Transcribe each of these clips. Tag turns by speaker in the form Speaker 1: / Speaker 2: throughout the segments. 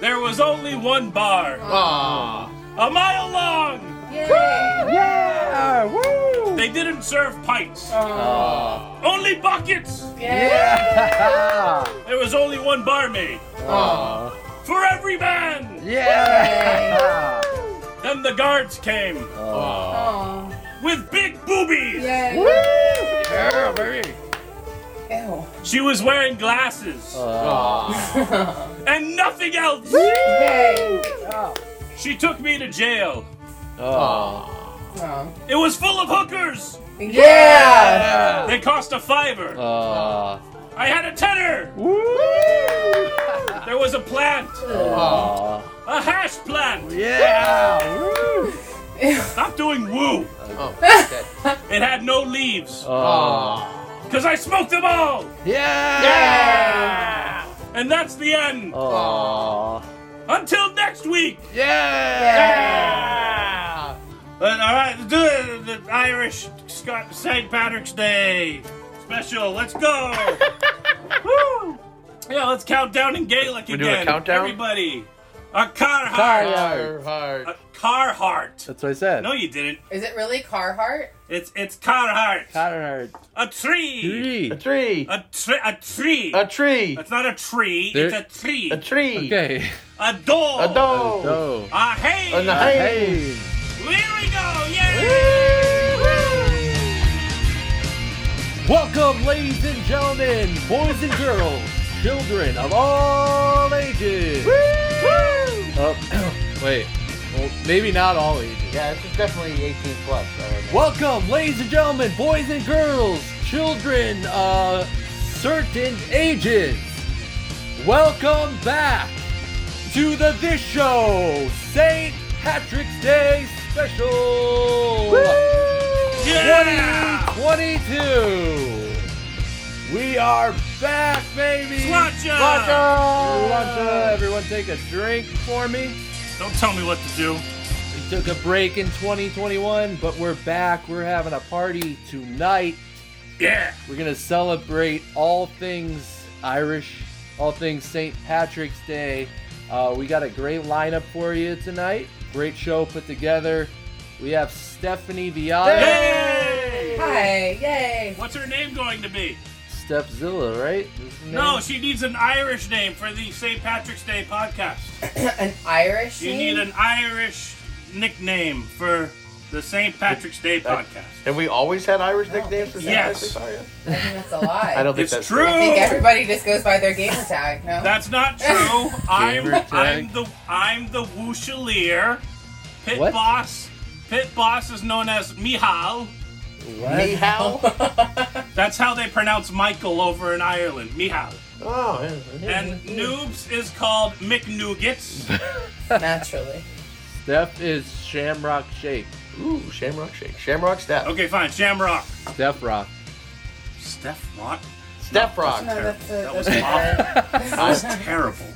Speaker 1: There was only one bar,
Speaker 2: Aw.
Speaker 1: a mile long.
Speaker 3: Yeah! Woo!
Speaker 1: They didn't serve pints,
Speaker 2: Aw.
Speaker 1: only buckets.
Speaker 3: Yeah!
Speaker 1: There was only one barmaid
Speaker 2: Aw.
Speaker 1: for every man.
Speaker 3: Yeah!
Speaker 1: Then the guards came
Speaker 2: Aw.
Speaker 1: with big boobies.
Speaker 3: Woo!
Speaker 2: Yeah, baby.
Speaker 4: Ew.
Speaker 1: She was wearing glasses
Speaker 2: Aw.
Speaker 1: and nothing else.
Speaker 4: Yay.
Speaker 1: She took me to jail.
Speaker 2: Aw.
Speaker 4: Oh.
Speaker 1: It was full of hookers.
Speaker 4: Yeah.
Speaker 1: They cost a fiver.
Speaker 2: Aw.
Speaker 1: I had a tenner. There was a plant,
Speaker 2: Aw.
Speaker 1: a hash plant.
Speaker 3: Yeah! Woo!
Speaker 1: Stop doing woo.
Speaker 2: Oh, okay.
Speaker 1: It had no leaves,
Speaker 2: Aw.
Speaker 1: because I smoked them all.
Speaker 2: Yeah!
Speaker 1: And that's the end.
Speaker 2: Aw.
Speaker 1: Until next week.
Speaker 2: Yeah!
Speaker 1: But, all right, let's do it. The Irish Scott St. Patrick's Day special. Let's go. Woo. Yeah, let's count down in Gaelic
Speaker 2: We
Speaker 1: again.
Speaker 2: doing a countdown?
Speaker 1: Everybody. A car
Speaker 3: Car-
Speaker 2: Har, har.
Speaker 1: A Carhartt.
Speaker 3: That's what I said.
Speaker 1: No, you didn't.
Speaker 4: Is it really Carhartt?
Speaker 1: It's it's Carhartt.
Speaker 3: Cotton
Speaker 1: a tree.
Speaker 2: A
Speaker 3: Three.
Speaker 2: tree.
Speaker 1: A tree. A tree.
Speaker 2: A tree.
Speaker 1: It's not a tree.
Speaker 3: There-
Speaker 1: It's a tree.
Speaker 2: A tree.
Speaker 3: Okay.
Speaker 1: A door.
Speaker 2: A dog.
Speaker 3: So.
Speaker 1: A hay.
Speaker 2: A knife.
Speaker 3: Hey!
Speaker 1: Here we go. Yeah.
Speaker 3: Welcome, ladies and gentlemen, boys and girls, children of all ages. Uh, wait, well, maybe not all ages.
Speaker 2: Yeah, this is definitely 18 plus. I don't know.
Speaker 3: Welcome, ladies and gentlemen, boys and girls, children of certain ages. Welcome back to the This Show St. Patrick's Day Special.
Speaker 1: Yeah.
Speaker 3: 2022. We are back, baby.
Speaker 1: Sláinte.
Speaker 3: Sláinte. Sláinte. Everyone take a drink for me.
Speaker 1: Don't tell me what to do.
Speaker 3: We took a break in 2021, but we're back. We're having a party tonight.
Speaker 1: Yeah.
Speaker 3: We're going to celebrate all things Irish, all things St. Patrick's Day. Uh, we got a great lineup for you tonight. Great show put together. We have Stephanie Vialli.
Speaker 1: Hey.
Speaker 4: Hi. Yay.
Speaker 1: What's her name going to be?
Speaker 3: Stepzilla, right? Is the name?
Speaker 1: No, she needs an Irish name for the St. Patrick's Day podcast.
Speaker 4: An Irish
Speaker 1: You
Speaker 4: name?
Speaker 1: need an Irish nickname for the St. Patrick's Day podcast.
Speaker 2: Have we always had Irish nicknames? Is that
Speaker 1: Yes.
Speaker 2: right?
Speaker 4: I think that's a lie.
Speaker 2: I don't think
Speaker 1: It's
Speaker 2: that's
Speaker 1: true.
Speaker 4: I think everybody just goes by their gamer tag. No.
Speaker 1: That's not true. I'm
Speaker 3: Gamer tag.
Speaker 1: I'm the I'm the Wooshalier. Pit
Speaker 3: What?
Speaker 1: boss. Pit boss is known as Mihal.
Speaker 3: What?
Speaker 2: Meow.
Speaker 1: That's how they pronounce Michael over in Ireland. Mihal.
Speaker 2: Oh, yeah.
Speaker 1: And
Speaker 3: Mm-hmm.
Speaker 1: noobs is called McNuggets.
Speaker 4: Naturally.
Speaker 3: Steph is Shamrock Shake.
Speaker 2: Ooh, Shamrock Shake. Shamrock Step.
Speaker 1: Okay, fine. Shamrock.
Speaker 3: Steph Rock.
Speaker 1: Steph Rock.
Speaker 2: Step Rock.
Speaker 4: No, that's a,
Speaker 1: That was
Speaker 4: that's
Speaker 1: awful.
Speaker 4: a-
Speaker 1: That was terrible.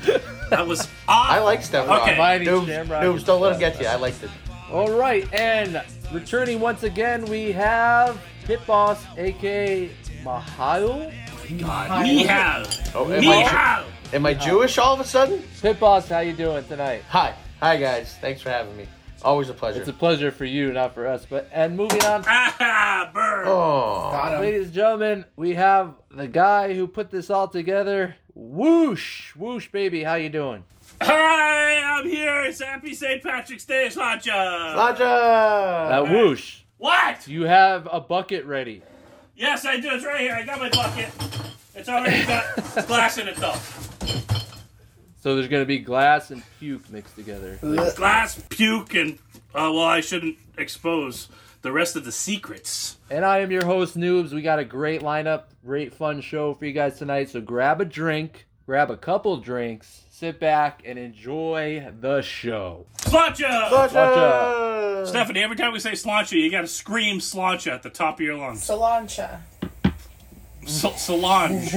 Speaker 1: That was awful.
Speaker 2: I like Step Rock.
Speaker 1: Okay.
Speaker 3: Mine is
Speaker 2: Noobs,
Speaker 3: Shamrock
Speaker 2: noobs,
Speaker 3: is
Speaker 2: don't let him
Speaker 3: Step.
Speaker 2: get you. I liked it.
Speaker 3: All right, and returning once again, we have Pit Boss, aka Mahal.
Speaker 1: God. Mihal.
Speaker 2: Oh, am, I,
Speaker 1: Mihal.
Speaker 2: am I Jewish all of a sudden?
Speaker 3: Pit Boss, how you doing tonight?
Speaker 2: Hi. Hi, guys. Thanks for having me. Always a pleasure.
Speaker 3: It's a pleasure for you, not for us. But and moving on,
Speaker 1: Ah, burn.
Speaker 2: oh.
Speaker 4: Got him.
Speaker 3: ladies and gentlemen, we have the guy who put this all together. Whoosh, whoosh, baby, how you doing?
Speaker 1: Hi, I'm here. It's Happy St. Patrick's Day, Sláinte.
Speaker 2: Roger!
Speaker 3: Uh, whoosh,
Speaker 1: What?
Speaker 3: you have a bucket ready.
Speaker 1: Yes, I do. It's right here. I got my bucket. It's already got glass in it, though.
Speaker 3: So there's gonna be glass and puke mixed together.
Speaker 1: Glass, puke, and uh, well, I shouldn't expose the rest of the secrets.
Speaker 3: And I am your host, Noobs. We got a great lineup, great fun show for you guys tonight. So grab a drink, grab a couple drinks, sit back, and enjoy the show.
Speaker 1: Sláinte.
Speaker 3: Roger.
Speaker 2: Step.
Speaker 1: Stephanie, every time we say sláinte, you gotta scream sláinte at the top of your lungs.
Speaker 4: Solancha.
Speaker 1: S- Solange.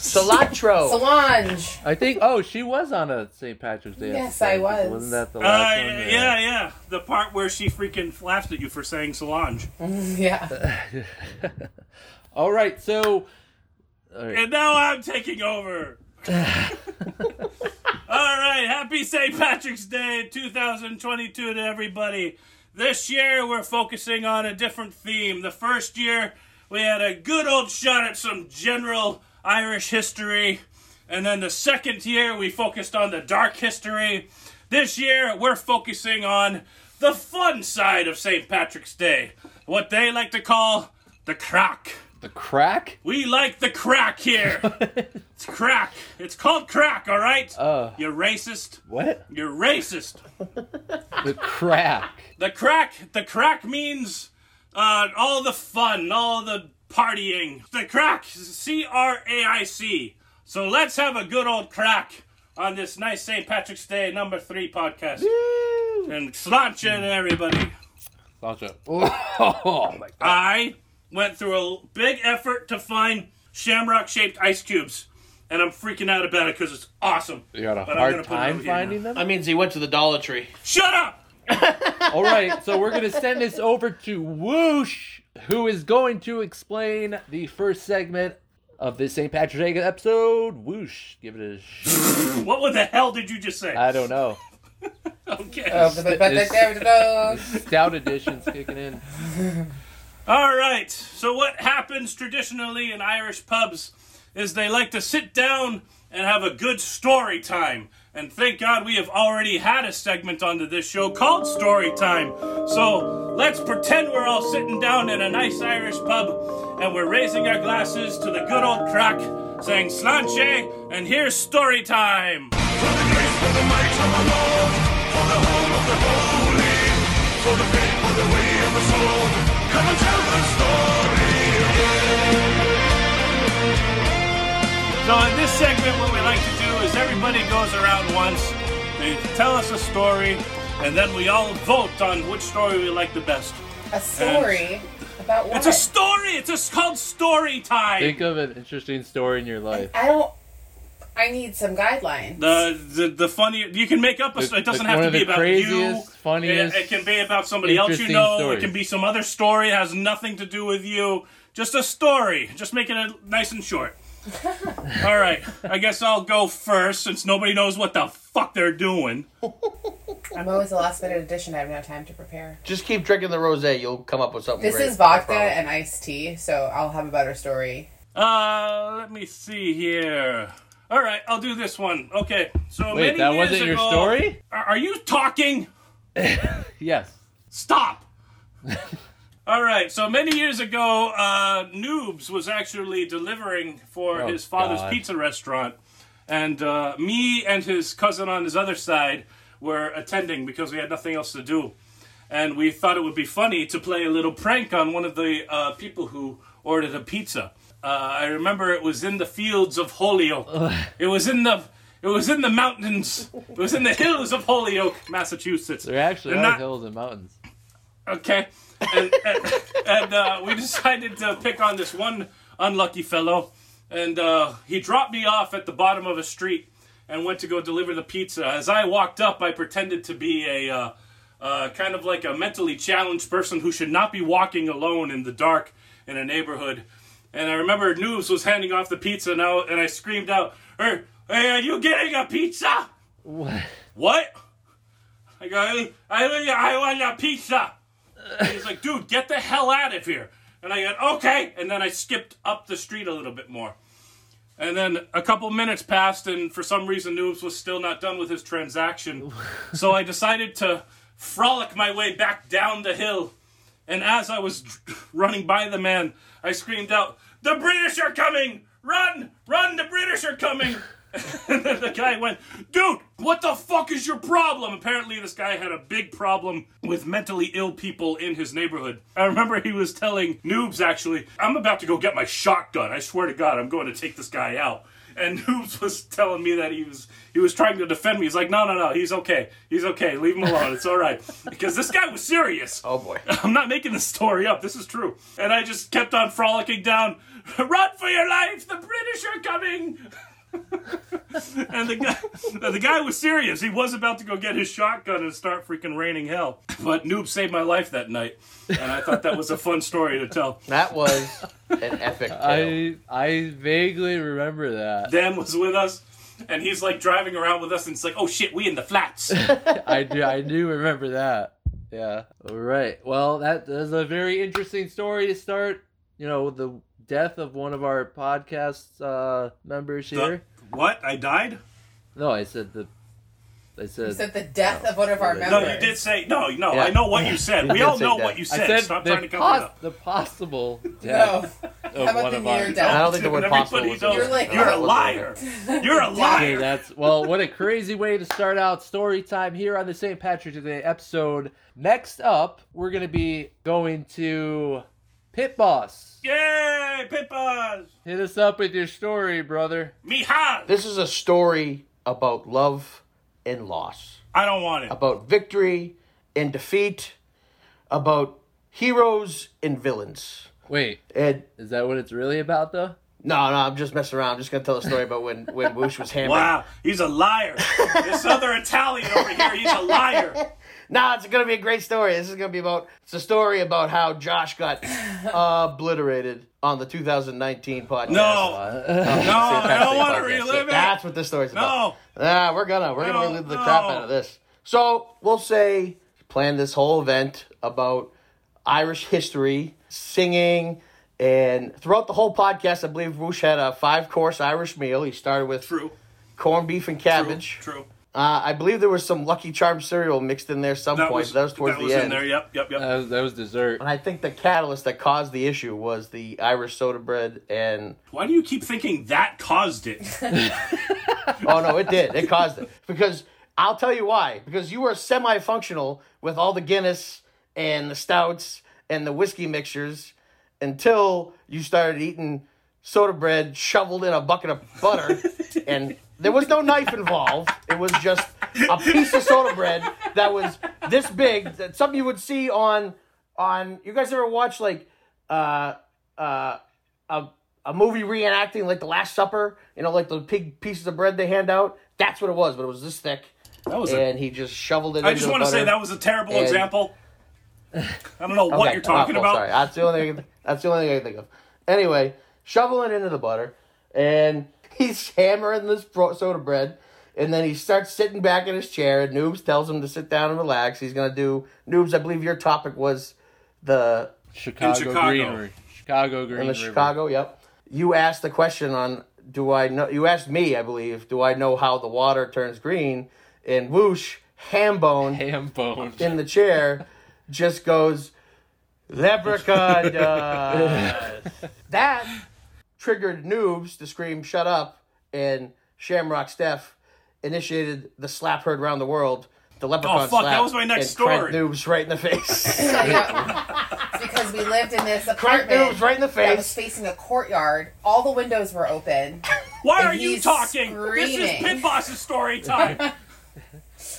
Speaker 2: Cilantro.
Speaker 4: Solange.
Speaker 3: I think. Oh, she was on a St. Patrick's Day.
Speaker 4: Yes, I
Speaker 3: episode.
Speaker 4: was.
Speaker 3: Wasn't that the
Speaker 1: Uh,
Speaker 3: last one?
Speaker 1: yeah, yeah. The part where she freaking laughed at you for saying Solange.
Speaker 4: Yeah.
Speaker 3: All right, so. All right.
Speaker 1: And now I'm taking over. All right, happy St. Patrick's Day 2022 to everybody. This year we're focusing on a different theme. The first year we had a good old shot at some general Irish history, and then the second year we focused on the dark history. This year we're focusing on the fun side of St. Patrick's Day, what they like to call the crack.
Speaker 3: The crack?
Speaker 1: We like the crack here. it's crack. It's called crack, all right?
Speaker 3: Uh,
Speaker 1: You're racist.
Speaker 3: what?
Speaker 1: You're racist.
Speaker 3: The crack.
Speaker 1: The crack, the crack means uh, all the fun, all the partying. The crack, C R A I C. So let's have a good old crack on this nice St. Patrick's Day number three podcast. And slancha to everybody.
Speaker 3: Sancho. Oh my god.
Speaker 1: I went through a l- big effort to find shamrock shaped ice cubes, and I'm freaking out about it because it's awesome.
Speaker 3: You got a
Speaker 1: But I'm gonna
Speaker 3: hard
Speaker 1: put it over
Speaker 3: time
Speaker 1: here now.
Speaker 3: finding them?
Speaker 2: That means he went to the Dollar Tree.
Speaker 1: Shut up!
Speaker 3: All right, so we're going to send this over to Whoosh, who is going to explain the first segment of this St. Patrick's Day episode. Whoosh, give it a sh-
Speaker 1: What what the hell did you just say?
Speaker 3: I don't know.
Speaker 1: okay.
Speaker 4: Uh,
Speaker 3: Stout edition's kicking in.
Speaker 1: All right. So what happens traditionally in Irish pubs is they like to sit down and have a good story time. And thank God we have already had a segment onto this show called Story Time. So let's pretend we're all sitting down in a nice Irish pub and we're raising our glasses to the good old crack, saying Slanche, and here's Story Time. So in this segment, what we like to do is everybody goes around once, they tell us a story, and then we all vote on which story we like the best.
Speaker 4: A story about what?
Speaker 1: It's a story. It's just called story time.
Speaker 3: Think of an interesting story in your life.
Speaker 4: I don't. I need some guidelines.
Speaker 1: The the, the funny you can make up a
Speaker 3: The-
Speaker 1: story. It doesn't
Speaker 3: the-
Speaker 1: have
Speaker 3: one
Speaker 1: to
Speaker 3: of
Speaker 1: be
Speaker 3: the
Speaker 1: about you.
Speaker 3: craziest, funniest,
Speaker 1: It, it can be about somebody else you
Speaker 3: interesting
Speaker 1: know. It
Speaker 3: stories.
Speaker 1: can be some other story. It has nothing to do with you. Just a story. Just make it a, nice and short. All right. I guess I'll go first since nobody knows what the fuck they're doing.
Speaker 4: I'm always the last minute addition. I have no time to prepare.
Speaker 2: Just keep drinking the rosé. You'll come up with something.
Speaker 4: This
Speaker 2: great,
Speaker 4: is
Speaker 2: I
Speaker 4: vodka
Speaker 2: promise.
Speaker 4: and iced tea, so I'll have a better story.
Speaker 1: Uh, let me see here. All right, I'll do this one. Okay, so
Speaker 3: Wait,
Speaker 1: many
Speaker 3: that
Speaker 1: years
Speaker 3: wasn't your
Speaker 1: ago-
Speaker 3: story?
Speaker 1: Are, are you talking?
Speaker 3: Yes.
Speaker 1: Stop. All right, so many years ago, uh, Noobs was actually delivering for
Speaker 3: Oh,
Speaker 1: his father's
Speaker 3: God.
Speaker 1: pizza restaurant, and uh, me and his cousin on his other side were attending because we had nothing else to do, and we thought it would be funny to play a little prank on one of the uh, people who ordered a pizza. Uh, I remember it was in the fields of Holyoke. It was in the it was in the mountains. It was in the hills of Holyoke, Massachusetts.
Speaker 3: There actually
Speaker 1: And
Speaker 3: are
Speaker 1: that-
Speaker 3: hills and mountains.
Speaker 1: Okay. And, and, and, uh, we decided to pick on this one unlucky fellow. And uh, he dropped me off at the bottom of a street and went to go deliver the pizza. As I walked up, I pretended to be a uh, uh, kind of like a mentally challenged person who should not be walking alone in the dark in a neighborhood. And I remember Noobs was handing off the pizza now, and I screamed out, "Er, Hey, are you getting a pizza?
Speaker 3: What?
Speaker 1: What? I go, I, I, I want a pizza. And he's like, dude, get the hell out of here. And I go, okay. And then I skipped up the street a little bit more. And then a couple minutes passed, and for some reason, Noobs was still not done with his transaction. so I decided to frolic my way back down the hill. And as I was running by the man, I screamed out, The British are coming! Run! Run! The British are coming! and then the guy went, Dude, what the fuck is your problem? Apparently, this guy had a big problem with mentally ill people in his neighborhood. I remember he was telling noobs, actually, I'm about to go get my shotgun. I swear to God, I'm going to take this guy out. and Noobs was telling me that he was he was trying to defend me. He's like, no, no, no, he's okay, he's okay, leave him alone, it's all right, because this guy was serious.
Speaker 2: Oh boy.
Speaker 1: I'm not making this story up. This is true. And I just kept on frolicking down. Run for your life! The British are coming! and the guy, the guy was serious. He was about to go get his shotgun and start freaking raining hell. But Noob saved my life that night, and I thought that was a fun story to tell.
Speaker 2: That was an epic tale.
Speaker 3: I I vaguely remember that.
Speaker 1: Dan was with us, and he's like driving around with us, and it's like, oh shit, we in the flats.
Speaker 3: I do I do remember that. Yeah. All right. Well, that is a very interesting story to start. You know, the death of one of our podcast uh, members here.
Speaker 1: what? I died?
Speaker 3: no, I said the. I said.
Speaker 4: You said the death of one of our
Speaker 3: No,
Speaker 4: members.
Speaker 1: No, you did say no. No,
Speaker 3: Yeah.
Speaker 1: I know what you said.
Speaker 2: You
Speaker 1: We
Speaker 2: did
Speaker 1: all
Speaker 2: say
Speaker 1: know
Speaker 2: that.
Speaker 1: what you
Speaker 3: I
Speaker 1: said.
Speaker 3: said
Speaker 1: Stop
Speaker 3: the,
Speaker 1: trying to cover it
Speaker 3: pos-
Speaker 1: up.
Speaker 3: the possible death
Speaker 4: No.
Speaker 3: of
Speaker 4: How about
Speaker 3: one
Speaker 4: the
Speaker 3: of our.
Speaker 4: near
Speaker 2: I
Speaker 4: death?
Speaker 2: don't think the word
Speaker 1: Everybody
Speaker 2: possible was
Speaker 1: knows.
Speaker 2: in there.
Speaker 4: You're like,
Speaker 1: You're a
Speaker 2: That wasn't in there.
Speaker 1: liar. You're a
Speaker 3: Okay,
Speaker 1: liar.
Speaker 3: that's well. What a crazy way to start out story time here on the St. Patrick's Day episode. Next up, we're gonna be going to Pit Boss.
Speaker 1: Yay, Pippas!
Speaker 3: Hit us up with your story, brother.
Speaker 1: Mihas!
Speaker 2: This is a story about love and loss,
Speaker 1: I don't want it.
Speaker 2: about victory and defeat, about heroes and villains.
Speaker 3: Wait,
Speaker 2: And
Speaker 3: is that what it's really about, though?
Speaker 2: no, no, I'm just messing around. I'm just gonna tell a story about when when Woosh was hammered.
Speaker 1: Wow, he's a liar. this other Italian over here, he's a liar.
Speaker 2: Nah, it's gonna be a great story. This is gonna be about it's a story about how Josh got obliterated on the 2019 podcast.
Speaker 1: No,
Speaker 2: no,
Speaker 1: I don't wanna relive it.
Speaker 2: That's what this story's about.
Speaker 1: no.
Speaker 2: Ah, we're gonna we're
Speaker 1: No,
Speaker 2: gonna relive the crap
Speaker 1: no.
Speaker 2: out of this. So we'll say plan this whole event about Irish history, singing, and throughout the whole podcast, I believe Woosh had a five course Irish meal. He started with
Speaker 1: True.
Speaker 2: corned beef and cabbage.
Speaker 1: True.
Speaker 2: Uh, I believe there was some Lucky Charm cereal mixed in there some
Speaker 1: That
Speaker 2: point.
Speaker 1: was,
Speaker 2: that was towards
Speaker 1: that
Speaker 2: the
Speaker 1: was
Speaker 2: end. Uh,
Speaker 1: in there. Yep, yep, yep.
Speaker 3: That was, that was dessert.
Speaker 2: And I think the catalyst that caused the issue was the Irish soda bread and
Speaker 1: Why do you keep thinking that caused it?
Speaker 2: oh no, it did. It caused it because I'll tell you why. Because you were semi-functional with all the Guinness and the stouts and the whiskey mixtures until you started eating soda bread shoveled in a bucket of butter, and there was no knife involved. It was just a piece of soda bread that was this big, that something you would see on on. You guys ever watch like uh uh a a movie reenacting like the Last Supper, you know, like the big pieces of bread they hand out. That's what it was, but it was this thick,
Speaker 1: That was a,
Speaker 2: and he just shoveled it.
Speaker 1: I just
Speaker 2: want to
Speaker 1: say that was a terrible
Speaker 2: And-
Speaker 1: example. I don't know what you're talking about.
Speaker 2: Oh, Sorry, that's the only thing, that's the only thing I can think of. Anyway, shoveling into the butter, and he's hammering this bro- soda bread, and then he starts sitting back in his chair. And Noobs tells him to sit down and relax. He's gonna do Noobs. I believe your topic was the
Speaker 3: Chicago,
Speaker 1: Chicago.
Speaker 3: Greenery. Chicago Green
Speaker 2: in the
Speaker 3: River.
Speaker 2: Chicago. Yep. You asked the question on do I know? You asked me, I believe. Do I know how the water turns green? And whoosh, ham bone
Speaker 3: ham bone.
Speaker 2: in the chair just goes leprechaun. does." that triggered noobs to scream shut up and Shamrock Steph initiated the slap heard around the world. The leprechaun
Speaker 1: Oh, fuck, that
Speaker 2: slap
Speaker 1: was my next
Speaker 2: and cranked
Speaker 1: story.
Speaker 2: Noobs right in the face.
Speaker 4: I know. It's because we lived in this
Speaker 2: Cranked
Speaker 4: apartment
Speaker 2: noobs right in the
Speaker 4: that was
Speaker 2: face.
Speaker 4: facing a courtyard. All the windows were open.
Speaker 1: Why
Speaker 4: And
Speaker 1: are you
Speaker 4: he's
Speaker 1: talking? This is
Speaker 4: screaming.
Speaker 1: Pit Boss's story time.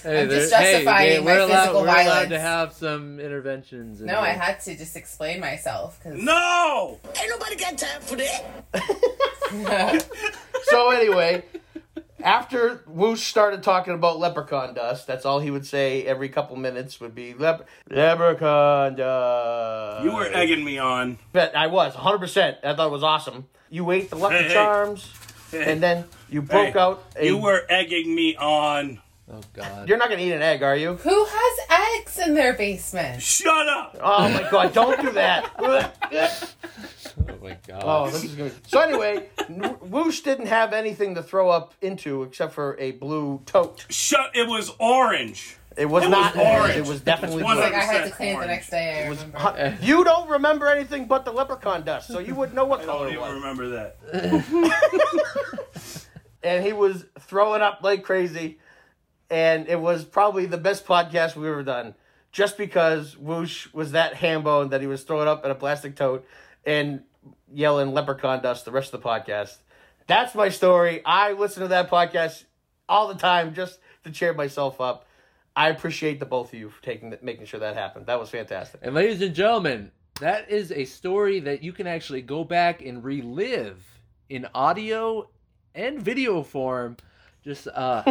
Speaker 3: Hey,
Speaker 4: I'm just
Speaker 3: there- hey,
Speaker 4: justifying
Speaker 3: Dan,
Speaker 4: my
Speaker 3: we're allowed,
Speaker 4: physical
Speaker 3: we're allowed
Speaker 4: violence.
Speaker 3: to have some interventions. in
Speaker 4: No, I
Speaker 3: here.
Speaker 4: had to just explain myself because
Speaker 1: no!
Speaker 5: Ain't nobody got time for that.
Speaker 2: So anyway, after Woosh started talking about leprechaun dust, that's all he would say every couple minutes would be Lep- leprechaun dust.
Speaker 1: You were egging me on.
Speaker 2: Bet I was 100. percent I thought it was awesome. You ate the lucky
Speaker 1: Hey, hey.
Speaker 2: charms, and then you broke
Speaker 1: Hey,
Speaker 2: out. A,
Speaker 1: You were egging me on.
Speaker 3: Oh God.
Speaker 2: You're not gonna eat an egg, are you?
Speaker 4: who has eggs in their basement?
Speaker 1: Shut up!
Speaker 2: Oh my god! Don't do that.
Speaker 3: Oh my God.
Speaker 2: Oh, this is good. So anyway, N- Woosh didn't have anything to throw up into except for a blue tote.
Speaker 1: Shut. It was orange.
Speaker 2: It was
Speaker 1: It was
Speaker 2: not
Speaker 1: orange.
Speaker 2: It was definitely
Speaker 1: It was
Speaker 2: blue.
Speaker 1: one
Speaker 4: Like I had to
Speaker 1: Percent
Speaker 4: clean it the
Speaker 1: orange.
Speaker 4: next day. I
Speaker 2: was-
Speaker 4: remember.
Speaker 2: huh, you don't remember anything but the leprechaun dust, so you wouldn't know what
Speaker 1: I
Speaker 2: color
Speaker 1: don't
Speaker 2: it
Speaker 1: even
Speaker 2: was.
Speaker 1: remember that.
Speaker 2: And he was throwing up like crazy, and it was probably the best podcast we've ever done, just because Woosh was that ham bone that he was throwing up in a plastic tote and yelling leprechaun dust the rest of the podcast. That's my story. I listen to that podcast all the time just to cheer myself up. I appreciate the both of you for taking that, making sure that happened. That was fantastic.
Speaker 3: And ladies and gentlemen, that is a story that you can actually go back and relive in audio and video form. Just uh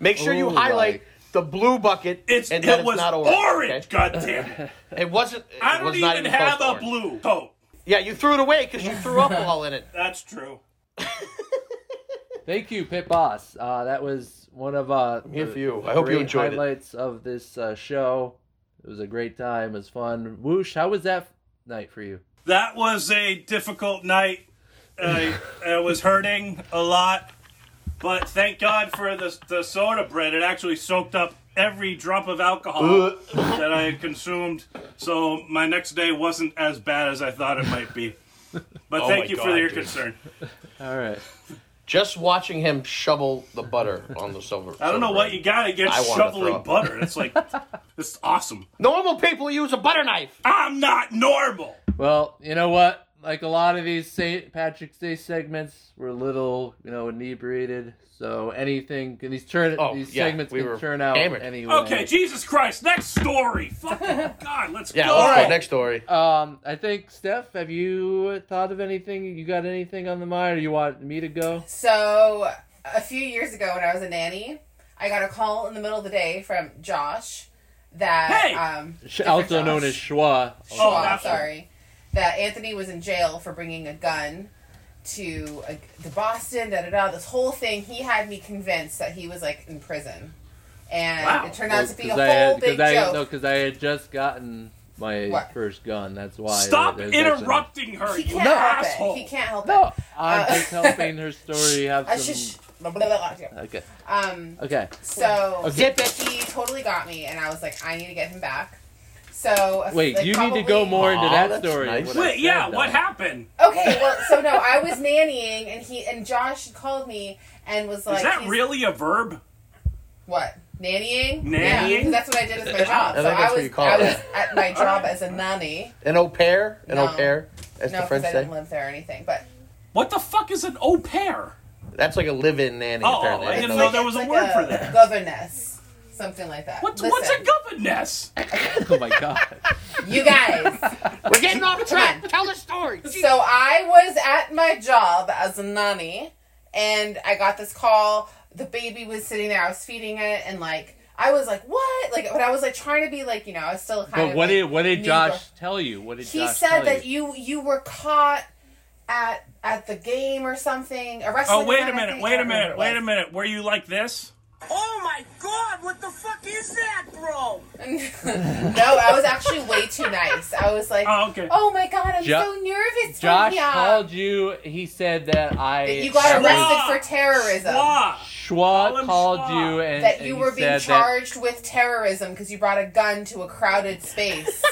Speaker 2: Make sure you
Speaker 3: Oh,
Speaker 2: highlight
Speaker 3: my.
Speaker 2: the blue bucket.
Speaker 1: It's
Speaker 2: and that
Speaker 1: it was
Speaker 2: not orange.
Speaker 1: orange.
Speaker 2: okay?
Speaker 1: Goddamn it!
Speaker 2: It wasn't. It
Speaker 1: I don't
Speaker 2: was
Speaker 1: even,
Speaker 2: not even
Speaker 1: have
Speaker 2: close
Speaker 1: a
Speaker 2: to orange.
Speaker 1: blue coat.
Speaker 2: Yeah, you threw it away because you threw up all in it.
Speaker 1: That's true.
Speaker 3: thank you, Pit Boss. Uh that was one of uh
Speaker 2: here
Speaker 3: the
Speaker 2: for you. I hope you
Speaker 3: great
Speaker 2: enjoyed it.
Speaker 3: highlights of this uh, show. It was a great time, it was fun. Whoosh, how was that night for you?
Speaker 1: That was a difficult night. I, I was hurting a lot, but thank God for the, the soda bread. It actually soaked up every drop of alcohol that I had consumed, so my next day wasn't as bad as I thought it might be. But
Speaker 2: Oh
Speaker 1: thank
Speaker 2: my
Speaker 1: you for
Speaker 2: God,
Speaker 1: your
Speaker 2: dude.
Speaker 1: concern.
Speaker 3: All right.
Speaker 2: Just watching him shovel the butter on the silver.
Speaker 1: I don't know what you got
Speaker 2: I
Speaker 1: against
Speaker 2: wanna throw
Speaker 1: shoveling
Speaker 2: up.
Speaker 1: butter. It's like, it's awesome.
Speaker 2: Normal people use a butter knife.
Speaker 1: I'm not normal.
Speaker 3: Well, you know what? Like a lot of these St. Patrick's Day segments, we're a little, you know, inebriated. So anything, these turn,
Speaker 2: Oh,
Speaker 3: these
Speaker 2: yeah,
Speaker 3: segments
Speaker 2: we
Speaker 3: can
Speaker 2: were
Speaker 3: turn out
Speaker 2: hammered.
Speaker 3: anyway.
Speaker 1: Okay, Jesus Christ. Next story. Fucking God, let's
Speaker 2: Yeah.
Speaker 1: go.
Speaker 2: let's go
Speaker 3: right.
Speaker 2: Next story.
Speaker 3: Um, I think Steph, have you thought of anything? You got anything on the mind, or you want me to go?
Speaker 4: So, a few years ago when I was a nanny, I got a call in the middle of the day from Josh that
Speaker 1: Hey!
Speaker 4: um
Speaker 3: Sh-
Speaker 4: different
Speaker 3: Also known
Speaker 4: Josh.
Speaker 3: as schwa.
Speaker 1: Oh,
Speaker 4: Schwab,
Speaker 1: that's-
Speaker 4: sorry. That Anthony was in jail for bringing a gun to uh, to Boston. Da da da. This whole thing, he had me convinced that he was like in prison, and
Speaker 1: Wow.
Speaker 4: Oh, it turned out to be a
Speaker 3: I
Speaker 4: whole
Speaker 3: had,
Speaker 4: big
Speaker 3: cause I,
Speaker 4: joke.
Speaker 3: no, 'cause I had just gotten my
Speaker 4: What?
Speaker 3: first gun. That's why.
Speaker 1: Stop
Speaker 3: there's actually-
Speaker 1: interrupting her,
Speaker 4: he
Speaker 1: you
Speaker 4: can't help
Speaker 1: asshole.
Speaker 4: it. He can't help
Speaker 3: No,
Speaker 4: it.
Speaker 3: I'm
Speaker 4: Uh,
Speaker 3: just helping her story have
Speaker 4: I
Speaker 3: some.
Speaker 4: just blah, blah, blah, blah.
Speaker 3: Okay.
Speaker 4: Um.
Speaker 3: Okay.
Speaker 4: So
Speaker 2: Okay.
Speaker 4: he totally got me, and I was like, I need to get him back. So a-
Speaker 3: Wait,
Speaker 4: like,
Speaker 3: you need
Speaker 4: probably-
Speaker 3: to go more into
Speaker 2: Aw,
Speaker 3: that
Speaker 2: that's
Speaker 3: story.
Speaker 2: nice.
Speaker 3: what I
Speaker 1: Wait, yeah,
Speaker 3: said,
Speaker 1: what
Speaker 3: though.
Speaker 1: happened?
Speaker 4: Okay, well, so no, I was nannying, and he and Josh called me and was like,
Speaker 1: Is that
Speaker 4: he's-
Speaker 1: really a verb?
Speaker 4: What? Nannying?
Speaker 1: Nannying?
Speaker 4: Yeah, 'cause that's what I did as my job.
Speaker 2: I
Speaker 4: so
Speaker 2: think that's
Speaker 4: I
Speaker 2: what
Speaker 4: was,
Speaker 2: you call
Speaker 4: I
Speaker 2: it.
Speaker 4: was at my job as a nanny.
Speaker 2: An au pair. An
Speaker 4: No.
Speaker 2: au pair, as
Speaker 4: No,
Speaker 2: the
Speaker 4: because
Speaker 2: French
Speaker 4: I
Speaker 2: say.
Speaker 4: didn't live there or anything. But
Speaker 1: What the fuck is an au pair?
Speaker 2: That's like a live-in nanny.
Speaker 1: Oh,
Speaker 2: apparently.
Speaker 1: I didn't
Speaker 2: don't
Speaker 1: know
Speaker 2: know
Speaker 1: there was a word for that.
Speaker 4: Governess. Something like that.
Speaker 1: What's,
Speaker 4: Listen,
Speaker 1: what's a governess?
Speaker 3: Oh my god.
Speaker 4: You guys.
Speaker 2: that. We're getting off track. Tell the story.
Speaker 4: so I was at my job as a nanny, and I got this call. The baby was sitting there. I was feeding it, and like I was like, "What?" Like, but I was like trying to be like, you know, I was still kind
Speaker 3: But
Speaker 4: of.
Speaker 3: what
Speaker 4: like,
Speaker 3: did what did
Speaker 4: new girl.
Speaker 3: Josh tell you? What did
Speaker 4: he
Speaker 3: Josh
Speaker 4: said
Speaker 3: tell
Speaker 4: that you you were caught at at the game or something arrested.
Speaker 1: Oh, wait a minute, wait a minute, wait a minute. Were you like this?
Speaker 5: Oh my god, what the fuck is that, bro?
Speaker 4: minute. no, I was actually way too nice. I was like,
Speaker 1: Oh, okay.
Speaker 4: "Oh my god, I'm
Speaker 3: Jo-
Speaker 4: so nervous."
Speaker 3: Josh
Speaker 4: Sonia,
Speaker 3: called you. He said that I.
Speaker 4: uh, that you got
Speaker 1: Schwa.
Speaker 4: arrested for terrorism.
Speaker 1: Schwa. Call
Speaker 3: Schwa
Speaker 1: him
Speaker 3: called
Speaker 1: Schwa.
Speaker 3: you and
Speaker 4: That
Speaker 3: and
Speaker 4: you
Speaker 3: he
Speaker 4: were being
Speaker 3: said that-
Speaker 4: charged with terrorism because you brought a gun to a crowded space.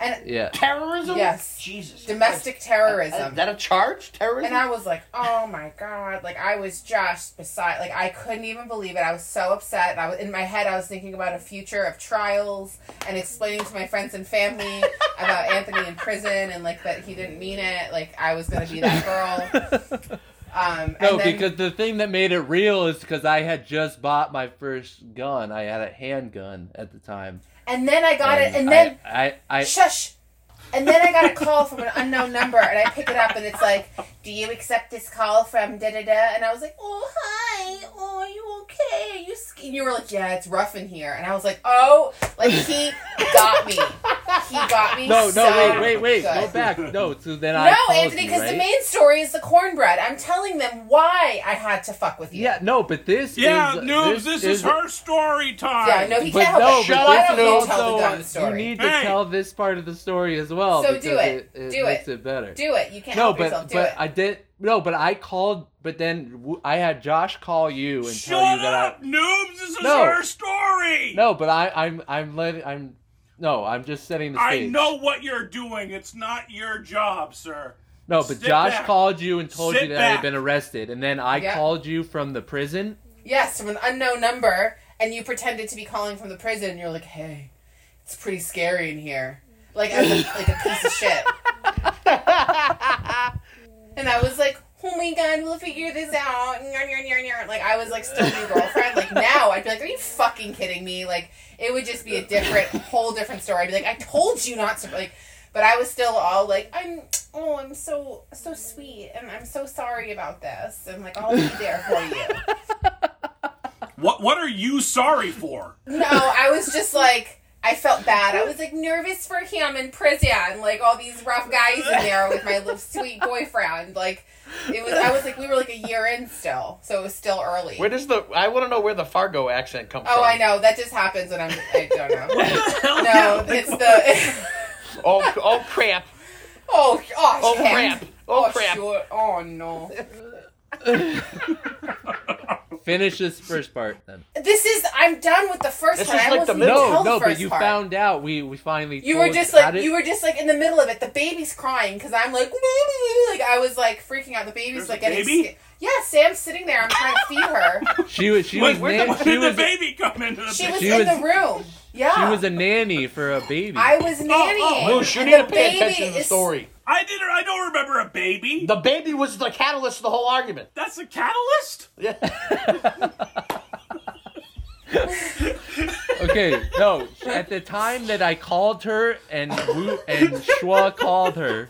Speaker 4: and
Speaker 3: yeah.
Speaker 2: Terrorism.
Speaker 4: Yes.
Speaker 2: Jesus.
Speaker 4: domestic
Speaker 2: Is
Speaker 4: terrorism.
Speaker 2: that a charge? Terrorism.
Speaker 4: And I was like, oh my god. Like I was just beside like I couldn't even believe it. I was so upset. I was in my head I was thinking about a future of trials and explaining to my friends and family about Anthony in prison and like that he didn't mean it. Like I was gonna be that girl. Um
Speaker 3: No,
Speaker 4: and then,
Speaker 3: because the thing that made it real is because I had just bought my first gun. I had a handgun at the time.
Speaker 4: and then I got it and then
Speaker 3: I, I, I
Speaker 4: shush. And then I got a call from an unknown number, and I pick it up, and it's like, "Do you accept this call from da da da?" And I was like, "Oh hi, oh are you okay? Are you?" Sc-? And you were like, "Yeah, it's rough in here," and I was like, "Oh, like he got me, he got me."
Speaker 3: no, no,
Speaker 4: so
Speaker 3: wait, wait, wait, go
Speaker 4: good.
Speaker 3: back. No, so then I
Speaker 4: No,
Speaker 3: called
Speaker 4: Anthony,
Speaker 3: you,
Speaker 4: because the
Speaker 3: right?
Speaker 4: main story is the cornbread. I'm telling them why I had to fuck with you.
Speaker 3: Yeah, no, but this
Speaker 1: Yeah,
Speaker 3: is
Speaker 1: noobs, this is her story time.
Speaker 4: yeah, no, he
Speaker 3: But
Speaker 4: can't help
Speaker 3: no,
Speaker 4: it.
Speaker 3: but
Speaker 4: Why
Speaker 3: this
Speaker 4: don't you
Speaker 3: is
Speaker 4: tell the gun
Speaker 3: also you
Speaker 4: story?
Speaker 3: need to
Speaker 1: Hey.
Speaker 3: tell this part of the story as well.
Speaker 4: So do
Speaker 3: because
Speaker 4: it.
Speaker 3: it
Speaker 4: Do
Speaker 3: makes
Speaker 4: it.
Speaker 3: it better.
Speaker 4: do it. You can't
Speaker 3: No,
Speaker 4: help
Speaker 3: but
Speaker 4: yourself. Do
Speaker 3: but
Speaker 4: it.
Speaker 3: I did no, but I called, but then w- I had Josh call you and
Speaker 1: Shut
Speaker 3: tell you that
Speaker 1: up,
Speaker 3: I
Speaker 1: noobs, this is
Speaker 3: No.
Speaker 1: her story.
Speaker 3: no, but I I'm I'm letting I'm no, I'm just setting the
Speaker 1: I
Speaker 3: stage.
Speaker 1: know what you're doing. It's not your job, sir.
Speaker 3: No, but
Speaker 1: Sit
Speaker 3: Josh
Speaker 1: back.
Speaker 3: called you and told
Speaker 1: Sit
Speaker 3: you that I
Speaker 1: back.
Speaker 3: had been arrested, and then I
Speaker 4: Yeah.
Speaker 3: called you from the prison.
Speaker 4: Yes, from an unknown number, and you pretended to be calling from the prison, and you're like, hey, it's pretty scary in here. Like, as a, like a piece of shit. And I was like, oh my god, we'll figure this out. Nyar, nyar, nyar, nyar. Like, I was like, still new girlfriend. Like, now I'd be like, are you fucking kidding me? Like, it would just be a different, whole different story. I'd be like, I told you not to. Like, but I was still all like, I'm, oh, I'm so, so sweet. And I'm so sorry about this. And like, I'll be there for you.
Speaker 1: What What are you sorry for?
Speaker 4: No, I was just like I felt bad. I was like nervous for him in prison, like all these rough guys in there with my little sweet boyfriend. Like it was, I was like we were like a year in still, so it was still early.
Speaker 2: Where does the? I want to know where the Fargo accent comes
Speaker 4: oh,
Speaker 2: from.
Speaker 4: I know that just happens when I'm. I don't know.
Speaker 1: Hell
Speaker 4: No, it's the.
Speaker 2: Oh, oh crap!
Speaker 4: Oh, oh,
Speaker 2: Oh
Speaker 4: shit.
Speaker 2: crap! Oh, crap!
Speaker 4: Sure. Oh no.
Speaker 3: Finish this first part then.
Speaker 4: This is. I'm done with the first
Speaker 2: This
Speaker 4: one.
Speaker 2: is
Speaker 4: I
Speaker 2: like
Speaker 4: almost
Speaker 2: the
Speaker 4: didn't
Speaker 2: middle.
Speaker 4: tell
Speaker 3: No,
Speaker 4: the
Speaker 3: no,
Speaker 4: first
Speaker 3: but you
Speaker 4: part.
Speaker 3: found out. We we finally.
Speaker 4: You were
Speaker 3: told-
Speaker 4: just
Speaker 3: got
Speaker 4: like
Speaker 3: it.
Speaker 4: you were just like in the middle of it. The baby's crying because I'm like like I was like freaking out. The baby's
Speaker 1: There's
Speaker 4: like
Speaker 1: a
Speaker 4: getting
Speaker 1: baby?
Speaker 4: sca- yeah. Sam's sitting there. I'm trying to feed her.
Speaker 3: She was. She
Speaker 1: Wait,
Speaker 3: was.
Speaker 1: where,
Speaker 3: nan-
Speaker 1: the, where
Speaker 3: she
Speaker 1: did
Speaker 3: was.
Speaker 1: the baby come into the
Speaker 4: She was
Speaker 1: picture?
Speaker 4: in
Speaker 3: was-
Speaker 4: the room.
Speaker 3: She
Speaker 4: Yeah,
Speaker 3: was a nanny for a baby.
Speaker 4: I was nannying.
Speaker 1: oh,
Speaker 2: Moose, you
Speaker 4: and
Speaker 2: need
Speaker 4: the
Speaker 2: to pay
Speaker 4: baby
Speaker 2: attention to the
Speaker 4: is-
Speaker 2: story.
Speaker 1: I didn't. I don't remember a baby.
Speaker 2: The baby was the catalyst of the whole argument.
Speaker 1: That's a catalyst.
Speaker 2: Yeah.
Speaker 3: okay, no. At the time that I called her and Wu and Shua called her,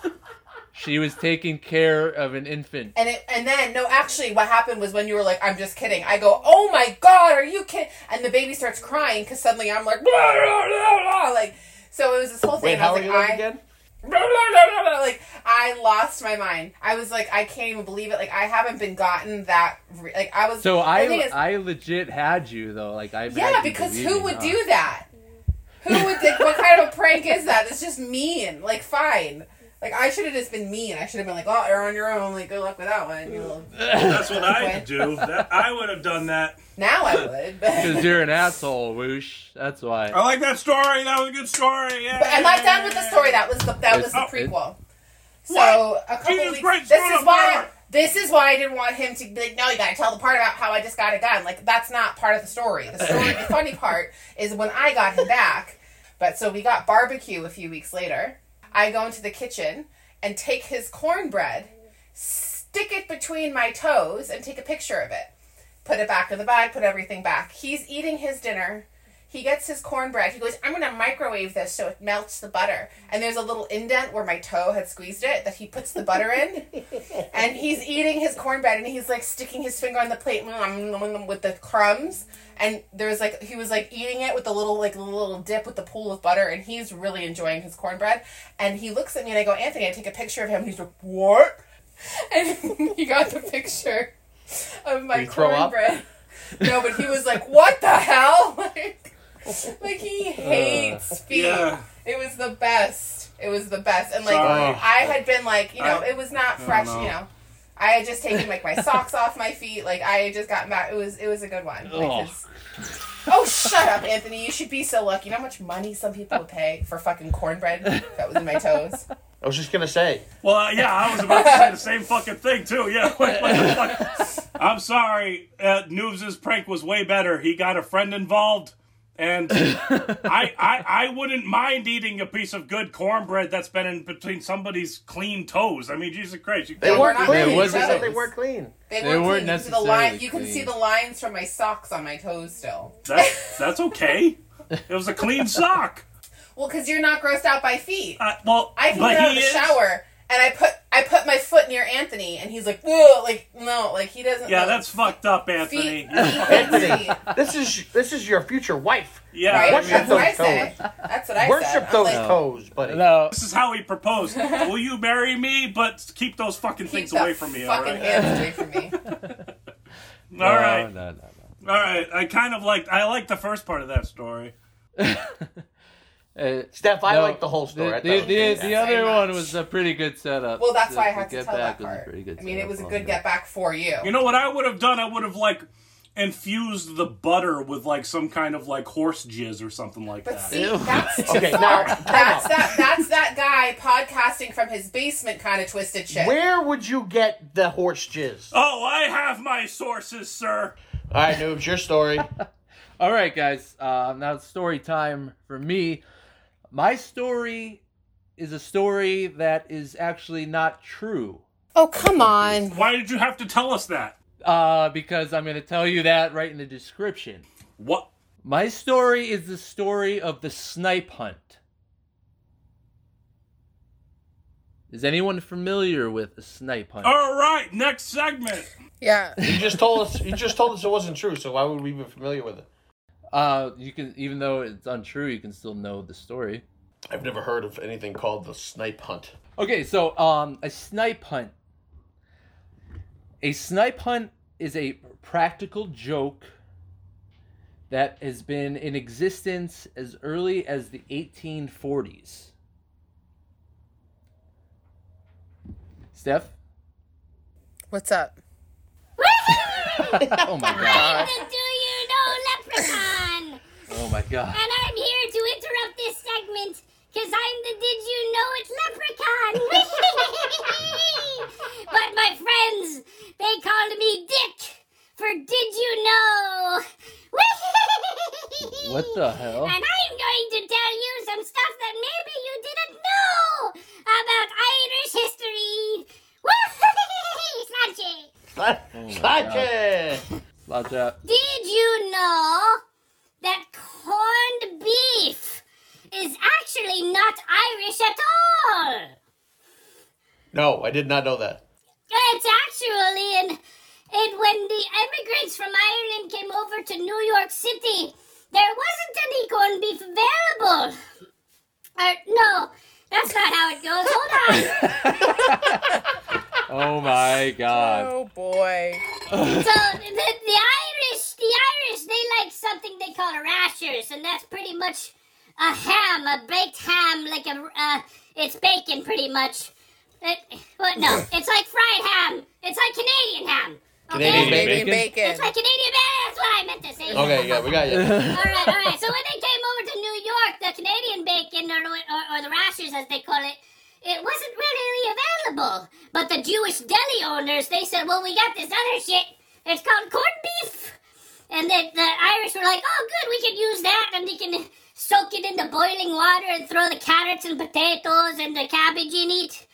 Speaker 3: she was taking care of an infant.
Speaker 4: And it, and then no, actually, what happened was when you were like, "I'm just kidding." I go, "Oh my god, are you kidding?" And the baby starts crying because suddenly I'm like, blah, blah, blah, blah, like. So it was this whole thing.
Speaker 2: Wait,
Speaker 4: and I
Speaker 2: how
Speaker 4: was
Speaker 2: are you
Speaker 4: like,
Speaker 2: like
Speaker 4: I,
Speaker 2: again?
Speaker 4: blah, blah, blah, blah, blah. like I lost my mind. I was like, I can't even believe it. Like I haven't been gotten that. Re- like I was.
Speaker 3: So
Speaker 4: the thing
Speaker 3: I
Speaker 4: is-
Speaker 3: I legit had you though. Like I
Speaker 4: yeah, because who would do that? Who would? think what kind of a prank is that? It's just mean. Like fine. Like I should have just been mean. I should have been like, oh, you're on your own. Like good luck with that one. You know.
Speaker 1: That's what I would do. That, I would have done that.
Speaker 4: Now I would.
Speaker 3: Because you're an asshole, Woosh. That's why.
Speaker 2: Oh,
Speaker 1: I like that story. That was a good story. Yeah.
Speaker 4: But I'm not done with the story. That was the that was the
Speaker 3: It's-
Speaker 4: prequel. So
Speaker 1: What?
Speaker 4: a couple
Speaker 1: Jesus
Speaker 4: weeks.
Speaker 1: Christ,
Speaker 4: this
Speaker 1: grown
Speaker 4: is
Speaker 1: up
Speaker 4: why.
Speaker 1: murderer.
Speaker 4: This is why I didn't want him to be like, no, you gotta tell the part about how I just got a gun. Like that's not part of the story. The story, the funny part is when I got him back. But so we got barbecue a few weeks later. I go into the kitchen and take his cornbread, stick it between my toes, and take a picture of it. Put it back in the bag. Put everything back. He's eating his dinner. He gets his cornbread. He goes, I'm going to microwave this so it melts the butter. And there's a little indent where my toe had squeezed it that he puts the butter in. And he's eating his cornbread and he's like sticking his finger on the plate mm, mm, mm, with the crumbs. And there's like, he was like eating it with a little, like, little dip with the pool of butter. And he's really enjoying his cornbread. And he looks at me and I go, Anthony, I take a picture of him. And he's like, What? And he got the picture of my
Speaker 2: Did he throw up?
Speaker 4: cornbread. No, but he was like, "What the hell?" Like, like he hates feet.
Speaker 1: Yeah.
Speaker 4: It was the best. It was the best, and like
Speaker 1: Sorry.
Speaker 4: I had been like, you know,
Speaker 1: I-
Speaker 4: it was not fresh.
Speaker 1: know.
Speaker 4: You know, I had just taken like my socks off my feet. Like I had just gotten back. It was it was a good one. Like,
Speaker 3: Ugh.
Speaker 4: it's- oh, shut up, Anthony! You should be so lucky. You know how much money some people would pay for fucking cornbread that was in my toes.
Speaker 2: I was just gonna say.
Speaker 1: Well, uh, yeah, I was about to say the same fucking thing too. Yeah, like, what the fuck? I'm sorry. Uh, Noobs' prank was way better. He got a friend involved, and I, I, I wouldn't mind eating a piece of good cornbread that's been in between somebody's clean toes. I mean, Jesus Christ, you
Speaker 4: They
Speaker 2: They
Speaker 1: can't.
Speaker 4: were
Speaker 2: weren't
Speaker 4: not
Speaker 2: clean.
Speaker 3: clean.
Speaker 2: They said
Speaker 4: Toes.
Speaker 2: they weren't clean.
Speaker 4: They,
Speaker 3: They
Speaker 4: were
Speaker 3: weren't
Speaker 4: clean. You can see the
Speaker 3: necessarily
Speaker 4: line. You can see
Speaker 3: clean.
Speaker 4: the lines from my socks on my toes still.
Speaker 1: That's that's okay. It was a clean sock.
Speaker 4: Well, because you're not grossed out by feet.
Speaker 1: Uh, well,
Speaker 4: I can
Speaker 1: but
Speaker 4: get out of
Speaker 1: he
Speaker 4: the
Speaker 1: is.
Speaker 4: shower and I put I put my foot near Anthony and he's like, whoa, like no, like he doesn't.
Speaker 1: Yeah,
Speaker 4: know.
Speaker 1: that's fucked up, Anthony.
Speaker 4: feet. Anthony, right?
Speaker 2: This is this is your future wife.
Speaker 1: Yeah, I mean,
Speaker 4: That's
Speaker 2: Worship
Speaker 4: what I
Speaker 2: those
Speaker 4: say.
Speaker 2: toes.
Speaker 4: That's what I said.
Speaker 2: Worship
Speaker 4: I'm
Speaker 2: those
Speaker 4: like,
Speaker 2: toes, buddy.
Speaker 3: No,
Speaker 1: This is how he proposed. Will you marry me, but keep those fucking
Speaker 4: Keep
Speaker 1: things
Speaker 4: that
Speaker 1: away from me, all
Speaker 4: fucking
Speaker 1: right?
Speaker 4: hands away from me.
Speaker 1: All right.
Speaker 3: No, no, no,
Speaker 1: All right, I kind of liked. I liked the first part of that story.
Speaker 3: no. Uh,
Speaker 2: Steph, I
Speaker 3: no,
Speaker 2: like the whole story. I
Speaker 3: The,
Speaker 2: thought
Speaker 3: the,
Speaker 2: it was
Speaker 3: the,
Speaker 2: good.
Speaker 3: the
Speaker 4: Very
Speaker 3: other
Speaker 4: much.
Speaker 3: one was a pretty good setup.
Speaker 4: Well, that's
Speaker 3: The-
Speaker 4: why I
Speaker 3: the
Speaker 4: had to
Speaker 3: get
Speaker 4: tell
Speaker 3: back
Speaker 4: that
Speaker 3: was a
Speaker 4: part.
Speaker 3: pretty good
Speaker 4: I mean, it
Speaker 3: setup
Speaker 4: was a
Speaker 3: on
Speaker 4: good
Speaker 3: that.
Speaker 4: get back for you.
Speaker 1: You know what I would have done? I would have like infused the butter with like some kind of like horse jizz or something like
Speaker 4: But
Speaker 1: that.
Speaker 4: see,
Speaker 3: Ew.
Speaker 4: that's too
Speaker 2: Okay,
Speaker 4: far.
Speaker 2: now, time
Speaker 4: that's
Speaker 2: out.
Speaker 4: that. That's that guy podcasting from his basement, kind of twisted shit.
Speaker 2: Where would you get the horse jizz? All
Speaker 1: oh, I have my sources, sir.
Speaker 2: right, noobs, your story.
Speaker 3: All right, guys. Uh, now it's story time for me. My story is a story that is actually not true.
Speaker 4: Oh, come on.
Speaker 1: Why did you have to tell us that?
Speaker 3: Uh, because I'm going to tell you that right in the description.
Speaker 1: What?
Speaker 3: My story is the story of the snipe hunt. Is anyone familiar with a snipe hunt?
Speaker 1: All right, next segment.
Speaker 4: Yeah.
Speaker 2: You just told us. You just told us it wasn't true. So why would we be familiar with it?
Speaker 3: Uh, you can even though it's untrue, you can still know the story.
Speaker 2: I've never heard of anything called the snipe hunt.
Speaker 3: Okay, so um, a snipe hunt. A snipe hunt is a practical joke that has been in existence as early as the 1840s. Steph?
Speaker 4: What's up?
Speaker 3: Oh my god.
Speaker 6: The Do You Know Leprechaun!
Speaker 3: Oh my god.
Speaker 6: and I'm here to interrupt this segment because I'm the Did You Know It Leprechaun! but my friends, they called me Dick for Did You Know!
Speaker 3: What the hell?
Speaker 6: And I'm going to tell you some stuff that maybe you didn't know about Irish history! Snatchy!
Speaker 3: Oh
Speaker 2: Slanted.
Speaker 3: Lots of-
Speaker 6: Did you know that corned beef is actually not Irish at all?
Speaker 2: No, I did not know that.
Speaker 6: It's actually in and when the immigrants from Ireland came over to New York City, there wasn't any corned beef available. Or, no, that's not how it goes. Hold on.
Speaker 3: Oh my god.
Speaker 4: Oh, boy.
Speaker 6: So the, the Irish, the Irish, they like something they call rashers, and that's pretty much a ham, a baked ham, like a uh, it's bacon pretty much. It, what? No, it's like fried ham. It's like Canadian ham. Okay,
Speaker 2: Canadian
Speaker 1: bacon.
Speaker 4: Baby bacon.
Speaker 6: it's like Canadian. That's what I meant to say.
Speaker 2: Okay, yeah, we got you.
Speaker 6: All right, all right. So when they came over to New York, the Canadian bacon, or, or, or the rashers as they call it, it wasn't readily available. But the Jewish deli owners, they said, well, we got this other shit. It's called corned beef. And the, the Irish were like, oh, good, we can use that. And we can soak it in the boiling water and throw the carrots and potatoes and the cabbage in it.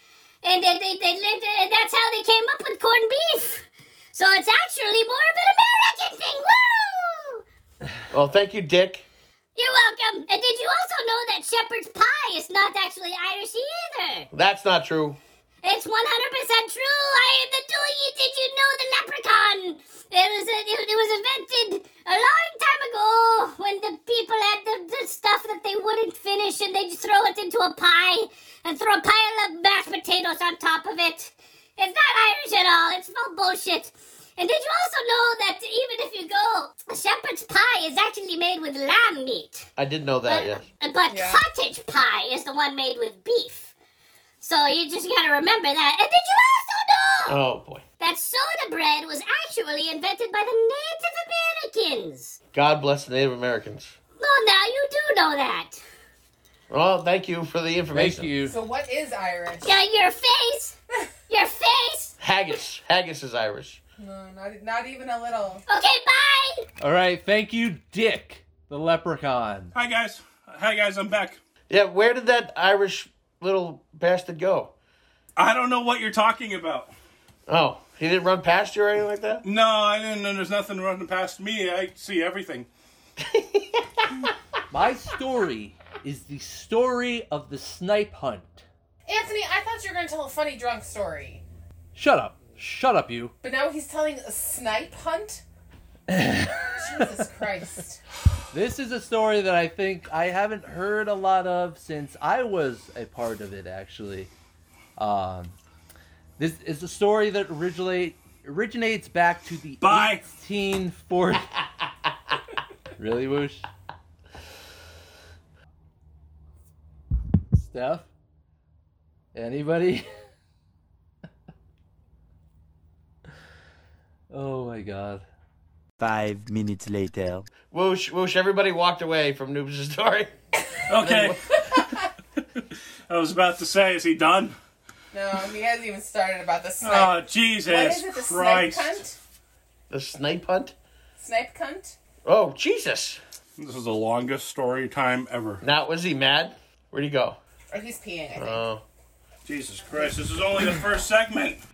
Speaker 6: And they, they, they lived, and that's how they came up with corned beef. So it's actually more of an American thing. Woo!
Speaker 2: Well, thank you, Dick.
Speaker 6: You're welcome. And did you also know that shepherd's pie is not actually Irish either?
Speaker 2: That's not true.
Speaker 6: It's 100% true. I am the Dewey. Did you know the leprechaun? It was a, it, it was invented a long time ago when the people had the, the stuff that they wouldn't finish and they'd throw it into a pie and throw a pile of mashed potatoes on top of it. It's not Irish at all. It's full bullshit. And did you also know that even if you go, shepherd's pie is actually made with lamb meat?
Speaker 2: I did know that. Yes.
Speaker 6: But
Speaker 4: Yeah.
Speaker 6: cottage pie is the one made with beef. So you just gotta remember that. And did you also know
Speaker 2: Oh boy.
Speaker 6: that soda bread was actually invented by the Native Americans?
Speaker 2: God bless the Native Americans.
Speaker 6: Well, now you do know that.
Speaker 2: Well, thank you for the information.
Speaker 3: Thank you.
Speaker 4: So, what is Irish?
Speaker 6: Yeah, your face, your face.
Speaker 2: Haggis. Haggis is Irish.
Speaker 4: No, not, not even a little.
Speaker 6: Okay, bye.
Speaker 3: All right, thank you, Dick, the leprechaun.
Speaker 1: Hi guys. Hi guys, I'm back.
Speaker 2: Yeah, where did that Irish little bastard go?
Speaker 1: I don't know what you're talking about.
Speaker 2: Oh, he didn't run past you or anything like that?
Speaker 1: No, I didn't. And there's nothing running past me. I see everything.
Speaker 3: My story is the story of the snipe hunt.
Speaker 4: Anthony, I thought you were going to tell a funny drunk story.
Speaker 3: Shut up. Shut up, you.
Speaker 4: But now he's telling a snipe hunt? Jesus Christ.
Speaker 3: This is a story that I think I haven't heard a lot of since I was a part of it, actually. Um, this is a story that originally originates back to the
Speaker 1: Bye.
Speaker 3: 1840. really, Woosh? Steph? Anybody? oh my god.
Speaker 7: Five minutes later.
Speaker 2: Whoosh, whoosh, everybody walked away from Noob's story.
Speaker 1: Okay. I was about to say, is he done?
Speaker 4: No, he hasn't even started about the snipe.
Speaker 1: Oh, Jesus
Speaker 4: what is it, the
Speaker 1: Christ.
Speaker 4: snipe cunt?
Speaker 2: The snipe hunt?
Speaker 4: Snipe cunt?
Speaker 2: Oh, Jesus.
Speaker 1: This is the longest story time ever.
Speaker 2: Now, was he mad? Where'd he go?
Speaker 4: Or he's peeing, I think.
Speaker 2: Oh.
Speaker 1: Jesus Christ, this is only the first segment.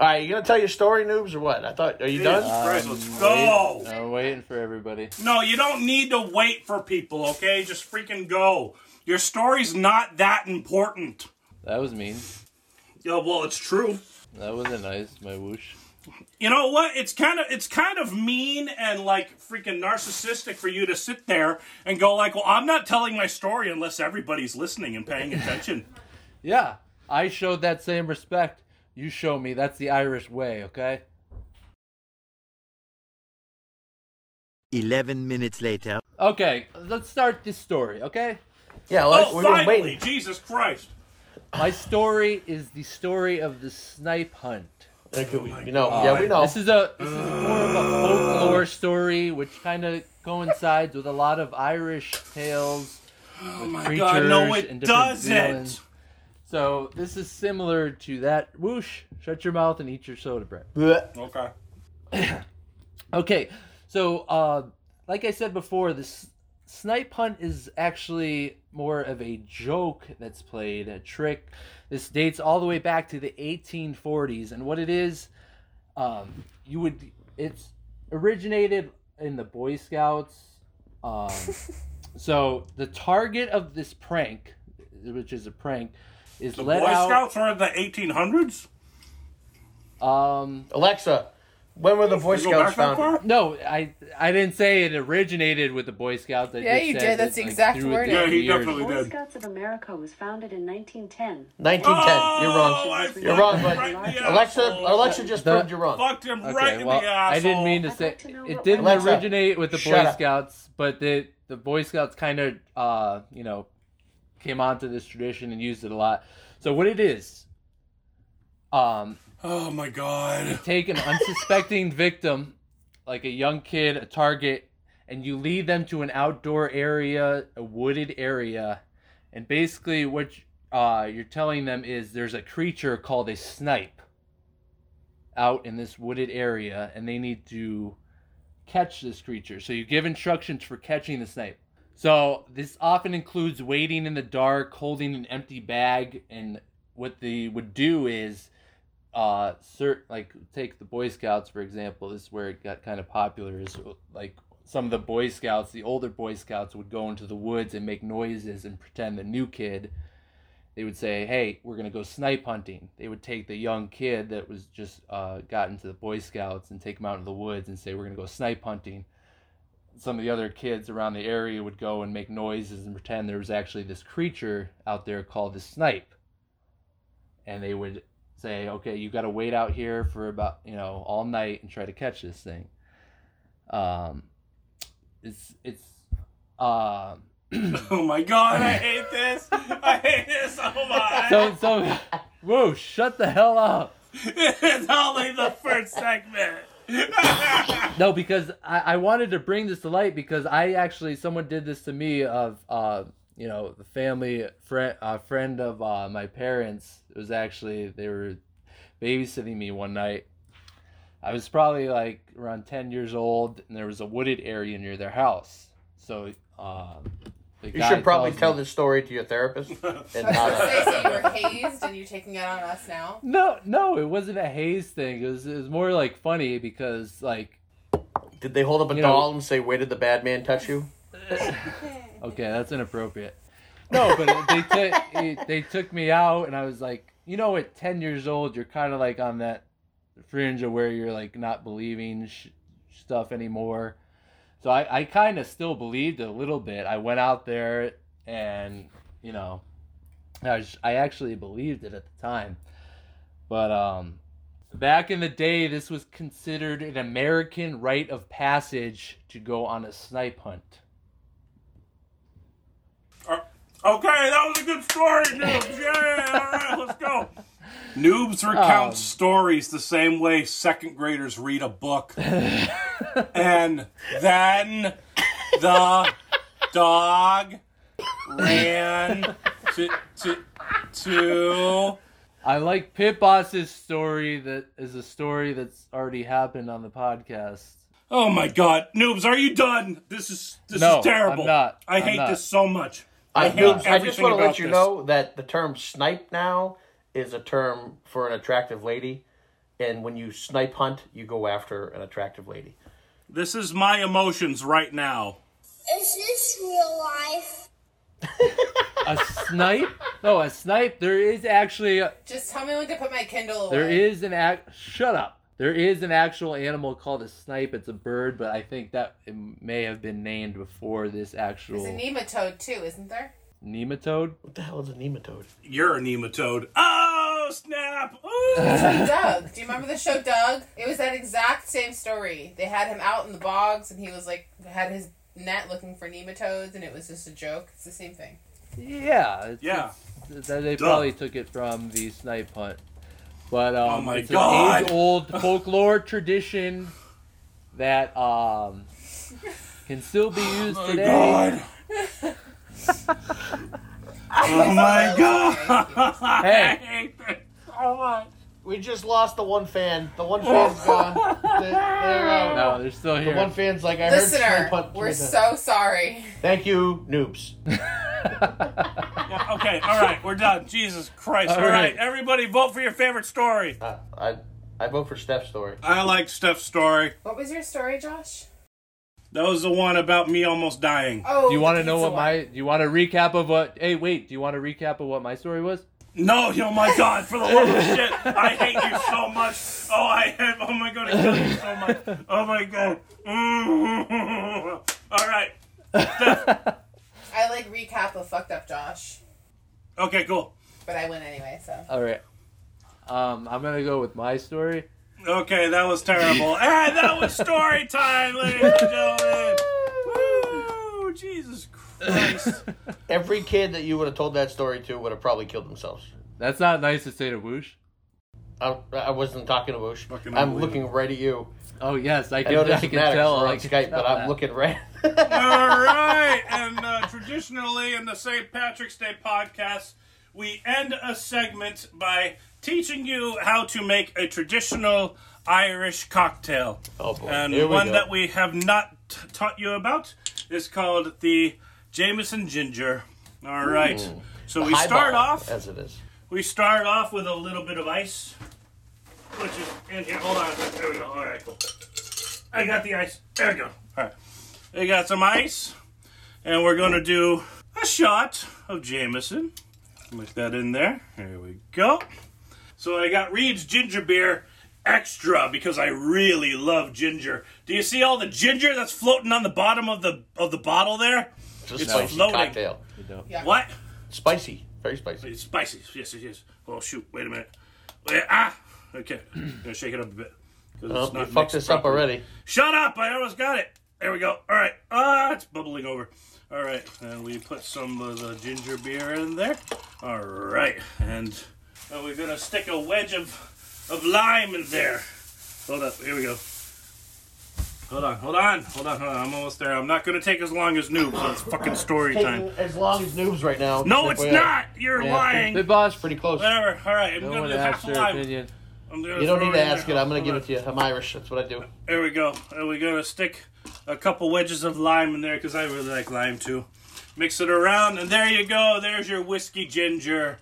Speaker 2: All right, you gonna tell your story, noobs, or what? I thought. Are you
Speaker 1: Jesus
Speaker 2: done?
Speaker 1: Christ, let's go.
Speaker 3: I'm waiting for everybody.
Speaker 1: No, you don't need to wait for people, okay? Just freaking go. Your story's not that important.
Speaker 3: That was mean.
Speaker 1: Yeah, well, it's true.
Speaker 3: That wasn't nice. My whoosh.
Speaker 1: You know what? It's kind of it's kind of mean and like freaking narcissistic for you to sit there and go like, "Well, I'm not telling my story unless everybody's listening and paying attention."
Speaker 3: Yeah, I showed that same respect. You show me. That's the Irish way, okay?
Speaker 7: 11 minutes later.
Speaker 3: Okay, let's start this story, okay?
Speaker 2: Yeah, like,
Speaker 1: oh,
Speaker 2: we've been
Speaker 1: finally,
Speaker 2: waiting.
Speaker 1: Jesus Christ!
Speaker 3: My story is the story of the snipe hunt.
Speaker 2: Okay, we- you know, yeah, we know.
Speaker 3: This is a this is more of a folklore story, which kind of coincides with a lot of Irish tales.
Speaker 1: Oh my God, no,
Speaker 3: creatures and
Speaker 1: it
Speaker 3: different
Speaker 1: doesn't.
Speaker 3: villains. So this is similar to that. Whoosh! Shut your mouth and eat your soda bread.
Speaker 2: Blech.
Speaker 1: Okay.
Speaker 3: Okay, so uh, like I said before, this snipe hunt is actually more of a joke that's played, a trick. This dates all the way back to the 1840s, and what it is, um, you would it's originated in the Boy Scouts. Um, so the target of this prank, which is a prank, is
Speaker 1: The
Speaker 3: let
Speaker 1: Boy
Speaker 3: out.
Speaker 1: Scouts were in the 1800s.
Speaker 3: Um,
Speaker 2: Alexa, when were the Boy
Speaker 1: You go back
Speaker 2: Scouts
Speaker 1: that
Speaker 2: founded?
Speaker 1: far?
Speaker 3: No, I I didn't say it originated with the Boy Scouts. I
Speaker 4: Yeah,
Speaker 3: just
Speaker 4: you
Speaker 3: said
Speaker 4: did. That's
Speaker 3: that,
Speaker 4: the
Speaker 3: like,
Speaker 4: exact
Speaker 3: through
Speaker 4: wording.
Speaker 1: Yeah,
Speaker 3: the
Speaker 1: he
Speaker 3: years-
Speaker 1: definitely
Speaker 8: Boy
Speaker 1: did.
Speaker 8: Scouts of America was founded in 1910.
Speaker 2: 1910. You're
Speaker 1: Oh,
Speaker 2: wrong.
Speaker 1: I
Speaker 2: You're wrong,
Speaker 1: fucked
Speaker 2: bud.
Speaker 1: him right in the
Speaker 2: Alexa,
Speaker 1: asshole.
Speaker 2: Alexa just
Speaker 3: The-
Speaker 2: proved you're wrong.
Speaker 1: fucked him right
Speaker 3: Okay,
Speaker 1: in
Speaker 3: well,
Speaker 1: the
Speaker 3: I
Speaker 1: asshole.
Speaker 3: didn't mean to
Speaker 8: I'd
Speaker 3: say
Speaker 8: like to know
Speaker 3: it
Speaker 8: what
Speaker 3: didn't
Speaker 2: Alexa,
Speaker 3: originate with the Boy
Speaker 2: shut up.
Speaker 3: Scouts, but the the Boy Scouts kind of uh you know came onto this tradition and used it a lot. So what it is, um,
Speaker 1: Oh my god.
Speaker 3: take an unsuspecting victim, like a young kid, a target, and you lead them to an outdoor area, a wooded area, and basically what uh, you're telling them is there's a creature called a snipe out in this wooded area, and they need to catch this creature. So you give instructions for catching the snipe. So this often includes waiting in the dark, holding an empty bag, and what they would do is uh cert like take the boy scouts for example this is where it got kind of popular is like some of the boy scouts the older boy scouts would go into the woods and make noises and pretend the new kid they would say hey we're going to go snipe hunting they would take the young kid that was just uh got into the boy scouts and take him out into the woods and say we're going to go snipe hunting some of the other kids around the area would go and make noises and pretend there was actually this creature out there called the snipe and they would say, okay, you got to wait out here for about you know all night and try to catch this thing. Um, it's it's uh,
Speaker 1: Oh my god, I hate this. I hate this Oh, so much.
Speaker 3: so so whoa, shut the hell up.
Speaker 1: it's only the first segment.
Speaker 3: No, because I, I wanted to bring this to light because I actually someone did this to me of uh you know the family friend uh, friend of uh, my parents it was actually they were babysitting me one night. I was probably like around ten years old and there was a wooded area near their house. So um, the
Speaker 2: You
Speaker 3: guy
Speaker 2: should probably
Speaker 3: tells
Speaker 2: tell
Speaker 3: me-
Speaker 2: this story to your therapist. And
Speaker 4: I was
Speaker 2: not
Speaker 4: gonna
Speaker 2: us.
Speaker 4: say, so you were hazed and you're taking it on us now?
Speaker 3: No, no, it wasn't a haze thing. It was it was more like funny because like
Speaker 2: Did they hold up a
Speaker 3: You know-
Speaker 2: doll and say, "Where did the bad man touch you"?
Speaker 3: Okay, that's inappropriate. No, but they took it- they took me out, and I was like, you know, at ten years old, you're kind of like on that fringe of where you're like not believing sh- stuff anymore. So I I kind of still believed a little bit. I went out there, and you know, I was, I actually believed it at the time, but um. Back in the day, this was considered an American rite of passage to go on a snipe hunt.
Speaker 1: Uh, Okay, that was a good story, noobs. Yeah, all right, let's go. Noobs recount
Speaker 3: Um.
Speaker 1: stories the same way second graders read a book. and then the dog ran to, to, to
Speaker 3: I like Pit Boss's story that is a story that's already happened on the podcast.
Speaker 1: Oh my god, noobs, are you done? This is this
Speaker 3: No,
Speaker 1: is terrible.
Speaker 3: I'm not.
Speaker 1: I
Speaker 3: I'm
Speaker 1: hate
Speaker 3: not.
Speaker 1: this so much.
Speaker 2: I,
Speaker 1: hate
Speaker 2: do- I just
Speaker 1: everything
Speaker 2: want to let
Speaker 1: about
Speaker 2: you
Speaker 1: this.
Speaker 2: know that the term snipe now is a term for an attractive lady. And when you snipe hunt, you go after an attractive lady.
Speaker 1: This is my emotions right now.
Speaker 5: Is this real life?
Speaker 3: A snipe? No, a snipe. There is actually a,
Speaker 4: Just tell me when to put my Kindle away.
Speaker 3: there is an act. Shut up. There is an actual animal called a snipe. It's a bird, but I think that it may have been named before this
Speaker 4: There's
Speaker 3: actual
Speaker 4: a nematode too, isn't there?
Speaker 3: nematode.
Speaker 2: What the hell is a nematode?
Speaker 1: You're a nematode. Oh, snap! Ooh.
Speaker 4: Doug. Do you remember the show Doug? It was that exact same story. They had him out in the bogs and he was like had his net looking for nematodes and it was just a joke. It's the same thing.
Speaker 3: Yeah. It's,
Speaker 1: Yeah.
Speaker 3: it's- th- they
Speaker 1: Duh.
Speaker 3: probably took it from the snipe hunt. But um,
Speaker 1: Oh my
Speaker 3: it's
Speaker 1: God.
Speaker 3: an age-old folklore tradition that um, can still be used
Speaker 1: Oh my
Speaker 3: today.
Speaker 1: god! oh my god!
Speaker 3: Hey.
Speaker 1: I hate this so much.
Speaker 2: We just lost the one fan. The one fan's gone. They- they're out.
Speaker 3: No, they're still
Speaker 2: The
Speaker 3: here.
Speaker 2: one fan's like, I heard
Speaker 4: Listener,
Speaker 2: snipe hunt.
Speaker 4: we're
Speaker 2: Give me the-
Speaker 4: so sorry.
Speaker 2: Thank you, noobs.
Speaker 1: Yeah, okay, all right, we're done. Jesus Christ!
Speaker 3: All
Speaker 1: all right.
Speaker 3: right.
Speaker 1: everybody, vote for your favorite story.
Speaker 2: Uh, I, I vote for Steph's story.
Speaker 1: I like Steph's story.
Speaker 4: What was your story, Josh?
Speaker 1: That was the one about me almost dying.
Speaker 4: Oh,
Speaker 3: do you
Speaker 4: the
Speaker 3: want to know
Speaker 4: pizza
Speaker 3: what
Speaker 4: one.
Speaker 3: my? Do you want a recap of what? Hey, wait. Do you want a recap of what my story was?
Speaker 1: No, oh my god, for the love of shit, I hate you so much. Oh, I hate, oh my god, I hate you so much. Oh my god. Mm. All right,
Speaker 4: I like recap of fucked up Josh,
Speaker 1: okay, cool.
Speaker 4: but I win anyway. So
Speaker 3: All right. Um, I'm gonna go with my story.
Speaker 1: Okay, that was terrible. and that was story time, ladies and gentlemen. Woo! Jesus Christ.
Speaker 2: Every kid that you would have told that story to would have probably killed themselves.
Speaker 3: That's not nice to say to Woosh.
Speaker 2: I, I wasn't talking to Woosh.
Speaker 1: Fucking
Speaker 2: I'm
Speaker 1: unbelievable.
Speaker 2: looking right at you.
Speaker 3: Oh yes, I
Speaker 2: I
Speaker 3: can.
Speaker 2: know it
Speaker 3: I,
Speaker 2: doesn't
Speaker 3: can
Speaker 2: matter 'cause
Speaker 3: tell.
Speaker 2: we're
Speaker 3: I
Speaker 2: on
Speaker 3: can
Speaker 2: Skype,
Speaker 3: tell
Speaker 2: but I'm
Speaker 3: that.
Speaker 2: looking right.
Speaker 1: All right, and uh, traditionally in the St. Patrick's Day podcast, we end a segment by teaching you how to make a traditional Irish cocktail.
Speaker 2: Oh, boy.
Speaker 1: And
Speaker 2: Here we
Speaker 1: one
Speaker 2: go.
Speaker 1: that we have not t- taught you about is called the Jameson Ginger. All right. So we start
Speaker 2: Highball,
Speaker 1: off
Speaker 2: as it is.
Speaker 1: We start off with a little bit of ice, which is in here. Hold on. There we go. All right, cool. I got the ice. There we go. All right. We got some ice, and we're going to do a shot of Jameson. Put that in there. There we go. So I got Reed's ginger beer extra because I really love ginger. Do you see all the ginger that's floating on the bottom of the of the bottle there?
Speaker 2: It's a
Speaker 1: It's
Speaker 2: spicy
Speaker 1: floating.
Speaker 2: cocktail.
Speaker 4: yeah,
Speaker 1: What?
Speaker 2: Spicy, very spicy.
Speaker 1: It's spicy. Yes, it is. Oh shoot! Wait a minute. Wait, ah. Okay. gonna shake it up a bit. 'cause
Speaker 2: Oh,
Speaker 1: it's
Speaker 2: we
Speaker 1: not
Speaker 2: fucked
Speaker 1: mixed
Speaker 2: this up
Speaker 1: properly.
Speaker 2: already.
Speaker 1: Shut up! I almost got it. There we go. All right. Ah, it's bubbling over. All right, and we put some of the ginger beer in there. All right, and now we're gonna stick a wedge of of lime in there. Hold up. Here we go. Hold on, hold on, hold on, hold on. I'm almost there. I'm not gonna take as long as noob, so it's fucking story time.
Speaker 2: Taking as long as noobs right now.
Speaker 1: No,
Speaker 2: Like,
Speaker 1: it's
Speaker 2: we are
Speaker 1: not! You're
Speaker 2: Yeah.
Speaker 1: lying!
Speaker 3: Big boss,
Speaker 2: Pretty close.
Speaker 1: Whatever. All right. I'm
Speaker 3: no
Speaker 1: gonna
Speaker 3: one
Speaker 1: do half
Speaker 3: asked
Speaker 1: a
Speaker 3: your
Speaker 1: lime.
Speaker 3: opinion.
Speaker 1: I'm gonna
Speaker 2: You don't
Speaker 1: throw
Speaker 2: need
Speaker 1: it
Speaker 2: to
Speaker 1: in
Speaker 2: ask it.
Speaker 1: there.
Speaker 2: I'm gonna
Speaker 1: Hold
Speaker 2: give
Speaker 1: on.
Speaker 2: it to you. I'm Irish. That's what I do.
Speaker 1: There we go. And we're gonna stick a couple wedges of lime in there because I really like lime too. Mix it around, and there you go. There's your whiskey ginger.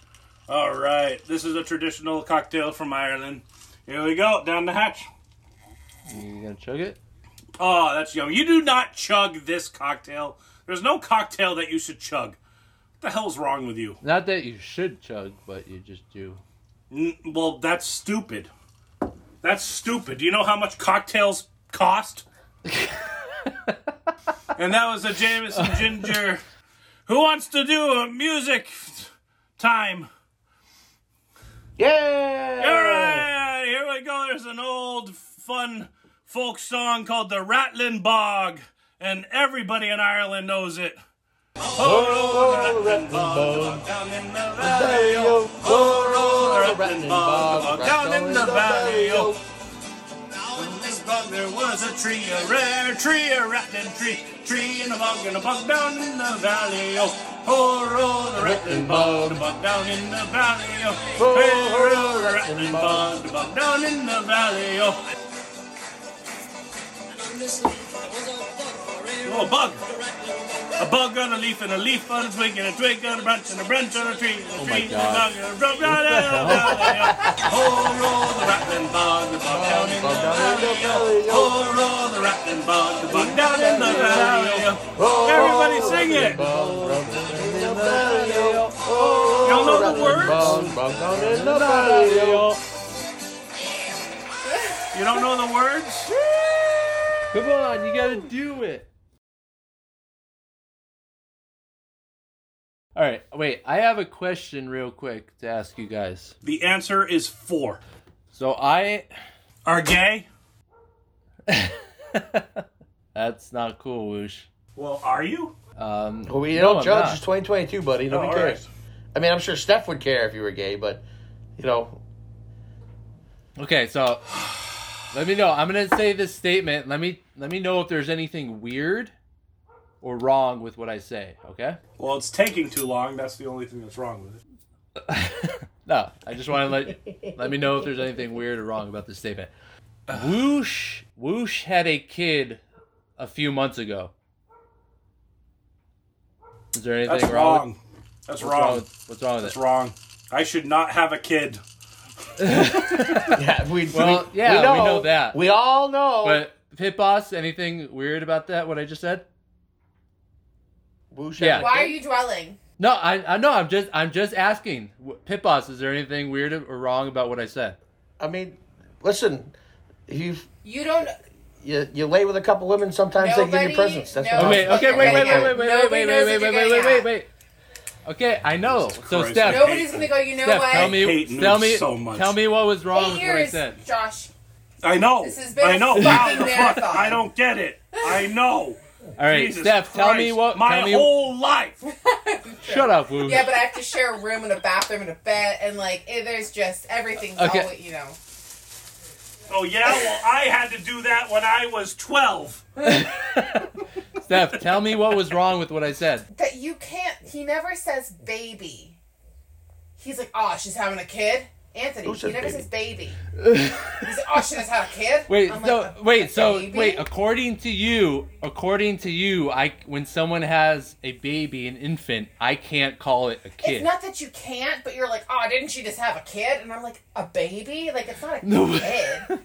Speaker 1: All right. This is a traditional cocktail from Ireland. Here we go. Down the hatch.
Speaker 3: You gonna chug it?
Speaker 1: Oh, that's yum. You do not chug this cocktail. There's no cocktail that you should chug. What the hell's wrong with you?
Speaker 3: Not that you should chug, but you just do.
Speaker 1: N- Well, that's stupid. That's stupid. Do you know how much cocktails cost? and that was the Jameson Ginger. Who wants to do a music time?
Speaker 2: Yeah.
Speaker 1: All right, here we go. There's an old fun folk song called The Ratlin' Bog, and everybody in Ireland knows it. Oh, the Ratlin' Bog, down in the valley, oh. Oh, the Ratlin' Bog, down in the valley, oh. Now in this bog there was a tree, a rare tree, a rattling tree, tree in a bog and a bog down in the valley, oh. Oh, oh, the rattling bog, the bog down in the valley, oh. Oh, oh, the rattling bog, the bog down in the valley, oh. Oh, bug! A bug on a leaf and a leaf on a twig and a twig on a branch and a branch on a tree and a
Speaker 3: Oh my
Speaker 1: tree and a bug
Speaker 3: God.
Speaker 1: and a bug and a Oh, roll the rattling bug, the bug down in the valley. Oh, roll the rattling bug, the bug down in the valley. Everybody sing it. Y'all know the words? You don't know the words?
Speaker 3: Come on, you gotta do it. All right, wait. I have a question, real quick, to ask you guys.
Speaker 1: The answer is four.
Speaker 3: So I,
Speaker 1: Are gay?
Speaker 3: that's not cool, Woosh.
Speaker 1: Well, are you?
Speaker 3: Um,
Speaker 2: We
Speaker 3: no,
Speaker 2: don't
Speaker 3: I'm
Speaker 2: judge.
Speaker 3: not. Oh,
Speaker 2: It's 2022, buddy. Nobody
Speaker 1: all
Speaker 2: cares. I mean, I'm sure Steph would care if you were gay, but you know,
Speaker 3: Okay, so let me know. I'm gonna say this statement. Let me let me know if there's anything weird or wrong with what I say. Okay?
Speaker 1: Well, it's taking too long. That's the only thing that's wrong with it.
Speaker 3: No, I just want to let let me know if there's anything weird or wrong about this statement. Whoosh, Whoosh had a kid a few months ago. Is there anything
Speaker 1: That's
Speaker 3: wrong?
Speaker 1: wrong. That's
Speaker 3: With, wrong
Speaker 1: wrong.
Speaker 3: with- what's wrong with
Speaker 1: That's
Speaker 3: it?
Speaker 1: wrong. I should not have a kid.
Speaker 2: yeah, we
Speaker 3: Well,
Speaker 2: we,
Speaker 3: yeah, we know, that.
Speaker 2: We all know.
Speaker 3: but Pit Boss, anything weird about that? What I just said?
Speaker 2: Whoosh
Speaker 3: Yeah.
Speaker 2: had a
Speaker 4: Why are
Speaker 2: kid.
Speaker 4: you dwelling?
Speaker 3: No, I I no, I'm just I'm just asking. Wh- Pit Boss, is there anything weird or wrong about what I said?
Speaker 2: I mean, listen, if you
Speaker 4: You don't.
Speaker 2: you you lay with a couple women, sometimes they give
Speaker 4: Nobody
Speaker 2: you presents. That's what
Speaker 4: knows.
Speaker 3: Oh,
Speaker 2: I'm
Speaker 3: wait,
Speaker 2: saying.
Speaker 3: okay, wait, wait, wait, wait, wait, wait,
Speaker 4: Nobody
Speaker 3: wait,
Speaker 4: knows
Speaker 3: wait,
Speaker 4: what
Speaker 3: wait,
Speaker 4: you're
Speaker 3: wait, wait,
Speaker 4: getting
Speaker 3: wait,
Speaker 4: at.
Speaker 3: wait. Okay, I know. So
Speaker 1: Christ.
Speaker 3: Steph,
Speaker 1: Nope.
Speaker 4: Nobody's gonna go. You know
Speaker 3: Steph,
Speaker 4: what?
Speaker 3: tell me,
Speaker 1: Peyton
Speaker 3: tell me,
Speaker 1: knows so much.
Speaker 3: tell me what was wrong
Speaker 4: Eight
Speaker 3: with what I
Speaker 4: years,
Speaker 3: said.
Speaker 4: Josh.
Speaker 1: I know.
Speaker 4: This has been
Speaker 1: I know.
Speaker 4: a
Speaker 1: Wow,
Speaker 4: fucking
Speaker 1: the fuck.
Speaker 4: marathon.
Speaker 1: I don't get it. I know.
Speaker 3: All right,
Speaker 1: Jesus
Speaker 3: Steph, tell me
Speaker 1: Christ.
Speaker 3: what.
Speaker 1: My
Speaker 3: tell me,
Speaker 1: whole life.
Speaker 3: shut up, Woo.
Speaker 4: Yeah, but I have to share a room and a bathroom and a bed, and like it, there's just everything's
Speaker 3: Okay.
Speaker 4: all you know.
Speaker 1: Oh yeah. Well, I had to do that when I was twelve.
Speaker 3: Steph, tell me what was wrong with what I said.
Speaker 4: That you can't. He never says baby. He's like, oh, she's having a kid. Anthony,
Speaker 2: Who
Speaker 4: he
Speaker 2: says
Speaker 4: never
Speaker 2: baby?
Speaker 4: says baby. He's like, oh, she doesn't have a kid.
Speaker 3: Wait,
Speaker 4: I'm
Speaker 3: so
Speaker 4: like, "A- a
Speaker 3: wait, so
Speaker 4: baby?"
Speaker 3: wait. According to you, according to you, I when someone has a baby, an infant, I can't call it a
Speaker 4: It's
Speaker 3: kid.
Speaker 4: not that you can't, but you're like, oh, didn't she just have a kid? And I'm like, a baby? Like, it's not a
Speaker 3: No.
Speaker 4: kid.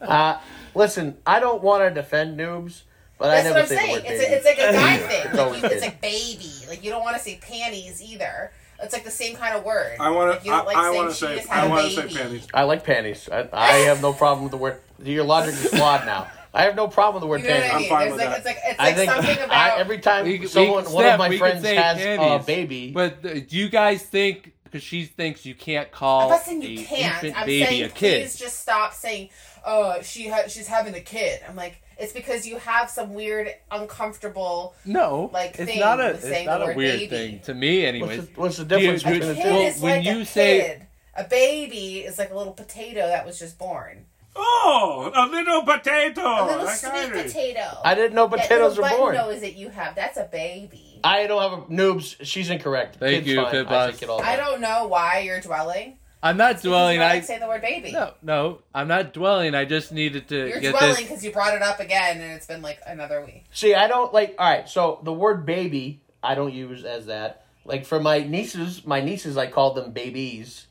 Speaker 2: Uh, listen, I don't want to defend noobs, but I
Speaker 4: That's
Speaker 2: never
Speaker 4: what I'm
Speaker 2: say the
Speaker 4: saying.
Speaker 2: word
Speaker 4: It's,
Speaker 2: baby.
Speaker 4: a, it's like a guy thing. Like
Speaker 2: always
Speaker 4: you,
Speaker 2: been.
Speaker 4: it's like baby. Like you don't want to say panties either. It's like the same kind of word.
Speaker 1: I want
Speaker 4: Like,
Speaker 1: to.
Speaker 4: you don't like
Speaker 1: I,
Speaker 4: saying
Speaker 1: want to
Speaker 4: she
Speaker 1: say.
Speaker 4: just had
Speaker 1: I
Speaker 4: a
Speaker 1: want to say
Speaker 4: baby.
Speaker 1: panties.
Speaker 2: I like panties. I, I have no problem with the word. Your logic is flawed now. I have no problem with the word
Speaker 4: You know what
Speaker 2: panties.
Speaker 4: I mean?
Speaker 1: fine
Speaker 4: There's
Speaker 1: with
Speaker 4: like,
Speaker 1: that.
Speaker 4: It's like it's
Speaker 2: I
Speaker 4: like
Speaker 2: think
Speaker 4: something about
Speaker 2: I, every time
Speaker 3: We- we-
Speaker 2: someone, one
Speaker 3: Steph,
Speaker 2: of my
Speaker 3: we could
Speaker 2: friends
Speaker 3: say
Speaker 2: has a
Speaker 3: panties,
Speaker 2: baby,
Speaker 3: But uh, do you guys think because she thinks you can't call
Speaker 4: I'm not saying you
Speaker 3: a
Speaker 4: can't.
Speaker 3: infant
Speaker 4: I'm
Speaker 3: baby
Speaker 4: saying
Speaker 3: a kid?
Speaker 4: please just stop saying, "Oh, she ha- she's having a kid." I'm like, it's because you have some weird, uncomfortable.
Speaker 3: no,
Speaker 4: like,
Speaker 3: it's
Speaker 4: thing
Speaker 3: not a
Speaker 4: with
Speaker 3: it's
Speaker 4: saying
Speaker 3: not
Speaker 4: the
Speaker 3: a
Speaker 4: word
Speaker 3: weird
Speaker 4: baby.
Speaker 3: thing to me, anyways.
Speaker 2: what's the, what's the
Speaker 3: Do you-
Speaker 2: difference
Speaker 3: do you-
Speaker 4: A
Speaker 2: between the
Speaker 4: kid
Speaker 2: two?
Speaker 3: Well,
Speaker 4: is
Speaker 3: when
Speaker 4: like
Speaker 3: you
Speaker 4: a
Speaker 3: say-
Speaker 4: kid. A baby is like a little potato that was just born.
Speaker 1: Oh, a little potato.
Speaker 4: A
Speaker 1: Oh,
Speaker 4: little
Speaker 1: I got
Speaker 4: sweet
Speaker 1: it.
Speaker 4: potato.
Speaker 2: I didn't know potatoes
Speaker 4: that
Speaker 2: are born.
Speaker 4: Nose that you have. That's a baby.
Speaker 2: I don't have a noobs. She's incorrect.
Speaker 3: Thank
Speaker 2: Kid's
Speaker 3: you,
Speaker 2: fine.
Speaker 3: Pip
Speaker 2: I
Speaker 3: Boss.
Speaker 2: take it all
Speaker 4: I
Speaker 2: back.
Speaker 4: don't know why you're dwelling.
Speaker 3: I'm not
Speaker 4: Because
Speaker 3: dwelling.
Speaker 4: you don't
Speaker 3: I
Speaker 4: like saying the word baby.
Speaker 3: no, no, I'm not dwelling. I just needed to
Speaker 4: You're
Speaker 3: get
Speaker 4: dwelling
Speaker 3: this.
Speaker 4: because you brought it up again, and it's been like another week.
Speaker 2: See, I don't like. All right, so the word baby, I don't use as that. Like for my nieces, my nieces, I call them babies.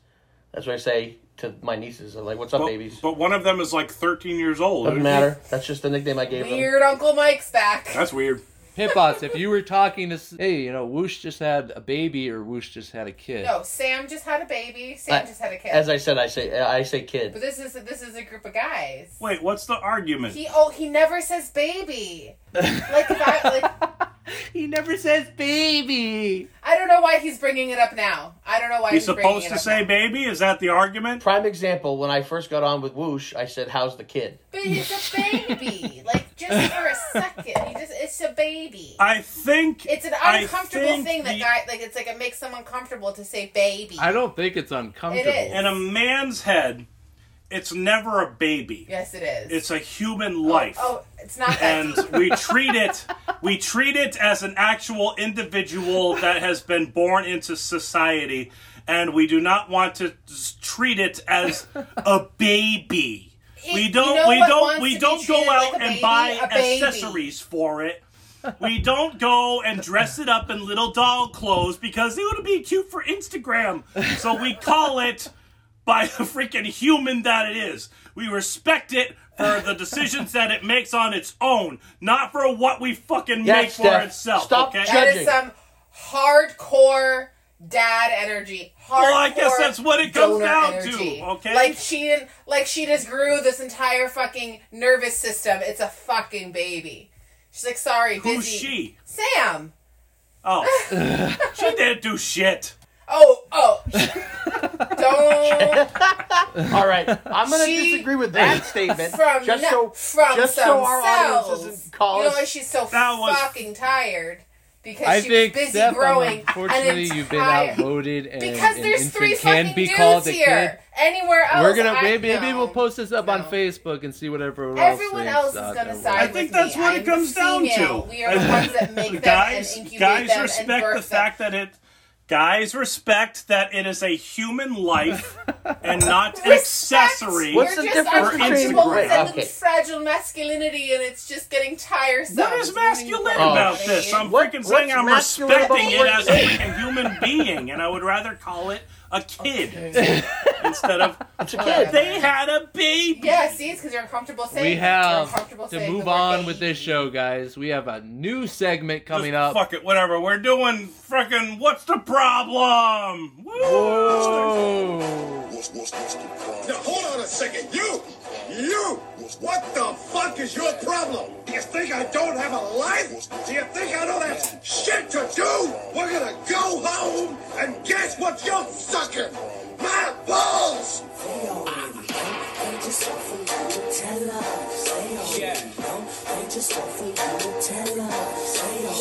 Speaker 2: That's what I say to my nieces. I'm like, "What's up,
Speaker 1: But,
Speaker 2: babies?"
Speaker 1: but one of them is like 13 years old.
Speaker 2: Doesn't matter. That's just the nickname I gave them.
Speaker 4: Weird Uncle Mike's back.
Speaker 1: That's weird.
Speaker 3: Pit boss, if you were talking to, s- hey, you know, Whoosh just had a baby or Whoosh just had a kid.
Speaker 4: No, Sam just had a baby. Sam
Speaker 2: I-
Speaker 4: just had a kid.
Speaker 2: As I said, I say I say
Speaker 4: but
Speaker 2: kid.
Speaker 4: this is this is a group of guys.
Speaker 1: Wait, what's the argument?
Speaker 4: He oh he never says baby. like if I like
Speaker 3: He never says baby.
Speaker 4: I don't know why he's bringing it up now. I don't know why
Speaker 1: He's
Speaker 4: he's, bringing
Speaker 1: supposed
Speaker 4: it
Speaker 1: to
Speaker 4: up
Speaker 1: say
Speaker 4: now.
Speaker 1: baby? Is that the argument?
Speaker 2: Prime example: when I first got on with Whoosh, I said, "How's the kid?"
Speaker 4: But it's a baby. like just for a second, you just it's a baby.
Speaker 1: I think
Speaker 4: It's an
Speaker 1: I
Speaker 4: uncomfortable
Speaker 1: think
Speaker 4: thing that
Speaker 1: the-
Speaker 4: guy like it's like it makes them uncomfortable to say baby.
Speaker 3: I don't think it's uncomfortable.
Speaker 4: It is.
Speaker 1: in a man's head, it's never a baby.
Speaker 4: yes, it is.
Speaker 1: It's a human life.
Speaker 4: oh, it's not that
Speaker 1: And
Speaker 4: deep.
Speaker 1: we treat it we treat it as an actual individual that has been born into society and we do not want to s- treat it as a baby.
Speaker 4: It-
Speaker 1: we
Speaker 4: you
Speaker 1: don't
Speaker 4: know
Speaker 1: we
Speaker 4: what
Speaker 1: don't
Speaker 4: wants
Speaker 1: we
Speaker 4: to be
Speaker 1: don't go
Speaker 4: treated like
Speaker 1: out
Speaker 4: a
Speaker 1: and
Speaker 4: baby?
Speaker 1: buy
Speaker 4: A baby.
Speaker 1: accessories for it. We don't go and dress it up in little doll clothes because it would be cute for Instagram. So we call it by the freaking human that it is. We respect it for the decisions that it makes on its own, not for what we fucking
Speaker 2: Yes,
Speaker 1: make for
Speaker 2: Steph.
Speaker 1: itself.
Speaker 2: Stop
Speaker 1: okay?
Speaker 2: ju-
Speaker 4: That
Speaker 2: Judging.
Speaker 4: is some hardcore dad energy. Hardcore
Speaker 1: Well, I guess that's what it comes
Speaker 4: donor
Speaker 1: down
Speaker 4: energy.
Speaker 1: to, okay?
Speaker 4: Like she didn't, like she just grew this entire fucking nervous system. It's a fucking baby. She's like, sorry,
Speaker 1: Who's
Speaker 4: busy.
Speaker 1: she?
Speaker 4: Sam.
Speaker 1: Oh, she didn't do shit.
Speaker 4: Oh, oh. Don't
Speaker 2: All right, I'm going to
Speaker 4: She-
Speaker 2: disagree with that statement.
Speaker 4: from
Speaker 2: just
Speaker 4: no-
Speaker 2: so,
Speaker 4: from
Speaker 2: just
Speaker 4: some
Speaker 2: so our
Speaker 4: cells.
Speaker 2: audience isn't calling.
Speaker 4: You know why she's so
Speaker 1: That was-
Speaker 4: fucking tired? Because
Speaker 3: I
Speaker 4: she
Speaker 3: think
Speaker 4: was busy
Speaker 3: Steph,
Speaker 4: growing. an
Speaker 3: unfortunately, you've been
Speaker 4: entire-
Speaker 3: outvoted, and
Speaker 4: Because
Speaker 3: an
Speaker 4: there's
Speaker 3: infant
Speaker 4: three
Speaker 3: can
Speaker 4: fucking
Speaker 3: be
Speaker 4: dudes
Speaker 3: called a kid.
Speaker 4: here. Anywhere else,
Speaker 3: We're gonna
Speaker 4: I-
Speaker 3: maybe, maybe
Speaker 4: no.
Speaker 3: we'll post this up on
Speaker 4: No.
Speaker 3: Facebook and see what everyone else.
Speaker 4: Everyone
Speaker 3: thinks.
Speaker 4: else is
Speaker 3: Uh,
Speaker 4: gonna
Speaker 3: no,
Speaker 4: side.
Speaker 1: I
Speaker 4: with
Speaker 1: think
Speaker 4: me.
Speaker 1: that's what
Speaker 4: I
Speaker 1: it
Speaker 4: am
Speaker 1: comes
Speaker 4: the
Speaker 1: down
Speaker 4: female.
Speaker 1: to.
Speaker 4: We are the ones that make them
Speaker 1: guys,
Speaker 4: and incubate
Speaker 1: guys
Speaker 4: them and
Speaker 1: respect
Speaker 4: birth
Speaker 1: the fact that it. Guys respect that it is a human life and not an accessory.
Speaker 2: What's
Speaker 4: You're
Speaker 2: the
Speaker 4: just
Speaker 2: difference
Speaker 1: between-
Speaker 4: untouchables and
Speaker 2: Right, okay.
Speaker 4: little fragile masculinity, and it's just getting tiresome.
Speaker 1: What is masculine
Speaker 2: Oh,
Speaker 1: about this? I'm
Speaker 2: What-
Speaker 1: freaking
Speaker 2: what's
Speaker 1: saying I'm
Speaker 2: masculine about
Speaker 1: respecting it
Speaker 2: what
Speaker 1: as a freaking human being, and I would rather call it a kid instead of
Speaker 2: It's a kid.
Speaker 1: they had a baby.
Speaker 4: Yeah, see, it's because you're uncomfortable saying.
Speaker 3: We
Speaker 4: it. You're uncomfortable
Speaker 3: have to
Speaker 4: saying the
Speaker 3: move
Speaker 4: word
Speaker 3: on
Speaker 4: baby.
Speaker 3: with this show, guys. We have a new segment coming
Speaker 1: Just
Speaker 3: up.
Speaker 1: Fuck it, whatever. We're doing freaking. What's the problem? Woo!
Speaker 3: Whoa.
Speaker 5: Now hold on a second. You! You! What the fuck is your problem? Do you think I don't have a life? Do you think I don't have shit to do? We're gonna go home and guess what you're sucking? My balls!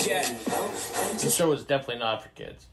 Speaker 2: The show is definitely not for kids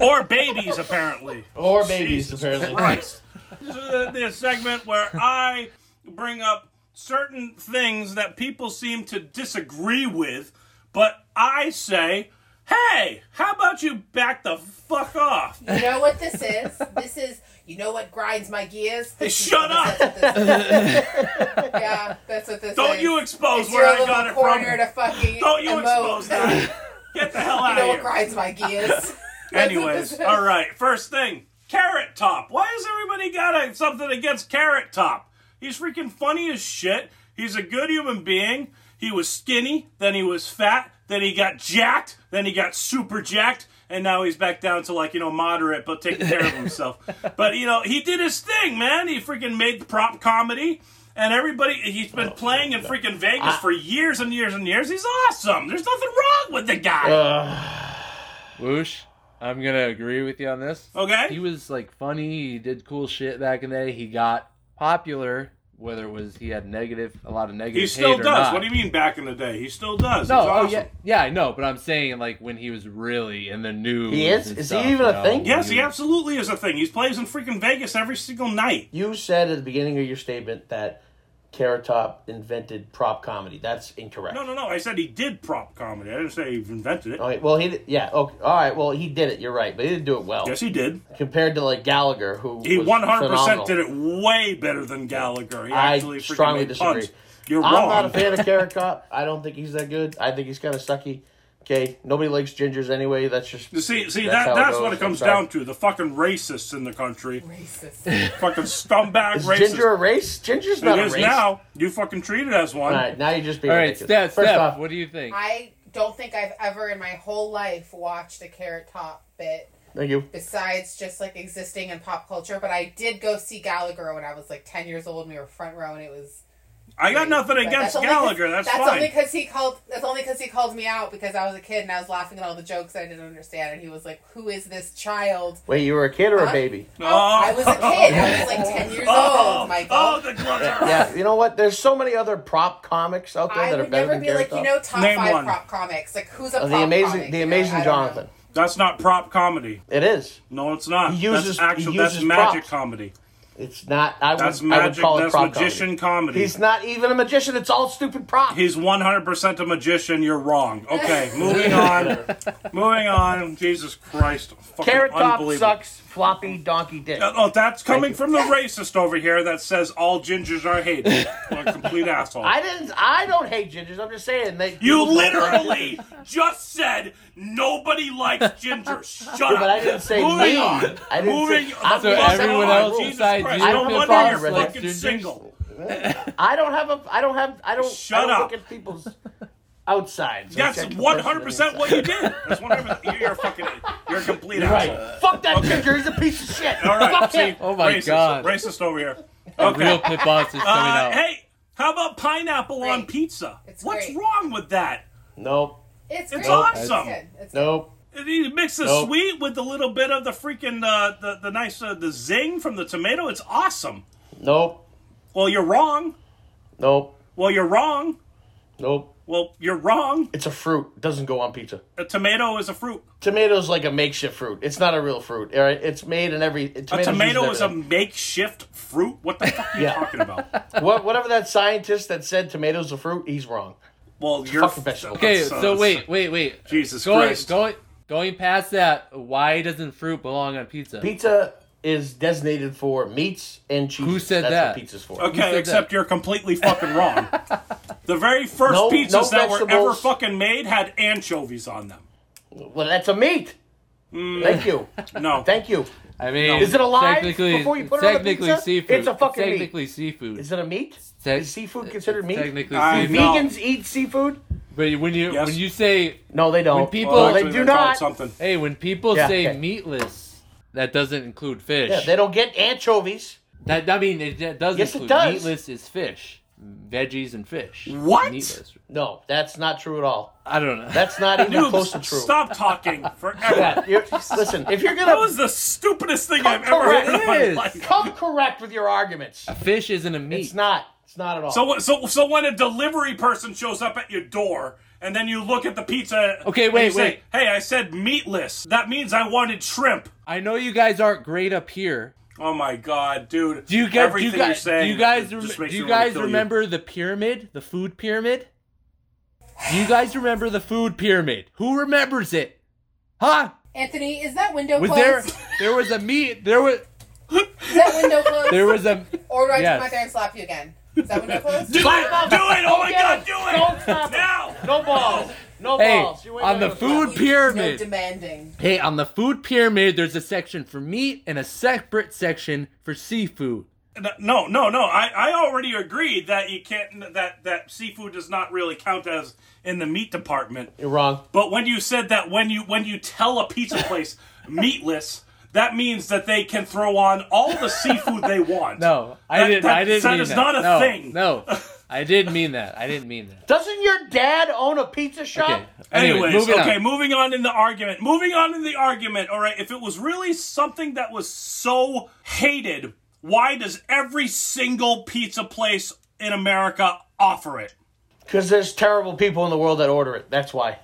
Speaker 1: Or babies, apparently.
Speaker 2: or babies,
Speaker 1: Jesus
Speaker 2: apparently.
Speaker 1: Christ. this is a- this segment where I bring up certain things that people seem to disagree with, but I say, hey, how about you back the fuck off?
Speaker 4: You know what this is? This is. You know what grinds my gears? This is-
Speaker 1: Shut up!
Speaker 4: that's what this is. yeah, that's what this
Speaker 1: Don't
Speaker 4: is.
Speaker 1: you expose
Speaker 4: It's
Speaker 1: where
Speaker 4: your
Speaker 1: I got
Speaker 4: little
Speaker 1: it
Speaker 4: corner
Speaker 1: from.
Speaker 4: To fucking
Speaker 1: Don't you
Speaker 4: emote.
Speaker 1: expose that. Get the hell
Speaker 4: you
Speaker 1: out
Speaker 4: know what
Speaker 1: of here.
Speaker 4: grinds my gears?
Speaker 1: Anyways, all right, first thing Carrot Top. Why has everybody got a, something against Carrot Top? He's freaking funny as shit. He's a good human being. He was skinny, then he was fat, then he got jacked, then he got super jacked, and now he's back down to like, you know, moderate, but taking care of himself. but, you know, he did his thing, man. He freaking made the prop comedy. And everybody, he's been playing in freaking Vegas for years and years and years. He's awesome. There's nothing wrong with the guy.
Speaker 3: Whoosh. I'm gonna agree with you on this.
Speaker 1: okay?
Speaker 3: He was like funny. He did cool shit back in the day. He got popular. Whether it was he had negative, a lot of negative.
Speaker 1: He still
Speaker 3: hate
Speaker 1: does.
Speaker 3: Or not.
Speaker 1: What do you mean back in the day? He still does.
Speaker 3: No,
Speaker 1: He's
Speaker 3: oh
Speaker 1: awesome.
Speaker 3: yeah, yeah, I know, but I'm saying like when he was really in the news.
Speaker 2: He is?
Speaker 3: and
Speaker 2: Is he
Speaker 3: stuff,
Speaker 2: even
Speaker 3: you
Speaker 2: a
Speaker 3: know,
Speaker 2: thing?
Speaker 3: when
Speaker 1: Yes,
Speaker 3: he
Speaker 1: he
Speaker 3: was-
Speaker 1: absolutely is a thing. He plays in freaking Vegas every single night.
Speaker 2: You said at the beginning of your statement that Carrot Top invented prop comedy. That's incorrect.
Speaker 1: No, no, no. I said he did prop comedy. I didn't say he invented it.
Speaker 2: All right, well, he did- yeah. Okay, all right, well, he did it. You're right, but he didn't do it well
Speaker 1: Yes, he did.
Speaker 2: compared to like Gallagher, who
Speaker 1: He
Speaker 2: was
Speaker 1: one hundred percent
Speaker 2: phenomenal.
Speaker 1: did it way better than Gallagher. He
Speaker 2: I
Speaker 1: actually freaking
Speaker 2: strongly
Speaker 1: made
Speaker 2: disagree.
Speaker 1: Puns. You're
Speaker 2: I'm
Speaker 1: wrong.
Speaker 2: not a fan of Carrot Top. I don't think he's that good. I think he's kind of sucky. Okay, nobody likes gingers anyway. That's just
Speaker 1: See, see
Speaker 2: That's how
Speaker 1: that,
Speaker 2: it
Speaker 1: that's
Speaker 2: goes.
Speaker 1: what it
Speaker 2: I'm
Speaker 1: comes
Speaker 2: sorry.
Speaker 1: down to. The fucking racists in the country.
Speaker 4: Racist.
Speaker 1: fucking scumbag
Speaker 2: is
Speaker 1: racists.
Speaker 2: ginger a race? Ginger's not
Speaker 1: it
Speaker 2: a
Speaker 1: is
Speaker 2: race.
Speaker 1: now. You fucking treat it as one.
Speaker 2: All right, now you're just being
Speaker 3: All right,
Speaker 2: ridiculous.
Speaker 3: Steph,
Speaker 2: First
Speaker 3: Steph,
Speaker 2: off,
Speaker 3: what do you think?
Speaker 4: I don't think I've ever in my whole life watched a Carrot Top bit
Speaker 2: thank you.
Speaker 4: besides just like existing in pop culture, but I did go see Gallagher when I was like 10 years old and we were front row and it was
Speaker 1: I got nothing
Speaker 4: But
Speaker 1: against
Speaker 4: only 'cause-
Speaker 1: Gallagher. That's,
Speaker 4: that's only
Speaker 1: fine.
Speaker 4: because he called that's only because he called me out because I was a kid and I was laughing at all the jokes I didn't understand and he was like, "Who is this child?"
Speaker 2: Wait, you were a kid or a
Speaker 4: Huh?
Speaker 2: baby?
Speaker 4: I was a kid. I was like 10 years
Speaker 1: Oh,
Speaker 4: old, Michael.
Speaker 1: oh, the gloves are
Speaker 2: Yeah, you know what? There's so many other prop comics out there
Speaker 4: I
Speaker 2: that are
Speaker 4: would
Speaker 2: better
Speaker 4: never
Speaker 2: than
Speaker 4: be like,
Speaker 2: Carrot
Speaker 4: you
Speaker 2: Top.
Speaker 4: know, top
Speaker 1: Name
Speaker 4: five
Speaker 1: one.
Speaker 4: prop comics. Like, who's a
Speaker 2: Uh,
Speaker 4: pop
Speaker 2: the amazing,
Speaker 4: comic?
Speaker 2: the
Speaker 4: You know,
Speaker 2: amazing
Speaker 4: I don't know.
Speaker 2: Jonathan.
Speaker 1: That's not prop comedy.
Speaker 2: It is.
Speaker 1: No, it's not.
Speaker 2: He uses-
Speaker 1: that's actual.
Speaker 2: he
Speaker 1: That's
Speaker 2: uses
Speaker 1: magic
Speaker 2: props.
Speaker 1: comedy.
Speaker 2: It's not. I would,
Speaker 1: That's
Speaker 2: I would
Speaker 1: magic.
Speaker 2: call it
Speaker 1: That's
Speaker 2: prop
Speaker 1: magician
Speaker 2: comedy.
Speaker 1: comedy.
Speaker 2: He's not even a magician. It's all stupid props.
Speaker 1: He's 100% a magician. You're wrong. Okay, moving on. moving on. Jesus Christ. Fucking
Speaker 2: Carrot top
Speaker 1: unbelievable.
Speaker 2: sucks. Floppy donkey dick.
Speaker 1: Uh, Oh, that's coming from the racist over here that says all gingers are hated. What a complete asshole.
Speaker 2: I didn't. I don't hate gingers. I'm just saying they.
Speaker 1: you literally just said nobody likes gingers. Shut up.
Speaker 2: but I didn't say
Speaker 1: Moving
Speaker 2: me.
Speaker 1: on.
Speaker 2: I didn't
Speaker 1: Moving
Speaker 2: say-
Speaker 1: on.
Speaker 2: So
Speaker 1: Moving
Speaker 2: everyone
Speaker 1: on.
Speaker 2: else
Speaker 1: Jesus
Speaker 3: besides
Speaker 1: Christ.
Speaker 3: you
Speaker 1: No
Speaker 2: feel
Speaker 1: wonder
Speaker 2: fine
Speaker 1: you're
Speaker 2: about
Speaker 1: fucking
Speaker 3: gingers?
Speaker 1: single.
Speaker 2: I don't have a. I don't have. I don't.
Speaker 1: Shut
Speaker 2: I don't
Speaker 1: up.
Speaker 2: Look at people's outsides.
Speaker 1: That's
Speaker 2: Okay,
Speaker 1: one hundred percent what you did. That's one hundred percent. You're a fucking. You're a complete asshole.
Speaker 2: Right. Fuck that ginger. He's a piece of shit.
Speaker 1: All right.
Speaker 2: Fuck
Speaker 1: See,
Speaker 2: him.
Speaker 3: Oh my
Speaker 1: racist,
Speaker 3: God.
Speaker 1: Racist over here.
Speaker 3: The real
Speaker 1: Okay.
Speaker 3: pit boss is coming
Speaker 1: Uh,
Speaker 3: out.
Speaker 1: hey, how about pineapple on
Speaker 4: Great.
Speaker 1: pizza?
Speaker 4: It's
Speaker 1: What's
Speaker 4: great.
Speaker 1: wrong with that?
Speaker 2: Nope.
Speaker 4: It's,
Speaker 1: It's
Speaker 4: great.
Speaker 1: awesome.
Speaker 4: It's good. It's
Speaker 2: Nope.
Speaker 1: He mix the
Speaker 2: Nope.
Speaker 1: sweet with a little bit of the freaking uh, the the nice uh, the zing from the tomato. It's awesome.
Speaker 2: Nope.
Speaker 1: Well, you're wrong.
Speaker 2: Nope.
Speaker 1: Well, you're wrong.
Speaker 2: Nope.
Speaker 1: Well, you're wrong.
Speaker 2: It's a fruit. It doesn't go on pizza.
Speaker 1: A tomato is a fruit.
Speaker 2: Tomato's like a makeshift fruit. It's not a real fruit. All right. It's made in every.
Speaker 1: A
Speaker 2: tomatoes
Speaker 1: tomato
Speaker 2: used
Speaker 1: is
Speaker 2: in
Speaker 1: a
Speaker 2: everything.
Speaker 1: makeshift fruit. What the fuck are you
Speaker 2: Yeah.
Speaker 1: talking about?
Speaker 2: What, whatever that scientist that said tomatoes a fruit, he's wrong.
Speaker 1: Well, you're
Speaker 2: fucking vegetable.
Speaker 3: Okay,
Speaker 1: that's- uh,
Speaker 3: so
Speaker 1: that's-
Speaker 3: wait, wait, wait.
Speaker 1: Jesus
Speaker 3: going,
Speaker 1: Christ.
Speaker 3: Going, going past that, why doesn't fruit belong on pizza?
Speaker 2: Pizza is designated for meats and cheese.
Speaker 3: Who said
Speaker 2: That's
Speaker 3: that?
Speaker 2: What pizza's for.
Speaker 3: You said
Speaker 1: Okay, except
Speaker 3: that.
Speaker 1: you're completely fucking wrong. the very first
Speaker 2: No-
Speaker 1: pizzas
Speaker 2: no
Speaker 1: that were ever
Speaker 2: vegetables.
Speaker 1: fucking made had anchovies on them.
Speaker 2: Well, that's a meat.
Speaker 1: Hmm.
Speaker 2: Thank you.
Speaker 1: No.
Speaker 2: Thank you.
Speaker 3: I mean,
Speaker 2: Is it alive
Speaker 3: Technically,
Speaker 2: before you put it on the
Speaker 3: technically
Speaker 2: pizza?
Speaker 3: seafood.
Speaker 2: It's a fucking meat.
Speaker 3: technically seafood.
Speaker 2: Is it a meat?
Speaker 3: Te-
Speaker 2: is seafood considered meat?
Speaker 3: Technically
Speaker 1: I
Speaker 3: seafood.
Speaker 1: mean- No.
Speaker 2: Vegans eat seafood?
Speaker 3: But when you
Speaker 1: Yes.
Speaker 3: when you say
Speaker 2: No, they don't.
Speaker 3: When people-
Speaker 2: No,
Speaker 3: Well,
Speaker 2: they
Speaker 1: Actually,
Speaker 2: do
Speaker 1: they're called
Speaker 2: not.
Speaker 1: Something.
Speaker 3: hey, when people
Speaker 2: Yeah,
Speaker 3: say
Speaker 2: okay.
Speaker 3: meatless, that doesn't include fish.
Speaker 2: Yeah, they don't get anchovies.
Speaker 3: that I mean it, that does
Speaker 2: Yes, it
Speaker 3: include
Speaker 2: does.
Speaker 3: meatless is fish, veggies and fish.
Speaker 1: What?
Speaker 3: Meatless.
Speaker 2: No, that's not true at all.
Speaker 3: I don't know.
Speaker 2: That's not even
Speaker 1: Dude,
Speaker 2: close to true.
Speaker 1: stop talking
Speaker 2: Yeah,
Speaker 1: forever.
Speaker 2: you're- listen, if you're
Speaker 1: That
Speaker 2: gonna
Speaker 1: was the stupidest thing I've ever
Speaker 2: correct.
Speaker 1: heard in my
Speaker 3: It is.
Speaker 1: life.
Speaker 2: come correct with your arguments,
Speaker 3: fish isn't a meat.
Speaker 2: it's not. It's not at all.
Speaker 1: So, what- so, so when a delivery person shows up at your door and then you look at the pizza,
Speaker 3: Okay,
Speaker 1: and
Speaker 3: wait,
Speaker 1: you say,
Speaker 3: wait.
Speaker 1: hey, I said meatless. That means I wanted shrimp.
Speaker 3: I know you guys aren't great up here.
Speaker 1: Oh my god, dude!
Speaker 3: Do you guys? Do
Speaker 1: Everything
Speaker 3: you guys?
Speaker 1: are saying,
Speaker 3: do you guys?
Speaker 1: just
Speaker 3: rem-
Speaker 1: makes
Speaker 3: do you
Speaker 1: me wanna
Speaker 3: guys
Speaker 1: kill
Speaker 3: remember the pyramid, the food pyramid? Do you guys remember the food pyramid? Who remembers it? Huh?
Speaker 4: Anthony, is that window
Speaker 3: Was
Speaker 4: closed?
Speaker 3: there? There was a meat. There was.
Speaker 4: Is that window closed?
Speaker 3: There was a.
Speaker 4: or do I
Speaker 3: Yes.
Speaker 4: come out there and slap you again? Is that window closed?
Speaker 1: Do it! Do it! Oh my
Speaker 2: Don't
Speaker 1: god,
Speaker 2: get
Speaker 1: do
Speaker 2: him.
Speaker 1: it!
Speaker 2: Don't stop him.
Speaker 1: Now!
Speaker 2: no balls. No
Speaker 3: Hey,
Speaker 2: balls. You ain't
Speaker 3: on the
Speaker 2: gonna-
Speaker 3: food
Speaker 4: No
Speaker 3: pyramid.
Speaker 4: demanding.
Speaker 3: Hey, on the food pyramid, there's a section for meat and a separate section for seafood.
Speaker 1: No, no, no. I, I already agreed that you can't that that seafood does not really count as in the meat department.
Speaker 2: You're wrong.
Speaker 1: But when you said that when you when you tell a pizza place meatless, that means that they can throw on all the seafood they want.
Speaker 3: No, I
Speaker 1: That-
Speaker 3: didn't.
Speaker 1: that-
Speaker 3: I didn't
Speaker 1: that
Speaker 3: mean
Speaker 1: is
Speaker 3: that.
Speaker 1: not a
Speaker 3: no,
Speaker 1: thing.
Speaker 3: No, I didn't mean that. I didn't mean that.
Speaker 2: Doesn't your dad own a pizza shop?
Speaker 3: Okay. Anyway,
Speaker 1: Anyways,
Speaker 3: moving
Speaker 1: okay,
Speaker 3: on.
Speaker 1: moving on in the argument. Moving on in the argument. All right, if it was really something that was so hated, why does every single pizza place in America offer it?
Speaker 2: Because there's terrible people in the world that order it. That's why.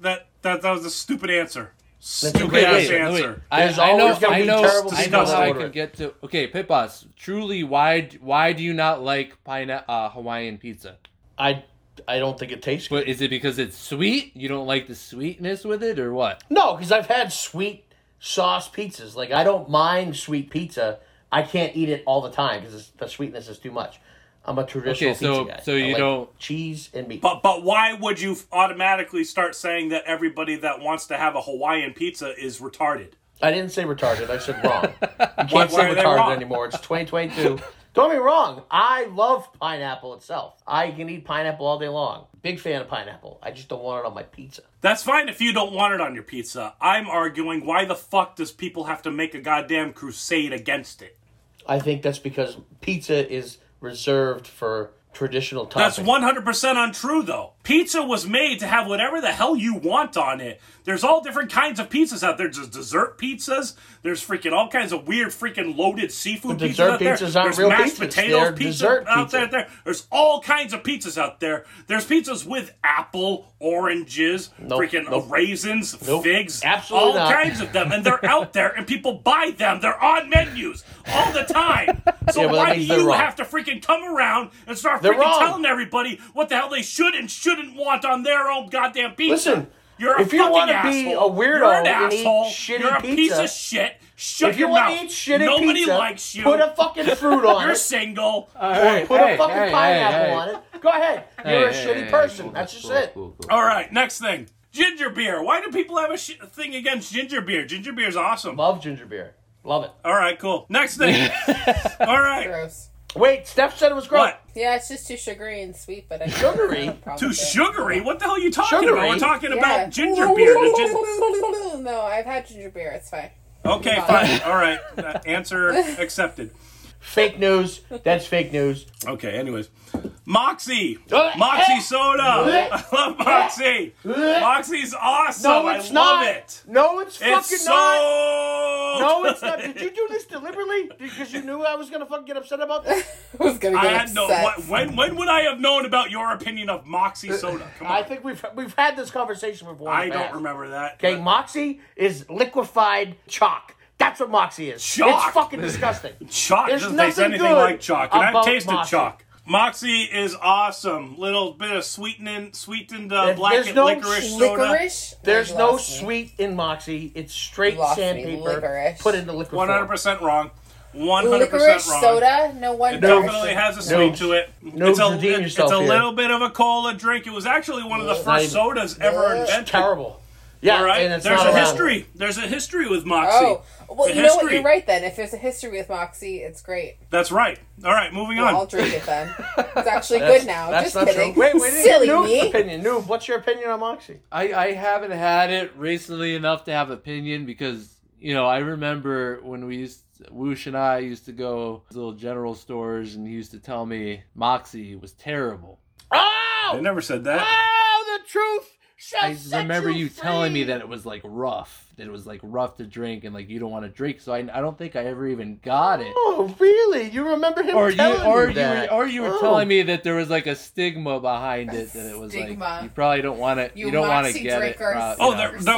Speaker 1: That that that was a stupid answer. Stupid
Speaker 2: okay,
Speaker 1: ass
Speaker 2: wait,
Speaker 1: answer.
Speaker 3: I,
Speaker 2: There's
Speaker 3: I know,
Speaker 2: always gonna
Speaker 3: I
Speaker 2: be
Speaker 3: know,
Speaker 2: terrible
Speaker 3: I know
Speaker 1: people
Speaker 3: how I
Speaker 2: over
Speaker 3: can
Speaker 2: it.
Speaker 3: get to. Okay, Pit Boss, truly, why d- why do you not like pine uh, Hawaiian pizza?
Speaker 2: I I don't think it tastes good.
Speaker 3: But is it because it's sweet? You don't like the sweetness with it, or what?
Speaker 2: No, because I've had sweet sauce pizzas. Like I don't mind sweet pizza. I can't eat it all the time because the sweetness is too much. I'm a traditional
Speaker 3: Okay, so-
Speaker 2: pizza guy.
Speaker 3: so
Speaker 2: I
Speaker 3: you
Speaker 2: like
Speaker 3: don't-
Speaker 2: cheese and meat.
Speaker 1: But but why would you automatically start saying that everybody that wants to have a Hawaiian pizza is retarded?
Speaker 2: I didn't say retarded. I said wrong. You can't
Speaker 1: why
Speaker 2: say
Speaker 1: are they
Speaker 2: retarded
Speaker 1: wrong?
Speaker 2: anymore. It's 2022. Don't get me wrong. I love pineapple itself. I can eat pineapple all day long. Big fan of pineapple. I just don't want it on my pizza.
Speaker 1: That's fine if you don't want it on your pizza. I'm arguing why the fuck does people have to make a goddamn crusade against it?
Speaker 2: I think that's because pizza is reserved for traditional toppings.
Speaker 1: That's 100% untrue though. Pizza was made to have whatever the hell you want on it. There's all different kinds of pizzas out there. There's dessert pizzas. There's freaking all kinds of weird freaking loaded seafood
Speaker 2: But
Speaker 1: pizzas
Speaker 2: dessert
Speaker 1: out there.
Speaker 2: pizzas aren't
Speaker 1: There's
Speaker 2: real
Speaker 1: mashed
Speaker 2: pizzas.
Speaker 1: potatoes
Speaker 2: They're
Speaker 1: pizza
Speaker 2: dessert
Speaker 1: out there,
Speaker 2: pizza.
Speaker 1: there. There's all kinds of pizzas out there. There's pizzas with apple, oranges,
Speaker 2: Nope,
Speaker 1: freaking
Speaker 2: nope.
Speaker 1: raisins,
Speaker 2: Nope,
Speaker 1: figs,
Speaker 2: absolutely
Speaker 1: all
Speaker 2: not.
Speaker 1: kinds of them, and they're out there, and people buy them. They're on menus all the time. So
Speaker 2: Yeah, but that
Speaker 1: why do
Speaker 2: means they're
Speaker 1: you
Speaker 2: wrong.
Speaker 1: have to freaking come around and start
Speaker 2: They're
Speaker 1: freaking
Speaker 2: wrong.
Speaker 1: telling everybody what the hell they should and shouldn't want on their own goddamn pizza?
Speaker 2: Listen,
Speaker 1: you're a
Speaker 2: if you
Speaker 1: fucking
Speaker 2: wanna
Speaker 1: asshole.
Speaker 2: be a weirdo
Speaker 1: you're an
Speaker 2: and eat
Speaker 1: asshole.
Speaker 2: shitty
Speaker 1: you're a piece
Speaker 2: pizza-
Speaker 1: of shit. Shut
Speaker 2: if you
Speaker 1: your
Speaker 2: want
Speaker 1: mouth.
Speaker 2: to eat shitty
Speaker 1: Nobody
Speaker 2: pizza,
Speaker 1: likes you.
Speaker 2: put a fucking fruit on
Speaker 1: you're
Speaker 2: it. Uh,
Speaker 1: single.
Speaker 3: Hey,
Speaker 2: Put
Speaker 3: hey,
Speaker 2: a fucking
Speaker 3: hey,
Speaker 2: pineapple
Speaker 3: hey, hey.
Speaker 2: on it. Go ahead. You're
Speaker 3: Hey,
Speaker 2: a
Speaker 3: hey,
Speaker 2: shitty
Speaker 3: hey,
Speaker 2: person.
Speaker 3: cool,
Speaker 2: That's just
Speaker 3: cool,
Speaker 2: it.
Speaker 3: cool, cool.
Speaker 1: All right, next thing. Ginger beer. Why do people have a sh- thing against ginger beer? Ginger beer's awesome.
Speaker 2: Love ginger beer. Love it.
Speaker 1: All right, cool. Next thing. All right.
Speaker 4: Gross.
Speaker 2: Wait, Steph said it was gross.
Speaker 1: What?
Speaker 4: Yeah, it's just too sugary and sweet, but I
Speaker 2: Sugary?
Speaker 1: Too sugary? What the hell are you talking about?
Speaker 2: Sugary?
Speaker 1: We're talking about ginger beer. The gin-
Speaker 4: No, I've had ginger beer. It's fine.
Speaker 1: Okay, fine. All right. Uh, answer accepted.
Speaker 2: Fake news. That's fake news.
Speaker 1: Okay, anyways. Moxie.
Speaker 2: Uh,
Speaker 1: Moxie
Speaker 2: eh. Uh,
Speaker 1: soda. I love Moxie. Moxie's awesome.
Speaker 2: No, it's
Speaker 1: I
Speaker 2: not.
Speaker 1: love it.
Speaker 2: No, it's, fucking
Speaker 1: It's so
Speaker 2: not. No, it's not. Did you do this deliberately? Because you knew I was gonna fucking get upset about this.
Speaker 4: I was gonna
Speaker 1: I
Speaker 4: get
Speaker 1: had
Speaker 4: upset.
Speaker 1: no. What, when when would I have known about your opinion of Moxie soda? Come on.
Speaker 2: Uh, I think we've we've had this conversation before. in
Speaker 1: I
Speaker 2: the
Speaker 1: don't
Speaker 2: past.
Speaker 1: remember that.
Speaker 2: Okay, Moxie is liquefied chalk. That's what Moxie is.
Speaker 1: Chalk?
Speaker 2: It's fucking disgusting.
Speaker 1: Chalk
Speaker 2: There's
Speaker 1: doesn't taste
Speaker 2: nothing
Speaker 1: anything
Speaker 2: good
Speaker 1: like chalk, and I've
Speaker 2: about
Speaker 1: tasted
Speaker 2: Moxie.
Speaker 1: chalk. Moxie is awesome. Little bit of sweetening, sweetened uh,
Speaker 2: There-
Speaker 1: black
Speaker 2: there's no
Speaker 1: licorice soda.
Speaker 4: Licorice?
Speaker 2: There's
Speaker 4: You
Speaker 2: no
Speaker 4: lost me.
Speaker 2: sweet in Moxie. It's straight
Speaker 4: You lost me.
Speaker 2: sandpaper
Speaker 4: Licorice.
Speaker 2: put into liquid
Speaker 1: One hundred
Speaker 2: form.
Speaker 1: percent wrong. One hundred
Speaker 4: Licorice
Speaker 1: percent wrong.
Speaker 4: soda? No
Speaker 1: It
Speaker 4: wonder.
Speaker 1: definitely has a sweet to it.
Speaker 2: No,
Speaker 1: it's a,
Speaker 2: redeem
Speaker 1: it-
Speaker 2: yourself
Speaker 1: it's a
Speaker 2: here.
Speaker 1: little bit of a cola drink. It was actually one of the
Speaker 2: not
Speaker 1: first
Speaker 2: even-
Speaker 1: sodas ever invented.
Speaker 2: Terrible. Yeah,
Speaker 1: All right,
Speaker 2: and it's
Speaker 1: there's
Speaker 2: not
Speaker 1: a
Speaker 2: allowed.
Speaker 1: history. There's a history with Moxie.
Speaker 4: Oh, well,
Speaker 1: It's a
Speaker 4: you know what?
Speaker 1: history.
Speaker 4: You're right then. If there's a history with Moxie, it's great.
Speaker 1: That's right. All right, moving on.
Speaker 4: I'll drink it then. It's actually
Speaker 2: That's-
Speaker 4: good now.
Speaker 2: That's
Speaker 4: Just
Speaker 2: not
Speaker 4: kidding.
Speaker 2: true. Wait, we didn't
Speaker 4: Silly
Speaker 2: get Noob's
Speaker 4: me.
Speaker 2: opinion. Noob, what's your opinion on Moxie?
Speaker 3: I, I haven't had it recently enough to have opinion because you know I remember when we used Woosh and I used to go to little general stores and he used to tell me Moxie was terrible.
Speaker 1: I
Speaker 2: Oh,
Speaker 1: never said that.
Speaker 2: oh, the truth. shall
Speaker 3: I
Speaker 2: set
Speaker 3: remember you telling me
Speaker 2: free.
Speaker 3: that it was like rough, that it was like rough to drink and like you don't want to drink. So I, I don't think I ever even got it.
Speaker 2: Oh, really? You remember him
Speaker 3: Or you
Speaker 2: telling
Speaker 3: or you were,
Speaker 2: that?
Speaker 3: or you were
Speaker 2: Oh.
Speaker 3: telling me that there was like a stigma behind it that it was
Speaker 4: Stigma.
Speaker 3: like you probably don't want to you,
Speaker 4: You
Speaker 3: don't want to
Speaker 4: Moxie
Speaker 3: get
Speaker 4: drinkers.
Speaker 3: it. uh, you
Speaker 1: Oh,
Speaker 3: know.
Speaker 1: there,
Speaker 4: You're
Speaker 1: there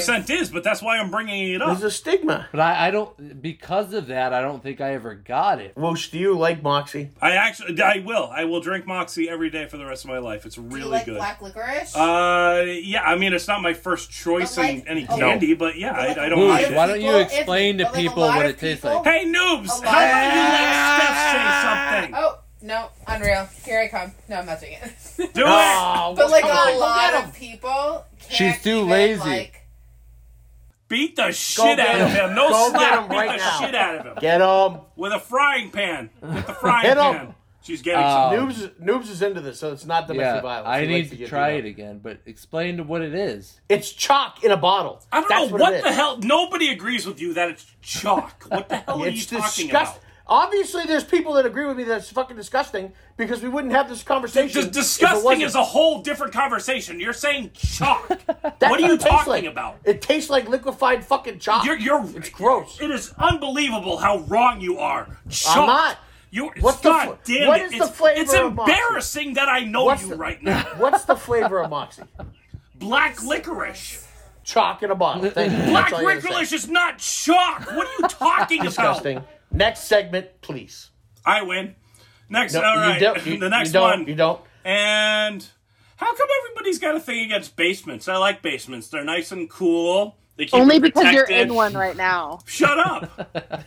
Speaker 4: so
Speaker 1: 100% is, but that's why I'm bringing it up.
Speaker 2: There's a stigma.
Speaker 3: But I, I don't because of that. I don't think I ever got it.
Speaker 2: Woosh, do you like Moxie?
Speaker 1: I actually, I will. I will drink Moxie every day for the rest of my life. It's really
Speaker 4: Do you like
Speaker 1: good.
Speaker 4: black licorice?
Speaker 1: uh, yeah. I mean, it's not my first choice
Speaker 4: But like-
Speaker 1: in any
Speaker 4: No.
Speaker 1: candy, but yeah, I, I don't
Speaker 3: Woosh,
Speaker 4: Why
Speaker 1: mind
Speaker 4: do
Speaker 1: it.
Speaker 3: why don't you
Speaker 4: people-
Speaker 3: explain to
Speaker 4: but, like, a
Speaker 3: people
Speaker 4: lot
Speaker 3: what
Speaker 4: of
Speaker 3: it tastes
Speaker 4: people-
Speaker 3: like?
Speaker 1: Hey, noobs!
Speaker 4: A lot
Speaker 1: How about you
Speaker 4: of-
Speaker 1: let Steph say something?
Speaker 4: oh, no. Unreal. Here I come. No, I'm not doing it.
Speaker 1: Do it!
Speaker 4: but like
Speaker 2: on,
Speaker 4: a
Speaker 2: go
Speaker 4: lot
Speaker 2: get
Speaker 4: of people can't
Speaker 3: She's too
Speaker 4: even,
Speaker 3: lazy.
Speaker 4: Like,
Speaker 1: Beat the shit
Speaker 2: get
Speaker 1: out of
Speaker 2: him.
Speaker 1: him. No
Speaker 2: Go get
Speaker 1: slap.
Speaker 2: him
Speaker 1: Beat
Speaker 2: right
Speaker 1: the
Speaker 2: now.
Speaker 1: shit out of him.
Speaker 2: Get him.
Speaker 1: With a frying pan. With the frying
Speaker 2: Hit him.
Speaker 1: pan. She's getting
Speaker 3: Uh,
Speaker 1: some.
Speaker 2: Noobs, Noobs is into this, so it's not domestic
Speaker 3: Yeah,
Speaker 2: violence.
Speaker 3: I
Speaker 2: He likes
Speaker 3: need
Speaker 2: get
Speaker 3: to try
Speaker 2: beat
Speaker 3: it
Speaker 2: up.
Speaker 3: again, but explain to what it is.
Speaker 2: It's chalk in a bottle.
Speaker 1: I don't
Speaker 2: That's
Speaker 1: know what,
Speaker 2: it
Speaker 1: the
Speaker 2: is.
Speaker 1: hell. Nobody agrees with you that it's chalk. What the hell are you
Speaker 2: It's
Speaker 1: talking
Speaker 2: disgusting.
Speaker 1: about?
Speaker 2: Obviously, there's people that agree with me that it's fucking disgusting because we wouldn't have this conversation.
Speaker 1: Dis-
Speaker 2: if it
Speaker 1: disgusting
Speaker 2: wasn't.
Speaker 1: is a whole different conversation. You're saying chalk.
Speaker 2: That's
Speaker 1: what are you
Speaker 2: it tastes
Speaker 1: talking
Speaker 2: like.
Speaker 1: about?
Speaker 2: It tastes like liquefied fucking chalk.
Speaker 1: You're, you're.
Speaker 2: it's gross.
Speaker 1: It is unbelievable how wrong you are. Chalk.
Speaker 2: not.
Speaker 1: You.
Speaker 2: What's
Speaker 1: it's
Speaker 2: the
Speaker 1: not,
Speaker 2: fl-
Speaker 1: damn
Speaker 2: what
Speaker 1: it.
Speaker 2: is the
Speaker 1: it's,
Speaker 2: flavor
Speaker 1: It's
Speaker 2: of Moxie?
Speaker 1: embarrassing that I know
Speaker 2: What's
Speaker 1: you
Speaker 2: the-
Speaker 1: right now.
Speaker 2: What's the flavor of Moxie?
Speaker 1: Black licorice.
Speaker 2: Chalk in a bottle. Thank you.
Speaker 1: Black
Speaker 2: That's all you gotta say.
Speaker 1: licorice is not chalk. What are you talking
Speaker 2: Disgusting.
Speaker 1: about?
Speaker 2: Next segment, please.
Speaker 1: I win. Next,
Speaker 2: No,
Speaker 1: all
Speaker 2: you
Speaker 1: right.
Speaker 2: don't- you-
Speaker 1: the next
Speaker 2: you don't,
Speaker 1: one.
Speaker 2: You don't.
Speaker 1: And how come everybody's got a thing against basements? I like basements. They're nice and cool. They keep
Speaker 9: Only
Speaker 1: you
Speaker 9: because you're
Speaker 1: protected.
Speaker 9: in one right now.
Speaker 1: Shut up!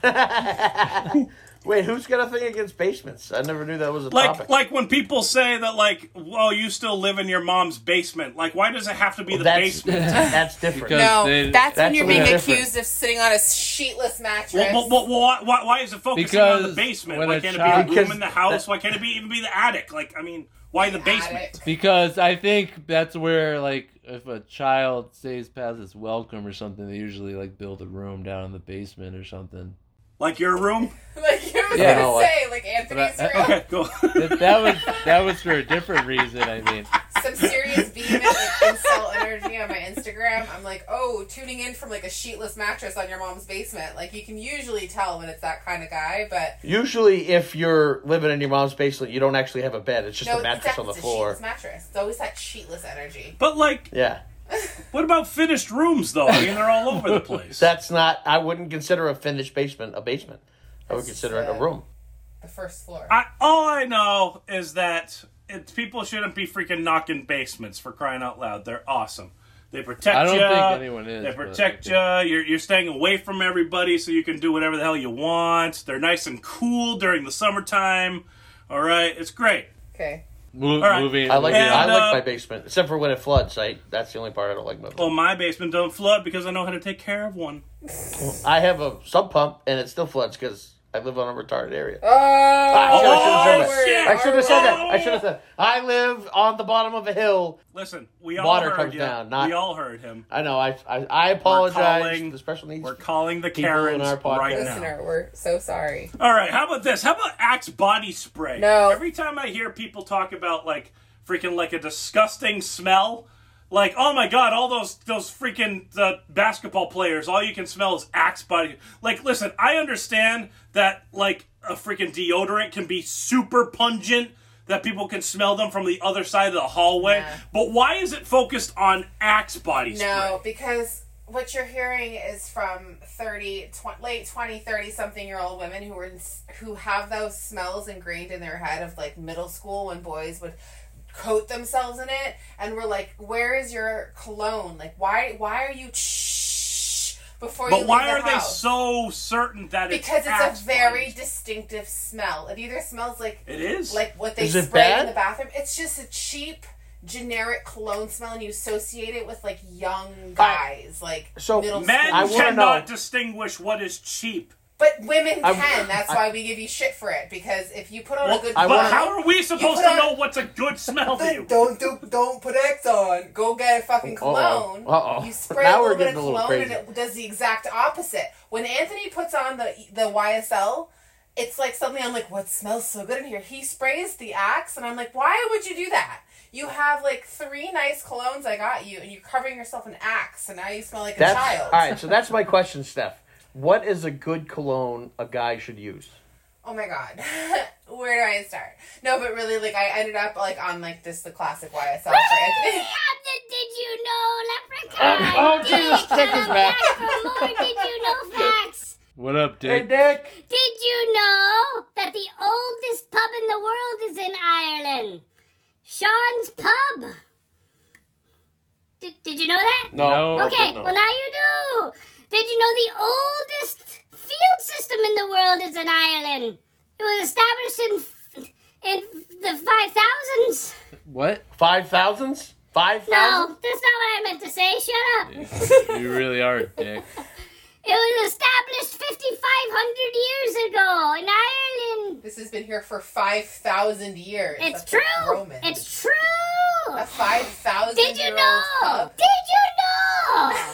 Speaker 2: Wait, who's got a thing against basements? I never knew that was a
Speaker 1: Like
Speaker 2: topic.
Speaker 1: like when people say that like, "Well, you still live in your mom's basement." Like, why does it have to be the
Speaker 2: that's
Speaker 1: basement?
Speaker 2: that's different.
Speaker 3: Because-
Speaker 4: no,
Speaker 3: they-
Speaker 4: that's,
Speaker 2: that's
Speaker 4: when you're
Speaker 2: a little
Speaker 4: being
Speaker 2: different.
Speaker 4: accused of sitting on a sheetless mattress.
Speaker 1: Well, well, well, why, why, why is it focusing on the
Speaker 3: Because
Speaker 1: basement?
Speaker 3: when
Speaker 1: Why
Speaker 3: a
Speaker 1: can't
Speaker 3: child-
Speaker 1: it be a room
Speaker 2: Because
Speaker 1: in the house? Why can't it be even be the attic? Like, I mean, why the basement?
Speaker 4: Attic.
Speaker 3: Because I think that's where like if a child stays past its welcome or something, they usually like build a room down in the basement or something.
Speaker 1: Like your room?
Speaker 4: Like you was
Speaker 3: Yeah,
Speaker 4: gonna
Speaker 2: no, I-
Speaker 4: say, like Anthony's
Speaker 3: I-
Speaker 4: room.
Speaker 1: Okay, cool.
Speaker 3: That, that was that was for a different reason. I mean,
Speaker 4: some serious vehement like, insult energy on my Instagram. I'm like, oh, tuning in from like a sheetless mattress on your mom's basement. Like you can usually tell when it's that kind of guy, but
Speaker 2: Usually, if you're living in your mom's basement, you don't actually have a bed. It's just
Speaker 4: no,
Speaker 2: a
Speaker 4: it's
Speaker 2: mattress on the
Speaker 4: it's a
Speaker 2: floor.
Speaker 4: sheetless mattress. It's always that sheetless energy.
Speaker 1: But like,
Speaker 2: Yeah.
Speaker 1: what about finished rooms though? I mean, they're all over the place.
Speaker 2: That's not, I wouldn't consider a finished basement a basement. I would consider it a
Speaker 4: sad.
Speaker 2: room.
Speaker 4: The first floor.
Speaker 1: I, all I know is that it, people shouldn't be freaking knocking basements for crying out loud. They're awesome. They protect
Speaker 3: I don't
Speaker 1: ya.
Speaker 3: think anyone is,
Speaker 1: They
Speaker 3: but-
Speaker 1: protect you. You're, you're staying away from everybody so you can do whatever the hell you want. They're nice and cool during the summertime. All right, it's great.
Speaker 4: okay.
Speaker 3: Mo-
Speaker 1: right.
Speaker 3: Moving.
Speaker 2: I like
Speaker 1: And,
Speaker 2: I like
Speaker 1: uh, Oh.
Speaker 2: my basement, except for when it floods. I that's the only part I don't like. About
Speaker 1: Well, my basement don't flood because I know how to take care of one.
Speaker 2: it. I have a sump pump, and it still floods because I live on a retarded area.
Speaker 4: Oh,
Speaker 2: Ah, I
Speaker 1: should've said
Speaker 2: I should have said that. I
Speaker 1: Oh.
Speaker 2: should have said I live on the bottom of a hill.
Speaker 1: Listen, we all
Speaker 2: Water
Speaker 1: heard
Speaker 2: comes
Speaker 1: ya.
Speaker 2: down, not-
Speaker 1: We all heard him.
Speaker 2: I know. I I, I apologize.
Speaker 1: calling-
Speaker 2: to The special needs.
Speaker 1: We're calling the
Speaker 2: People in
Speaker 1: Karens
Speaker 2: our podcast.
Speaker 1: right now.
Speaker 4: Listener, we're so sorry.
Speaker 1: All right, how about this? How about Axe body spray?
Speaker 4: No.
Speaker 1: Every time I hear people talk about like freaking like a disgusting smell, like oh my god, all those those freaking uh, basketball players, all you can smell is Axe body. Like, listen, I understand that like a freaking deodorant can be super pungent. That people can smell them from the other side of the hallway,
Speaker 4: Yeah.
Speaker 1: but why is it focused on Axe body spray?
Speaker 4: No, because what you're hearing is from 30, tw- late 20, 30 something year old women who were in, s- who have those smells ingrained in their head of like middle school when boys would coat themselves in it and we're like where is your cologne like why why are you shh before you
Speaker 1: But why
Speaker 4: leave
Speaker 1: are
Speaker 4: the
Speaker 1: they
Speaker 4: house?
Speaker 1: so certain that it's
Speaker 4: because
Speaker 1: Axe
Speaker 4: it's a very
Speaker 1: body
Speaker 4: distinctive smell it either smells like
Speaker 1: spray? it is
Speaker 4: like what they
Speaker 2: Is it
Speaker 4: spray in
Speaker 2: bad?
Speaker 4: the bathroom. It's just a cheap, generic cologne smell, and you associate it with like young guys, like
Speaker 2: so
Speaker 4: middle
Speaker 1: Men
Speaker 2: I
Speaker 4: school.
Speaker 2: wanna
Speaker 1: cannot
Speaker 2: know.
Speaker 1: distinguish what is cheap.
Speaker 4: But women
Speaker 2: I-
Speaker 4: can. That's why we give you shit for it because if you put on a good
Speaker 1: but
Speaker 2: wanna-
Speaker 1: how are we supposed
Speaker 4: put
Speaker 1: to
Speaker 4: on-
Speaker 1: know what's a good smell to you?
Speaker 4: don't do don't put X on. Go get a fucking cologne.
Speaker 2: Uh-oh.
Speaker 4: You spray
Speaker 2: Now
Speaker 4: a
Speaker 2: we're
Speaker 4: little bit of
Speaker 2: getting a little
Speaker 4: cologne and
Speaker 2: crazy.
Speaker 4: it does the exact opposite. When Anthony puts on the the YSL, it's like suddenly I'm like, what smells so good in here? He sprays the axe and I'm like, why would you do that? You have like three nice colognes I got you, and you're covering yourself in axe, and now you smell like a
Speaker 2: That's
Speaker 4: child.
Speaker 2: all right. So that's my question, Steph. What is a good cologne a guy should use?
Speaker 4: oh my god where do i start no but really like i ended up like on like this the classic ysl for anthony
Speaker 6: Captain, did you know Leprechaun?
Speaker 2: Oh, oh, Jesus,
Speaker 6: Dick,
Speaker 2: Dick is
Speaker 6: come
Speaker 2: back.
Speaker 6: back for more Did you know facts?
Speaker 3: What up, Dick?
Speaker 2: Dick.
Speaker 6: Did you know that the oldest pub in the world is in Ireland? Sean's Pub. Did, did you know that?
Speaker 3: No.
Speaker 2: No.
Speaker 6: Okay, well now you do. Did you know the oldest field system in the world is in Ireland? It was established in in the five thousands.
Speaker 3: What?
Speaker 2: Five thousands. Five
Speaker 6: No,
Speaker 2: thousand.
Speaker 6: that's not what I meant to say. Shut up.
Speaker 3: You really are, Dick.
Speaker 6: It was established 5,500 years ago in Ireland.
Speaker 4: this has been here for 5000 years
Speaker 6: It's
Speaker 4: That's
Speaker 6: true.
Speaker 4: Roman.
Speaker 6: It's true.
Speaker 4: a 5000
Speaker 6: Did you
Speaker 4: year
Speaker 6: know?
Speaker 4: old pub.
Speaker 6: Did you know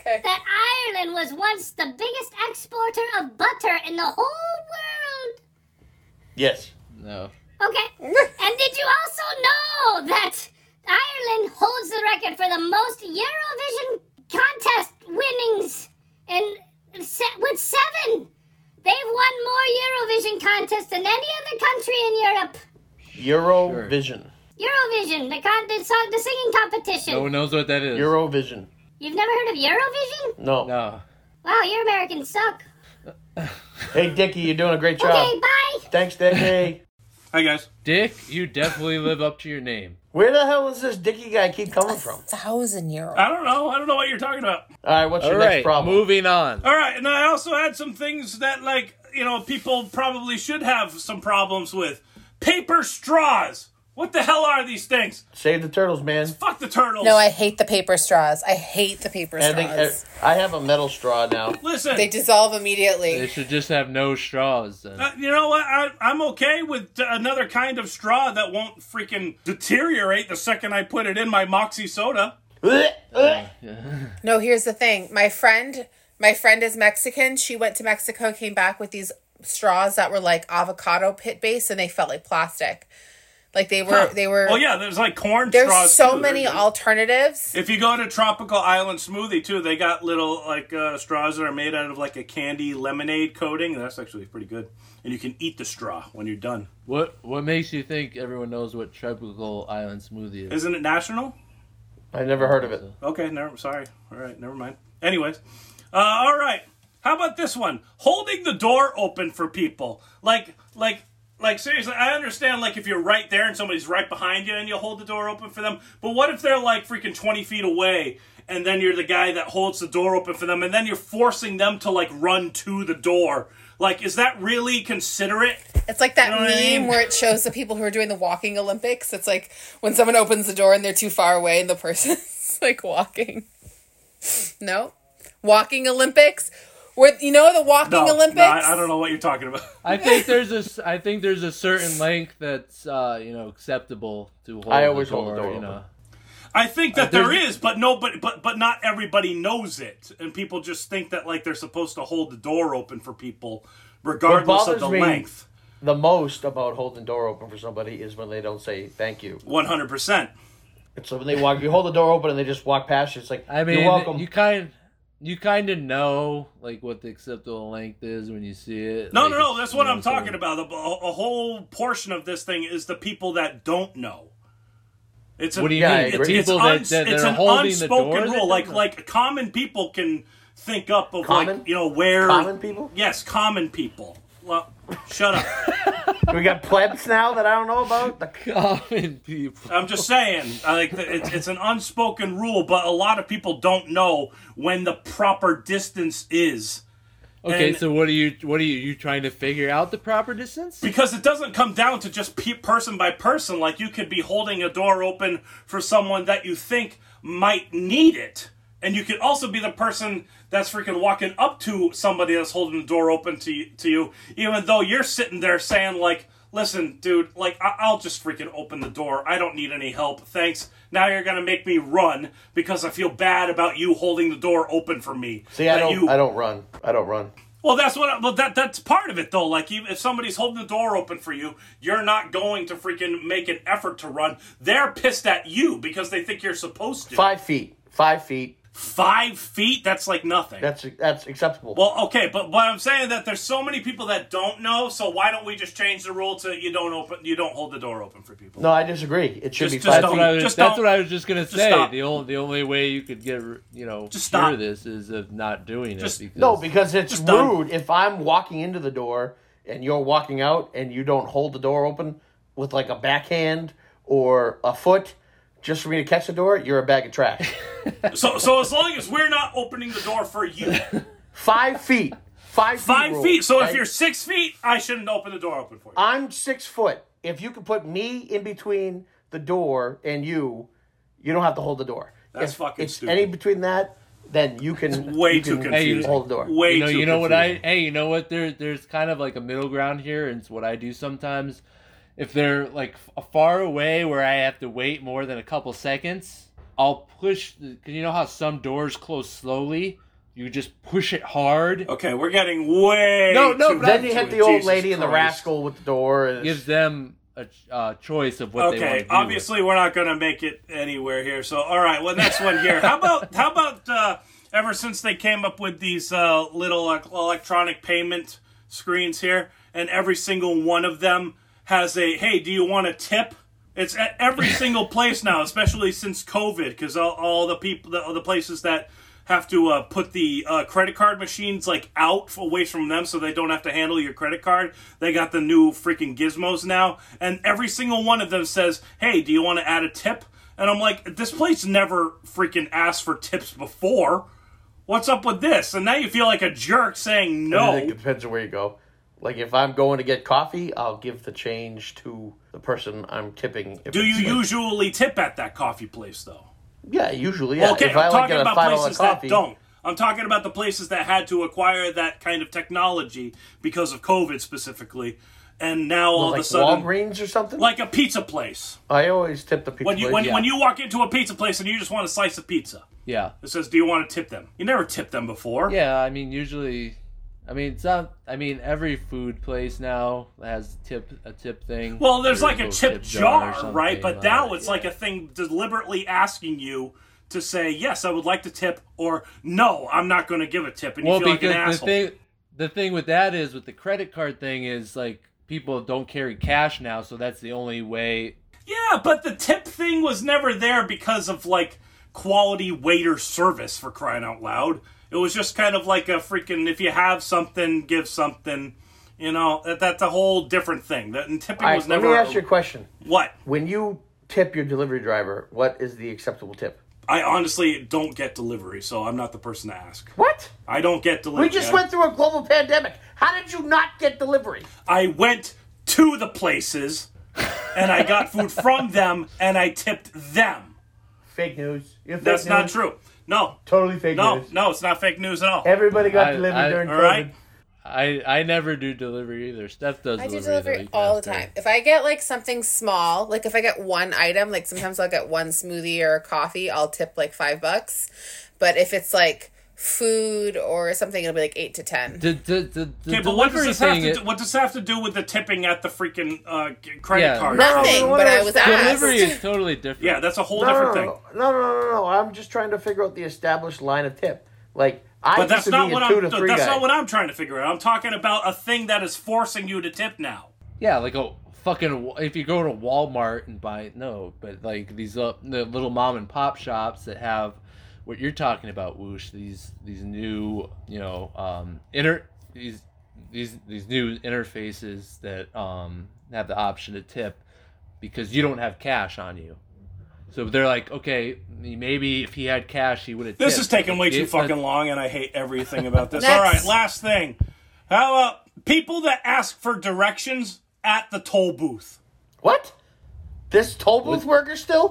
Speaker 4: okay
Speaker 6: that Ireland was once the biggest exporter of butter in the whole world?
Speaker 2: Yes.
Speaker 3: No.
Speaker 6: Okay. and did you also know that Ireland holds the record for the most Eurovision contest winnings and se- with seven? They've won more Eurovision contests than any other country in Europe.
Speaker 2: Eurovision.
Speaker 6: Eurovision, the, con- the, song, the singing competition.
Speaker 3: No one knows what that is.
Speaker 2: Eurovision.
Speaker 6: You've never heard of Eurovision?
Speaker 2: No.
Speaker 3: No.
Speaker 6: Wow, your Americans suck.
Speaker 2: Hey, Dickie, you're doing a great job.
Speaker 6: Okay, bye.
Speaker 2: Thanks, Dickie.
Speaker 1: Hi guys.
Speaker 3: Dick, you definitely live up to your name.
Speaker 2: Where the hell does this Dickie guy keep coming from?
Speaker 4: thousand year old
Speaker 1: I don't know. I don't know what you're talking about.
Speaker 2: All right, what's
Speaker 3: All
Speaker 2: your
Speaker 3: right,
Speaker 2: next problem?
Speaker 3: moving on.
Speaker 1: All right, and I also had some things that like you know people probably should have some problems with. Paper straws. What the hell are these things?
Speaker 2: Save the turtles, man.
Speaker 1: Fuck the turtles.
Speaker 4: no i hate the paper straws i hate the paper
Speaker 2: I
Speaker 4: straws
Speaker 2: think
Speaker 1: e-
Speaker 2: uh, I have a metal straw now.
Speaker 1: Listen.
Speaker 4: they dissolve
Speaker 3: They
Speaker 4: immediately
Speaker 3: should just have no straws. Then.
Speaker 1: uh, you know what? I, I'm okay with d- another kind of straw that won't freaking deteriorate the second I put it in my Moxie soda.
Speaker 4: no here's the thing my friend my friend is mexican she went to mexico came back with these straws that were like avocado pit base and they felt like plastic Like they were, they were.
Speaker 1: Oh yeah, there's like corn
Speaker 4: There's
Speaker 1: straws.
Speaker 4: so
Speaker 1: too.
Speaker 4: many
Speaker 1: There's-
Speaker 4: alternatives.
Speaker 1: If you go to Tropical Island Smoothie too, they got little like uh, straws that are made out of like a candy lemonade coating. That's actually pretty good, and you can eat the straw when you're done.
Speaker 3: What What makes you think everyone knows what tropical island smoothie is?
Speaker 1: Isn't it national?
Speaker 2: I never heard of it.
Speaker 1: Okay, never. Sorry. All right, never mind. Anyways, uh, all right. How about this one? Holding the door open for people, like, like, like. Seriously, I understand. Like, if you're right there and somebody's right behind you, and you hold the door open for them. But what if they're like freaking twenty feet away, and then you're the guy that holds the door open for them, and then you're forcing them to like run to the door? Like, is that really considerate?
Speaker 4: It's like that
Speaker 1: know what I
Speaker 4: meme
Speaker 1: mean?
Speaker 4: where it shows the people who are doing the walking Olympics. It's like when someone opens the door and they're too far away and the person's like walking. No? Walking Olympics? Where you know the walking
Speaker 1: No,
Speaker 4: Olympics?
Speaker 1: no, I, I don't know what you're talking about.
Speaker 3: I think there's a s- I think there's a certain length that's uh, you know acceptable to hold.
Speaker 2: I always
Speaker 3: the door,
Speaker 2: hold the door
Speaker 3: You
Speaker 2: open.
Speaker 3: know.
Speaker 1: I think that
Speaker 3: there's-
Speaker 1: there is, but no, but but but not everybody knows it, and people just think that like they're supposed to hold the door open for people, regardless of
Speaker 2: bothers
Speaker 1: the
Speaker 2: me-
Speaker 1: length.
Speaker 2: The most about holding door open for somebody is when they don't say thank you.
Speaker 1: One hundred percent.
Speaker 2: So when they walk, you hold the door open and they just walk past you. It's like
Speaker 3: I mean,
Speaker 2: you're welcome.
Speaker 3: you kind you kind of know like what the acceptable length is when you see it.
Speaker 1: No,
Speaker 3: Like,
Speaker 1: no, no.
Speaker 3: it's,
Speaker 1: That's
Speaker 3: you
Speaker 1: what
Speaker 3: know,
Speaker 1: I'm
Speaker 3: sort
Speaker 1: talking
Speaker 3: of-
Speaker 1: about. A, a whole portion of this thing is the people that don't know. It's a,
Speaker 3: What do you
Speaker 2: Yeah, I
Speaker 3: mean? The
Speaker 2: agree.
Speaker 1: It's,
Speaker 3: people that,
Speaker 1: uns-
Speaker 3: that
Speaker 1: it's
Speaker 3: are
Speaker 1: an
Speaker 3: holding the door.
Speaker 1: unspoken
Speaker 3: that
Speaker 1: rule. Like
Speaker 3: don't-
Speaker 1: like common people can think up of
Speaker 2: Common?
Speaker 1: like you know where
Speaker 2: Common people?
Speaker 1: Yes, common people. Well, shut up.
Speaker 2: we got plebs now that I don't know about. The-
Speaker 3: common people.
Speaker 1: I'm just saying, I like the, it's, it's an unspoken rule, but a lot of people don't know when the proper distance is
Speaker 3: Okay,
Speaker 1: and-
Speaker 3: so what are you what are you you trying to figure out the proper distance?
Speaker 1: because it doesn't come down to just pe- person by person. Like you could be holding a door open for someone that you think might need it, and you could also be the person that's freaking walking up to somebody that's holding the door open to you, to you, even though you're sitting there saying like. Listen, dude, like, I- I'll just freaking open the door. I don't need any help. Thanks. Now you're going to make me run because I feel bad about you holding the door open for me.
Speaker 2: See, I
Speaker 1: That
Speaker 2: don't.
Speaker 1: you-
Speaker 2: I don't run. I don't run.
Speaker 1: well, that's what. I, well, that that's part of it, though. Like, even if somebody's holding the door open for you, you're not going to freaking make an effort to run. They're pissed at you because they think you're supposed to.
Speaker 2: Five feet. Five feet.
Speaker 1: Five feet. That's like nothing.
Speaker 2: That's that's acceptable.
Speaker 1: well, okay, but but I'm saying that there's so many people that don't know. So why don't we just change the rule to you don't open, you don't hold the door open for people?
Speaker 2: no, I disagree. It should
Speaker 1: Just-
Speaker 2: be
Speaker 1: just
Speaker 2: five
Speaker 1: don't-
Speaker 3: That's
Speaker 2: feet.
Speaker 3: what I was,
Speaker 1: just
Speaker 3: that's
Speaker 1: don't-
Speaker 3: what I was just gonna say.
Speaker 1: stop.
Speaker 3: The only the only way you could get you know
Speaker 1: Just
Speaker 3: cure
Speaker 1: stop.
Speaker 3: this is of not doing
Speaker 1: Just-
Speaker 3: it. Because
Speaker 2: No, because it's
Speaker 1: Just done.
Speaker 2: rude if I'm walking into the door and you're walking out and you don't hold the door open with like a backhand or a foot just for me to catch the door, you're a bag of trash.
Speaker 1: So so as long as we're not opening the door for you,
Speaker 2: Five feet. Five feet.
Speaker 1: five
Speaker 2: rule,
Speaker 1: feet. So if
Speaker 2: okay?
Speaker 1: you're six feet, I shouldn't open the door open for you.
Speaker 2: I'm six foot. If you could put me in between the door and you, you don't have to hold the door.
Speaker 1: That's
Speaker 2: if
Speaker 1: fucking
Speaker 2: it's
Speaker 1: stupid.
Speaker 2: Any between that, then you can
Speaker 1: way
Speaker 2: you
Speaker 1: too
Speaker 2: can
Speaker 1: confusing.
Speaker 2: Hold the door.
Speaker 1: Way
Speaker 3: you know,
Speaker 1: too
Speaker 3: you know what I
Speaker 1: confusing.
Speaker 3: hey, you know what there there's kind of like a middle ground here and it's what I do sometimes. If they're like f- uh, far away where I have to wait more than a couple seconds, I'll push the- cause you know how some doors close slowly? You just push it hard.
Speaker 1: Okay, we're getting way.
Speaker 3: No, no,
Speaker 1: too
Speaker 3: but
Speaker 2: Then you
Speaker 1: into
Speaker 2: hit
Speaker 1: it.
Speaker 2: the old
Speaker 1: Jesus
Speaker 2: lady and the
Speaker 1: Christ.
Speaker 2: rascal with the door. and
Speaker 3: Gives them a ch- uh, choice of what they want to
Speaker 1: Okay,
Speaker 3: do.
Speaker 1: obviously we're not going to make it anywhere here. So, all right, well, next one here. How about how about uh, ever since they came up with these uh, little uh, electronic payment screens here, and every single one of them has a hey, do you want a tip? It's at every single place now, especially since COVID, because all, all the people, the, the places that have to uh, put the uh, credit card machines like out away from them so they don't have to handle your credit card. They got the new freaking gizmos now, and every single one of them says, "Hey, do you want to add a tip?" And I'm like, this place never freaking asked for tips before. What's up with this? And now you feel like a jerk saying
Speaker 2: I
Speaker 1: no.
Speaker 2: think It depends on where you go. Like if I'm going to get coffee, I'll give the change to the person I'm tipping. If
Speaker 1: Do you
Speaker 2: it's like-
Speaker 1: usually tip at that coffee place though?
Speaker 2: Yeah, usually. Yeah.
Speaker 1: Okay,
Speaker 2: if
Speaker 1: I'm
Speaker 2: I like
Speaker 1: talking
Speaker 2: get a
Speaker 1: about
Speaker 2: $5
Speaker 1: places
Speaker 2: coffee,
Speaker 1: that don't. I'm talking about the places that had to acquire that kind of technology because of COVID specifically, and now all
Speaker 2: like
Speaker 1: of a sudden,
Speaker 2: Walgreens or something.
Speaker 1: like a pizza place.
Speaker 2: I always tip the people.
Speaker 1: When you when,
Speaker 3: yeah.
Speaker 1: when you walk into a pizza place and you just want a slice of pizza,
Speaker 3: yeah.
Speaker 1: it says, "Do you want to tip them?" You never tip them before.
Speaker 3: Yeah, I mean, usually, I mean, some. I mean, every food place now has tip a tip thing.
Speaker 1: Well, there's
Speaker 3: Or
Speaker 1: like a
Speaker 3: little
Speaker 1: tip
Speaker 3: or
Speaker 1: jar,
Speaker 3: something,
Speaker 1: right? But
Speaker 3: uh,
Speaker 1: that was like a thing deliberately asking you to say yes, I would like to tip, or no, I'm not going to give a tip, and you
Speaker 3: well,
Speaker 1: feel like an
Speaker 3: because the
Speaker 1: asshole.
Speaker 3: thing, the thing with that is with the credit card thing is like people don't carry cash now, so that's the only way.
Speaker 1: yeah, but the tip thing was never there because of like quality waiter service for crying out loud. It was just kind of like a freaking if you have something, give something. You know that that's a whole different thing. That and tipping
Speaker 2: All right,
Speaker 1: was
Speaker 2: let
Speaker 1: never
Speaker 2: me ask you a question.
Speaker 1: what
Speaker 2: When you tip your delivery driver, what is the acceptable tip?
Speaker 1: I honestly don't get delivery, so I'm not the person to ask.
Speaker 2: What?
Speaker 1: I don't get delivery.
Speaker 2: We just
Speaker 1: I-
Speaker 2: went through a global pandemic. How did you not get delivery?
Speaker 1: I went to the places and I got food from them and I tipped them.
Speaker 2: Fake news. You're fake
Speaker 1: That's not
Speaker 2: news.
Speaker 1: true. No.
Speaker 2: Totally fake
Speaker 1: No,
Speaker 2: news.
Speaker 1: no, it's not fake news at all.
Speaker 2: Everybody got
Speaker 3: I-
Speaker 2: delivery
Speaker 3: I-
Speaker 2: during
Speaker 1: All
Speaker 2: COVID.
Speaker 1: right.
Speaker 3: I I never do delivery either. Steph does.
Speaker 4: I do
Speaker 3: delivery,
Speaker 4: delivery all the time. If I get like something small, like if I get one item, like sometimes I'll get one smoothie or a coffee, I'll tip like five bucks. But if it's like food or something, it'll be like eight to ten.
Speaker 3: The, the, the, the
Speaker 1: Okay, but what does
Speaker 3: delivery
Speaker 1: this have
Speaker 3: thing
Speaker 1: to
Speaker 3: is-
Speaker 1: do, what does this have to do with the tipping at the freaking uh, g- credit
Speaker 3: Yeah.
Speaker 1: card?
Speaker 4: Nothing,
Speaker 2: no, no,
Speaker 4: but
Speaker 2: no,
Speaker 4: I was asked.
Speaker 3: Delivery is totally different.
Speaker 1: Yeah, that's a whole
Speaker 2: No, no,
Speaker 1: different
Speaker 2: no,
Speaker 1: thing.
Speaker 2: no, no, no, no, no. I'm just trying to figure out the established line of tip. Like I
Speaker 1: But that's
Speaker 2: used to
Speaker 1: not
Speaker 2: be
Speaker 1: what
Speaker 2: a 2
Speaker 1: I'm
Speaker 2: to
Speaker 1: that's
Speaker 2: three guy.
Speaker 1: not what I'm trying to figure out. I'm talking about a thing that is forcing you to tip now.
Speaker 3: Yeah, like a fucking if you go to Walmart and buy no, but like these uh, the little mom and pop shops that have what you're talking about, whoosh. These these new you know um inter these these these new interfaces that um have the option to tip because you don't have cash on you. So they're like, okay, maybe if he had cash, he would have.
Speaker 1: This is taking way too
Speaker 3: uh,
Speaker 1: fucking long, and I hate everything about this. All right,
Speaker 4: Next.
Speaker 1: last thing. How about people that ask for directions at the toll booth?
Speaker 2: What? This toll booth worker still?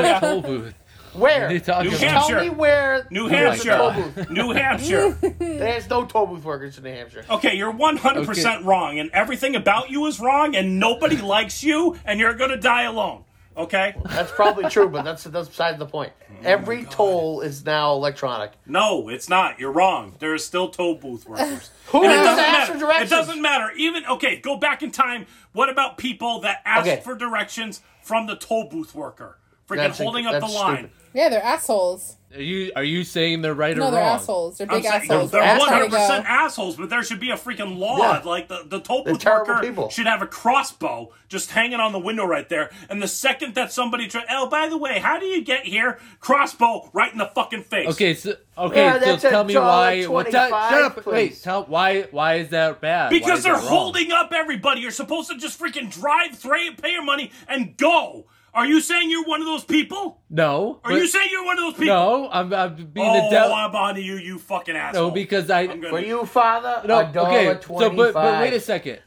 Speaker 3: yeah. Toll booth.
Speaker 2: Where?
Speaker 3: What are you talking
Speaker 1: New
Speaker 3: about?
Speaker 1: Hampshire.
Speaker 2: Tell me where.
Speaker 1: New
Speaker 3: Oh
Speaker 2: there's a
Speaker 1: Hampshire.
Speaker 2: toll booth.
Speaker 1: New Hampshire.
Speaker 2: There's no toll booth workers in New Hampshire.
Speaker 1: Okay, you're 100% wrong, and everything about you is wrong, and nobody likes you, and you're going to die alone. Okay?
Speaker 2: That's probably true, but that's that's beside the point.
Speaker 1: Oh
Speaker 2: Every toll is now electronic.
Speaker 1: No, it's not. You're wrong. There are still toll booth workers.
Speaker 2: Who
Speaker 1: And it
Speaker 2: needs
Speaker 1: doesn't
Speaker 2: to ask
Speaker 1: matter.
Speaker 2: for
Speaker 1: It
Speaker 2: directions?
Speaker 1: doesn't matter. Even okay, go back in time. What about people that ask
Speaker 2: Okay.
Speaker 1: for directions from the toll booth worker? Freaking
Speaker 2: That's inc-
Speaker 1: holding up the
Speaker 2: that's
Speaker 1: line.
Speaker 4: Yeah, they're assholes.
Speaker 3: Are you are you saying they're right or
Speaker 4: No,
Speaker 3: wrong?
Speaker 4: they're assholes. They're
Speaker 1: I'm
Speaker 4: big
Speaker 1: saying they're,
Speaker 4: assholes.
Speaker 1: they're
Speaker 2: We're
Speaker 4: That's how they
Speaker 1: 100%
Speaker 4: go.
Speaker 1: assholes, but there should be a freaking law.
Speaker 2: Yeah.
Speaker 1: Like the, the toll
Speaker 2: They're
Speaker 1: booth
Speaker 2: terrible
Speaker 1: worker
Speaker 2: people.
Speaker 1: should have a crossbow just hanging on the window right there. And the second that somebody try, oh, by the way, how do you get here? Crossbow right in the fucking face.
Speaker 3: Okay, so okay,
Speaker 2: Yeah, that's
Speaker 3: so
Speaker 2: a
Speaker 3: tell me
Speaker 2: dollar
Speaker 3: why. What, tell, shut
Speaker 2: 25,
Speaker 3: up! Wait,
Speaker 2: please.
Speaker 3: tell why. Why is that bad? Why
Speaker 1: Because
Speaker 3: is
Speaker 1: they're
Speaker 3: that wrong?
Speaker 1: holding up everybody. You're supposed to just freaking drive, thra- pay your money, and go. Are you saying you're one of those people?
Speaker 3: No,
Speaker 1: Are
Speaker 3: but-
Speaker 1: you saying you're one of those people?
Speaker 3: no? I'm, I'm being
Speaker 1: Oh,
Speaker 3: the devil.
Speaker 1: I'm on to you, you fucking asshole.
Speaker 3: No, because I
Speaker 1: I'm gonna-
Speaker 2: For you, father,
Speaker 3: no.
Speaker 2: a dollar
Speaker 3: Okay, so
Speaker 2: twenty-five.
Speaker 3: but but wait a second.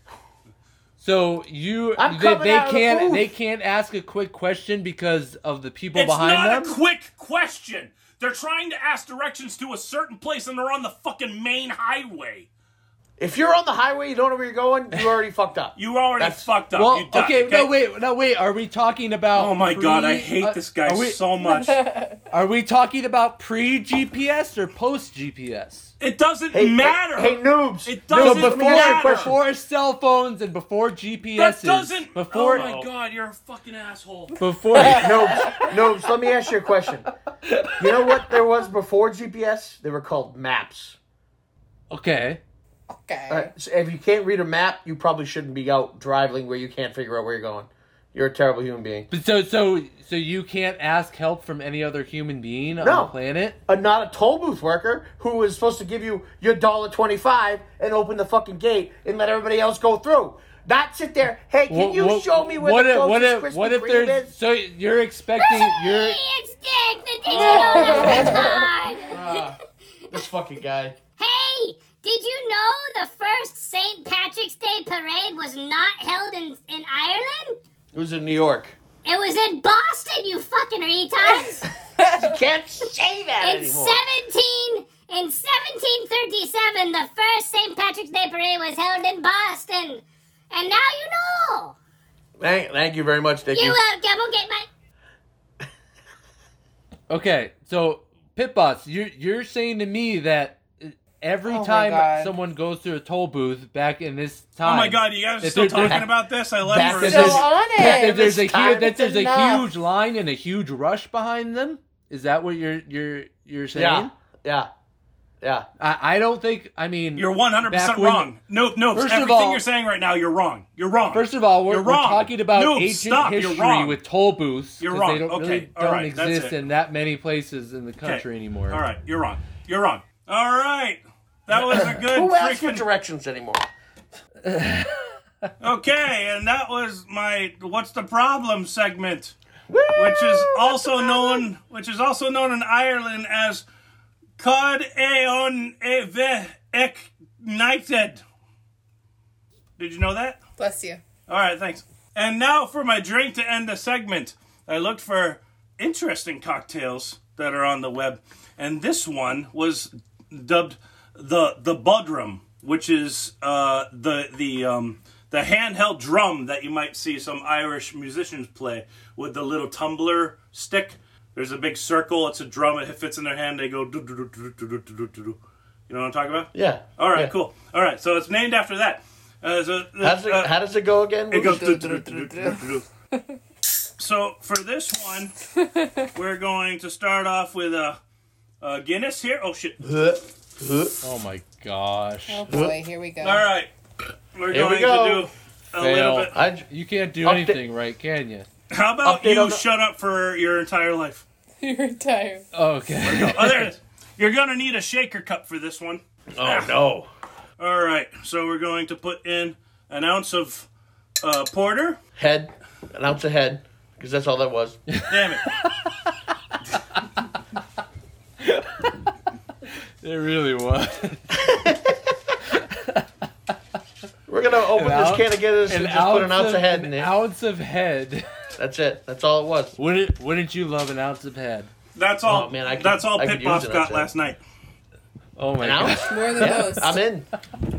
Speaker 3: So you
Speaker 2: I'm
Speaker 3: they,
Speaker 2: coming
Speaker 3: they
Speaker 2: out of the
Speaker 3: can't
Speaker 2: booth.
Speaker 3: they can't ask a quick question because of the people
Speaker 1: It's
Speaker 3: behind
Speaker 1: not
Speaker 3: them.
Speaker 1: a quick question. They're trying to ask directions to a certain place and they're on the fucking main highway.
Speaker 2: If you're on the highway, you don't know where you're going. You already fucked up.
Speaker 1: You already
Speaker 2: That's-
Speaker 1: fucked up.
Speaker 3: well,
Speaker 1: you done,
Speaker 3: okay, no wait, no wait. Are we talking about?
Speaker 1: Oh my god, I
Speaker 3: pre-
Speaker 1: hate
Speaker 3: uh,
Speaker 1: this guy
Speaker 3: Are we,
Speaker 1: so much.
Speaker 3: are we talking about pre GPS or post GPS?
Speaker 1: It doesn't
Speaker 2: Hey,
Speaker 1: matter.
Speaker 2: Hey, hey, noobs.
Speaker 1: It
Speaker 3: No,
Speaker 1: doesn't
Speaker 2: Let me
Speaker 3: before,
Speaker 2: ask you a
Speaker 1: matter.
Speaker 2: question.
Speaker 3: before cell phones and before GPSs.
Speaker 1: that doesn't.
Speaker 3: Before,
Speaker 1: oh my god, you're a fucking asshole.
Speaker 3: before.
Speaker 2: Noobs, noobs. Let me ask you a question. You know what there was before GPS? They were called maps.
Speaker 3: okay.
Speaker 4: Okay.
Speaker 2: Uh, so if you can't read a map, you probably shouldn't be out driving where you can't figure out where you're going. You're a terrible human being.
Speaker 3: But so, so, so you can't ask help from any other human being on
Speaker 2: No.
Speaker 3: the planet.
Speaker 2: a not a toll booth worker who was supposed to give you your dollar twenty five and open the fucking gate and let everybody else go through. Not sit there. Hey, can
Speaker 3: What-
Speaker 2: you
Speaker 3: what-
Speaker 2: show me where
Speaker 3: what
Speaker 2: the
Speaker 3: if,
Speaker 2: closest
Speaker 3: what if,
Speaker 2: Krispy
Speaker 3: what if
Speaker 2: Kreme
Speaker 3: there's?
Speaker 2: is?
Speaker 3: So you're expecting you're.
Speaker 6: It's Dick, the digital leprechaun.
Speaker 2: This fucking guy.
Speaker 6: Hey, did you know the first St. Patrick's Day parade was not held in, in Ireland?
Speaker 2: It was in New York.
Speaker 6: It was in Boston, you fucking retards.
Speaker 2: You can't say that
Speaker 6: In
Speaker 2: anymore.
Speaker 6: 17 in 1737, the first St. Patrick's Day parade was held in Boston. And now you know.
Speaker 2: Thank, thank you very much, Dickie.
Speaker 6: You uh, double get my
Speaker 3: Okay, so Pitbots, you're you're saying to me that uh, every
Speaker 4: Oh my
Speaker 3: time
Speaker 4: God.
Speaker 3: someone goes through a toll booth back in this time.
Speaker 1: Oh my god, you guys are
Speaker 3: If
Speaker 1: still
Speaker 3: there's-
Speaker 1: talking about this? I left
Speaker 2: Back
Speaker 1: for a
Speaker 3: That
Speaker 2: in
Speaker 3: there's-
Speaker 1: second.
Speaker 4: Still on it.
Speaker 3: that if there's a
Speaker 2: This time
Speaker 3: huge, that
Speaker 2: it's
Speaker 3: there's a
Speaker 2: enough.
Speaker 3: huge line and a huge rush behind them. Is that what you're you're you're saying?
Speaker 2: Yeah, yeah, yeah.
Speaker 3: I, I don't think. I mean,
Speaker 1: You're 100
Speaker 3: back
Speaker 1: percent
Speaker 3: when-
Speaker 1: wrong. Nope, nope.
Speaker 3: First of
Speaker 1: Everything
Speaker 3: all-
Speaker 1: you're saying right now, you're wrong. You're wrong.
Speaker 3: First of all, we're,
Speaker 1: You're
Speaker 3: we're
Speaker 1: wrong.
Speaker 3: talking about
Speaker 1: Noob,
Speaker 3: ancient
Speaker 1: stop. You're
Speaker 3: history
Speaker 1: wrong.
Speaker 3: with toll booths.
Speaker 1: You're
Speaker 3: 'cause
Speaker 1: wrong.
Speaker 3: They don't,
Speaker 1: Okay.
Speaker 3: really
Speaker 1: All
Speaker 3: don't
Speaker 1: right. That's
Speaker 3: exist
Speaker 1: it.
Speaker 3: in that many places in the country anymore.
Speaker 1: All right, you're wrong. You're wrong. All right. That was a good
Speaker 2: Who asks for
Speaker 1: freaking
Speaker 2: directions anymore?
Speaker 1: Okay, and that was my "What's the Problem" segment, which is also known, which is also known in Ireland as "Cod Éon Éve Ignited." Did you know that?
Speaker 4: Bless you.
Speaker 1: All right, thanks. And now for my drink to end the segment. I looked for interesting cocktails that are on the web, and this one was dubbed the the budrum, which is uh, the the um, the handheld drum that you might see some Irish musicians play with the little tumbler stick. There's a big circle. It's a drum. It fits in their hand. They go. do do do do do do do do. do. You know what I'm talking about?
Speaker 2: Yeah.
Speaker 1: All right,
Speaker 2: yeah.
Speaker 1: cool. All right, so it's named after that. Uh, so,
Speaker 2: How does, it,
Speaker 1: uh,
Speaker 2: how does it go again?
Speaker 1: it goes do- do- do- do- do- do. So for this one, we're going to start off with a, a Guinness here. Oh shit! All
Speaker 3: Oh my gosh.
Speaker 4: Oh boy, here we go.
Speaker 1: right, we're
Speaker 2: Here we
Speaker 1: going
Speaker 2: go.
Speaker 1: to do a
Speaker 3: Fail.
Speaker 1: little bit.
Speaker 2: I,
Speaker 3: You can't do
Speaker 2: Upda-
Speaker 3: anything right, can you?
Speaker 1: How about
Speaker 2: Update
Speaker 1: you
Speaker 2: on the-
Speaker 1: shut up for your entire life?
Speaker 4: You're tired.
Speaker 3: Okay.
Speaker 1: Oh, there it is. You're gonna need a shaker cup for this one. Ah.
Speaker 2: oh no.
Speaker 1: All right, so we're going to put in an ounce of uh, porter.
Speaker 2: Head, an ounce of head, because that's all that was.
Speaker 1: Damn it!
Speaker 3: it really was.
Speaker 2: We're gonna open
Speaker 3: An
Speaker 2: this
Speaker 3: ounce-
Speaker 2: can of Guinness and just put an ounce of, head in
Speaker 3: an
Speaker 2: it.
Speaker 3: ounce of head.
Speaker 2: That's it. That's all it was.
Speaker 3: Wouldn't Wouldn't you love an ounce of head?
Speaker 1: That's all.
Speaker 2: Oh, man, I could-
Speaker 1: that's all
Speaker 2: I could
Speaker 1: Pit
Speaker 2: use
Speaker 1: Boss
Speaker 2: it,
Speaker 1: got
Speaker 2: that's it.
Speaker 1: last night
Speaker 3: Oh my
Speaker 2: An
Speaker 3: god.
Speaker 2: ounce?
Speaker 4: More than most.
Speaker 2: I'm in.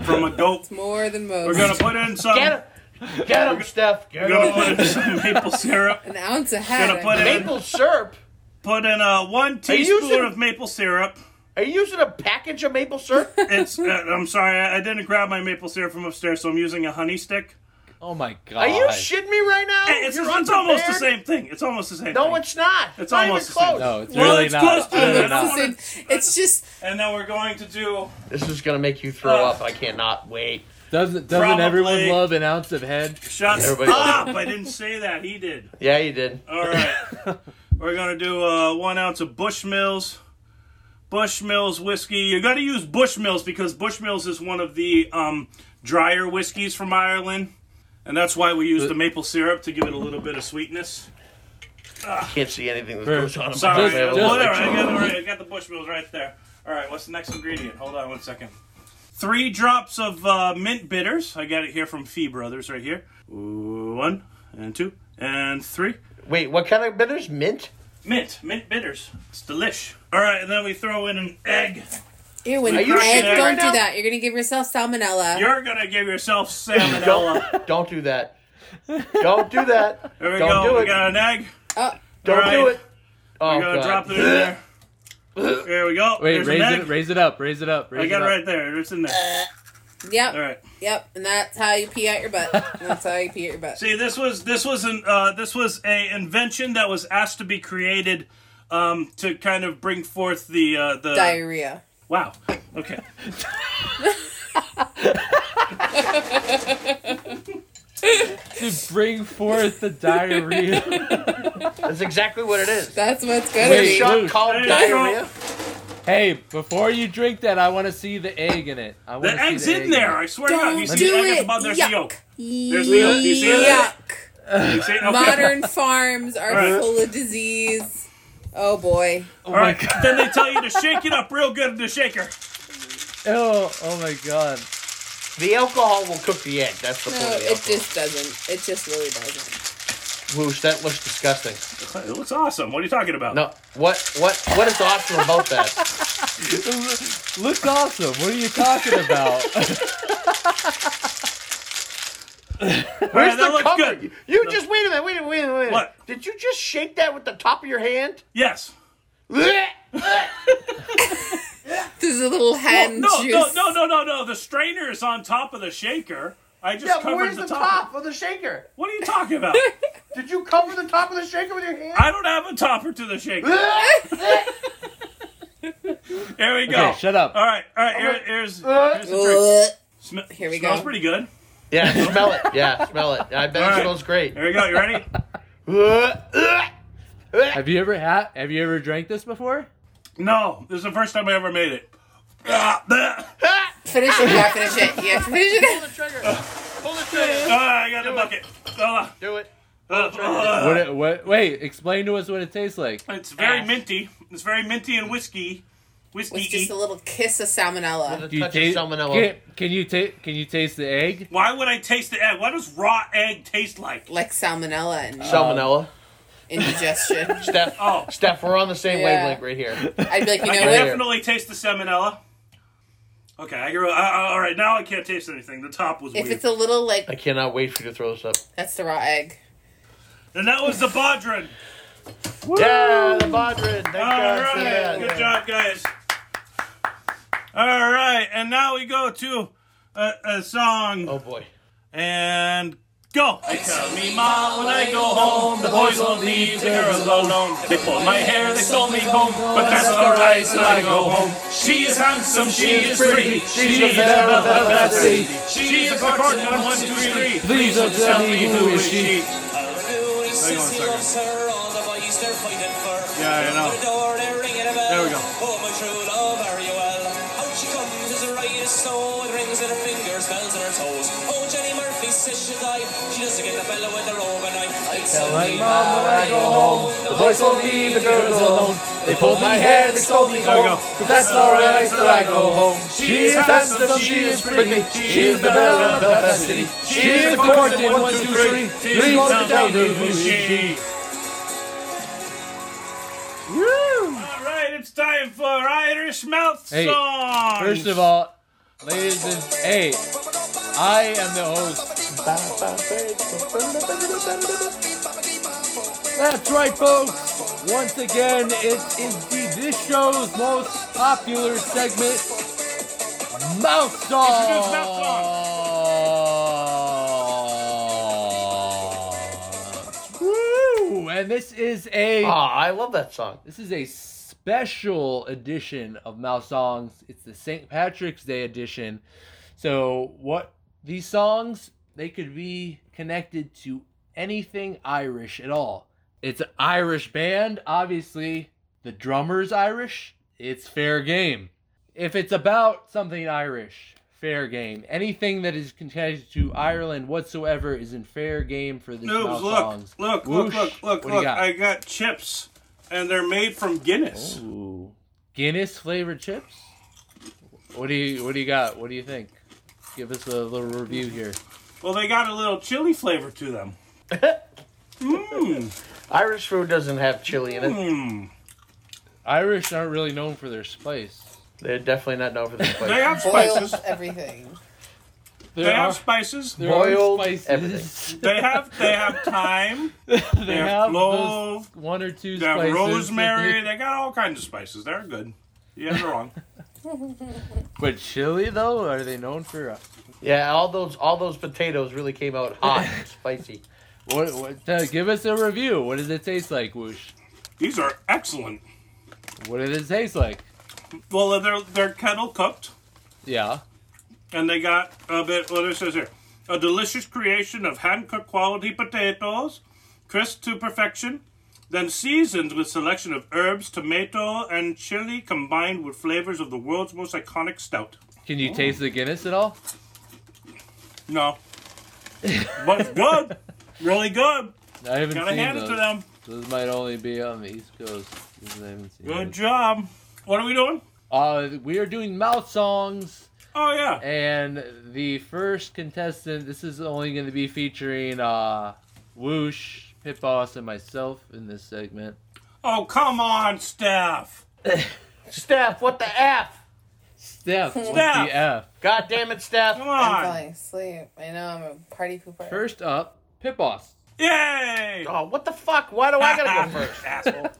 Speaker 1: from a goat.
Speaker 4: More than most.
Speaker 1: We're gonna put in some.
Speaker 2: Get him. Get him, Steph. Get
Speaker 1: We're
Speaker 2: 'em.
Speaker 1: gonna put in some maple syrup.
Speaker 4: An ounce of head.
Speaker 1: Gonna put in
Speaker 2: Maple syrup.
Speaker 1: put in uh, one
Speaker 2: you
Speaker 1: teaspoon
Speaker 2: using-
Speaker 1: of maple syrup.
Speaker 2: Are you using a package of maple syrup?
Speaker 1: It's uh, I'm sorry, I, I didn't grab my maple syrup from upstairs, so I'm using a honey stick.
Speaker 3: Oh my god.
Speaker 2: Are you shitting me right now?
Speaker 1: Hey, It's,
Speaker 2: Oh, You're
Speaker 1: it's almost the same
Speaker 2: unprepared?
Speaker 1: thing. It's almost the same.
Speaker 2: No,
Speaker 1: thing.
Speaker 2: it's not.
Speaker 1: It's
Speaker 2: not
Speaker 1: almost
Speaker 2: even
Speaker 1: the same.
Speaker 2: close.
Speaker 3: No, it's
Speaker 1: Well,
Speaker 3: really
Speaker 1: it's
Speaker 3: not.
Speaker 1: close to
Speaker 3: It's really
Speaker 1: it.
Speaker 3: not.
Speaker 1: It's
Speaker 4: It's, it's just
Speaker 1: And then we're going to do
Speaker 2: This is gonna make you throw
Speaker 1: Uh.
Speaker 2: up. I cannot wait.
Speaker 3: Doesn't Doesn't everyone
Speaker 1: Probably.
Speaker 3: love an ounce of head?
Speaker 1: shots
Speaker 2: Everybody-
Speaker 1: up. I didn't say that. He did.
Speaker 2: Yeah, you did.
Speaker 1: All right. We're gonna do uh, one ounce of Bushmills. Bushmills whiskey. You got to use Bushmills because Bushmills is one of the um, drier whiskeys from Ireland, and that's why we use the maple syrup to give it a little bit of sweetness.
Speaker 2: Can't see anything that goes on. in my
Speaker 1: Sorry,
Speaker 2: face.
Speaker 3: just-
Speaker 1: whatever. I got, all right, I got the Bushmills right there. All right, what's the next ingredient? Hold on one second. Three drops of uh, mint bitters. I got it here from Fee Brothers right here. One and two and three.
Speaker 2: Wait, what kind of bitters? Mint.
Speaker 1: Mint, mint bitters. It's delish. All right, and then we throw in an egg.
Speaker 4: ew. And
Speaker 2: Are you
Speaker 4: egg.
Speaker 1: shitting
Speaker 4: Don't
Speaker 2: right
Speaker 4: do
Speaker 2: now?
Speaker 4: that. You're gonna give yourself salmonella.
Speaker 1: You're gonna give yourself salmonella.
Speaker 2: Don't do that. Don't do that.
Speaker 1: There we
Speaker 2: Don't
Speaker 1: go.
Speaker 2: do
Speaker 1: we
Speaker 2: it.
Speaker 1: got an egg.
Speaker 4: oh,
Speaker 2: Don't
Speaker 1: All
Speaker 2: do
Speaker 1: right.
Speaker 2: it. Oh
Speaker 1: We're gonna
Speaker 2: god.
Speaker 1: drop it in there. There we go.
Speaker 3: Wait,
Speaker 1: There's
Speaker 3: raise
Speaker 1: an egg.
Speaker 3: it, raise it up, raise it up. Raise
Speaker 1: I got
Speaker 3: it
Speaker 1: it
Speaker 3: up.
Speaker 1: right there. It's in there.
Speaker 4: yep,
Speaker 1: All right.
Speaker 4: yep. And that's how you pee out your butt. That's how you pee out your butt.
Speaker 1: See, this was this was an uh, this was a invention that was asked to be created um, to kind of bring forth the uh, the
Speaker 4: Diarrhea.
Speaker 1: wow. Okay.
Speaker 3: To bring forth the diarrhea.
Speaker 2: That's exactly what it is.
Speaker 4: That's what's gonna
Speaker 3: Wait,
Speaker 4: be.
Speaker 3: shut-
Speaker 2: Sean
Speaker 3: Loose.
Speaker 2: called
Speaker 1: Hey,
Speaker 2: diarrhea.
Speaker 3: hey, before you drink that, I want to see the egg in it. I
Speaker 1: The
Speaker 3: wanna see
Speaker 1: egg's
Speaker 3: the
Speaker 1: in
Speaker 3: egg
Speaker 1: there.
Speaker 3: it.
Speaker 1: I swear to God,
Speaker 4: Don't
Speaker 1: you
Speaker 4: do
Speaker 1: see the egg at
Speaker 4: it.
Speaker 1: the bottom. There's the
Speaker 4: Yuck.
Speaker 1: yolk. There's the yolk. Do you see that?
Speaker 4: Yuck.
Speaker 1: You see? Okay.
Speaker 4: Modern farms are
Speaker 1: All right.
Speaker 4: full of disease. Oh boy.
Speaker 3: Oh
Speaker 1: All
Speaker 3: my
Speaker 1: right.
Speaker 3: god.
Speaker 1: then they tell you to shake it up real good in the shaker.
Speaker 3: Oh, oh my god.
Speaker 2: The alcohol will cook the egg. That's the
Speaker 4: No,
Speaker 2: point. Of the
Speaker 4: it
Speaker 2: alcohol.
Speaker 4: just doesn't. It just really doesn't.
Speaker 2: Whoosh, that looks disgusting.
Speaker 1: It looks awesome. What are you talking about?
Speaker 2: No, what, what, what is awesome about that?
Speaker 3: Looks awesome. What are you talking about?
Speaker 2: Where's
Speaker 1: that
Speaker 2: the
Speaker 1: looks
Speaker 2: cover?
Speaker 1: good.
Speaker 2: You just wait a minute, wait a minute, wait a minute.
Speaker 1: What?
Speaker 2: Did you just shake that with the top of your hand?
Speaker 1: Yes.
Speaker 2: Blech!
Speaker 9: There's a little hen
Speaker 1: no,
Speaker 9: juice.
Speaker 1: no, no, no, no, no. The strainer is on top of the shaker. I just
Speaker 2: Yeah, but
Speaker 1: covered
Speaker 2: where's
Speaker 1: the,
Speaker 2: the,
Speaker 1: top.
Speaker 2: top of the shaker?
Speaker 1: What are you talking about?
Speaker 2: Did you cover the top of the shaker with your hand?
Speaker 1: I don't have a topper to the shaker. Here we go. Uh,
Speaker 3: Okay, shut up.
Speaker 1: All right, all right. Here, here's,
Speaker 2: Uh,
Speaker 1: here's the drink.
Speaker 9: Ugh.
Speaker 1: Sm-
Speaker 9: Here we
Speaker 1: smells
Speaker 9: go.
Speaker 1: pretty good.
Speaker 2: yeah, smell it. Yeah, smell it. I
Speaker 1: All
Speaker 2: bet it
Speaker 1: right.
Speaker 2: smells great.
Speaker 1: Here we go. You ready?
Speaker 3: Have you ever had? Have you ever drank this before?
Speaker 1: No, this is the first time I ever made it. Ah, bleh.
Speaker 9: Finish it. Yeah, finish it. Yeah, finish it.
Speaker 1: Ah, I got the bucket. Ah,
Speaker 2: Do it.
Speaker 1: ah, ah.
Speaker 3: What, it- what, wait, explain to us what it tastes like.
Speaker 1: It's very
Speaker 9: Ash.
Speaker 1: minty. It's very minty and whiskey.
Speaker 9: It's
Speaker 1: Whiskey.
Speaker 9: just a little kiss of salmonella.
Speaker 2: With a touch of
Speaker 3: ta-
Speaker 2: salmonella.
Speaker 3: Can, can you taste? Can you taste the egg?
Speaker 1: Why would I taste the egg? What does raw egg taste like?
Speaker 9: Like salmonella and
Speaker 2: Salmonella.
Speaker 9: indigestion.
Speaker 2: Steph,
Speaker 1: Oh,
Speaker 2: Steph, we're on the same
Speaker 9: Yeah.
Speaker 2: wavelength right here.
Speaker 9: I'd be like, you know
Speaker 1: I can
Speaker 9: what?
Speaker 1: definitely taste the salmonella. Okay, I can. re- Uh, uh, all right, now I can't taste anything. The top was
Speaker 9: If
Speaker 1: weird,
Speaker 9: it's a little
Speaker 2: I
Speaker 9: like,
Speaker 2: cannot wait for you to throw this up.
Speaker 9: that's the raw egg.
Speaker 1: and that was the Bodron.
Speaker 2: Yeah, the Bodrin. Thank
Speaker 1: All
Speaker 2: God for
Speaker 1: right,
Speaker 2: that.
Speaker 1: good job, guys. All right, and now we go to a, a song.
Speaker 2: Oh boy.
Speaker 1: And go! I tell me ma when I go home, the boys won't leave the girl alone. They pull my hair, they stole me home, but that's alright when I go home. She is handsome, she is pretty, she is Isabella Betsy. She is the court on one, two, three. Please don't tell me who is she. Hang on a second. Yeah, I know. There we go. There we go.
Speaker 3: That's alright till I go home. She is handsome, she is pretty, she is the belle of Belfast City. She is the court in one, two, three. Please don't tell me who is she.
Speaker 1: All right, it's time for Irish mouth
Speaker 3: Hey,
Speaker 1: songs.
Speaker 3: First of all, ladies and hey, I am the host. That's right, folks. Once again, it is the, this show's most popular segment, Mouth
Speaker 1: Introduce Mouth
Speaker 3: Song. Woo! And this is a
Speaker 2: Ah, I love that song.
Speaker 3: this is a special edition of Mouse Songs. It's the St. Patrick's Day edition. So, what these songs, they could be connected to anything Irish at all. It's an Irish band, obviously. The drummer's Irish. It's fair game. If it's about something Irish, fair game. Anything that is connected to Ireland whatsoever is in fair game for this
Speaker 1: Noobs,
Speaker 3: Mouse
Speaker 1: look,
Speaker 3: Songs.
Speaker 1: look, look,
Speaker 3: Whoosh,
Speaker 1: look, look,
Speaker 3: what do you
Speaker 1: look.
Speaker 3: got?
Speaker 1: I got chips, and they're made from Guinness.
Speaker 3: Ooh. Guinness flavored chips? What do you what do you got? What do you think? Give us a little review here.
Speaker 1: Well, they got a little chili flavor to them. Mmm,
Speaker 2: Irish food doesn't have chili in it.
Speaker 1: mmm.
Speaker 3: Irish aren't really known for their spice.
Speaker 2: They're definitely not known for this
Speaker 1: They
Speaker 2: place.
Speaker 1: have
Speaker 9: Boiled
Speaker 1: spices.
Speaker 9: everything.
Speaker 1: They have spices.
Speaker 3: there are
Speaker 2: Boiled
Speaker 3: spices.
Speaker 2: everything.
Speaker 1: They have they have thyme.
Speaker 3: they,
Speaker 1: have
Speaker 3: have
Speaker 1: clove,
Speaker 3: those one or two
Speaker 1: They have
Speaker 3: spices. that
Speaker 1: rosemary.
Speaker 3: they-
Speaker 1: They got all kinds of spices. They're good. You guys are wrong.
Speaker 3: But chili though, are they known for? uh,
Speaker 2: Yeah, all those all those potatoes really came out hot, and spicy.
Speaker 3: What? what uh, give us a review. What does it taste like, Whoosh?
Speaker 1: These are excellent.
Speaker 3: What does it taste like?
Speaker 1: Well, uh, they're they're kettle cooked.
Speaker 3: Yeah.
Speaker 1: and they got a bit. What it says here: a delicious creation of hand-cooked quality potatoes, crisped to perfection, then seasoned with selection of herbs, tomato, and chili, combined with flavors of the world's most iconic stout.
Speaker 3: Can you taste the Guinness at all?
Speaker 1: No, but it's good, really good.
Speaker 3: I haven't
Speaker 1: Gotta
Speaker 3: seen
Speaker 1: hand
Speaker 3: those.
Speaker 1: it to them.
Speaker 3: Those might only be on the East Coast. These I haven't seen
Speaker 1: Good
Speaker 3: those.
Speaker 1: job. What are we doing?
Speaker 3: Uh, we are doing mouth songs,
Speaker 1: Oh yeah,
Speaker 3: and the first contestant. This is only going to be featuring uh, Whoosh, Pit Boss, and myself in this segment.
Speaker 1: oh come on, staff.
Speaker 2: Steph, what the F?
Speaker 3: Steph, with the
Speaker 1: Steph!
Speaker 3: F.
Speaker 2: God damn it, Steph.
Speaker 1: Come
Speaker 9: I'm
Speaker 1: on,
Speaker 9: falling asleep. I know I'm a party pooper.
Speaker 3: First up, Pit Boss.
Speaker 1: yay!
Speaker 2: Oh, what the fuck? Why do I gotta go first?
Speaker 1: Asshole.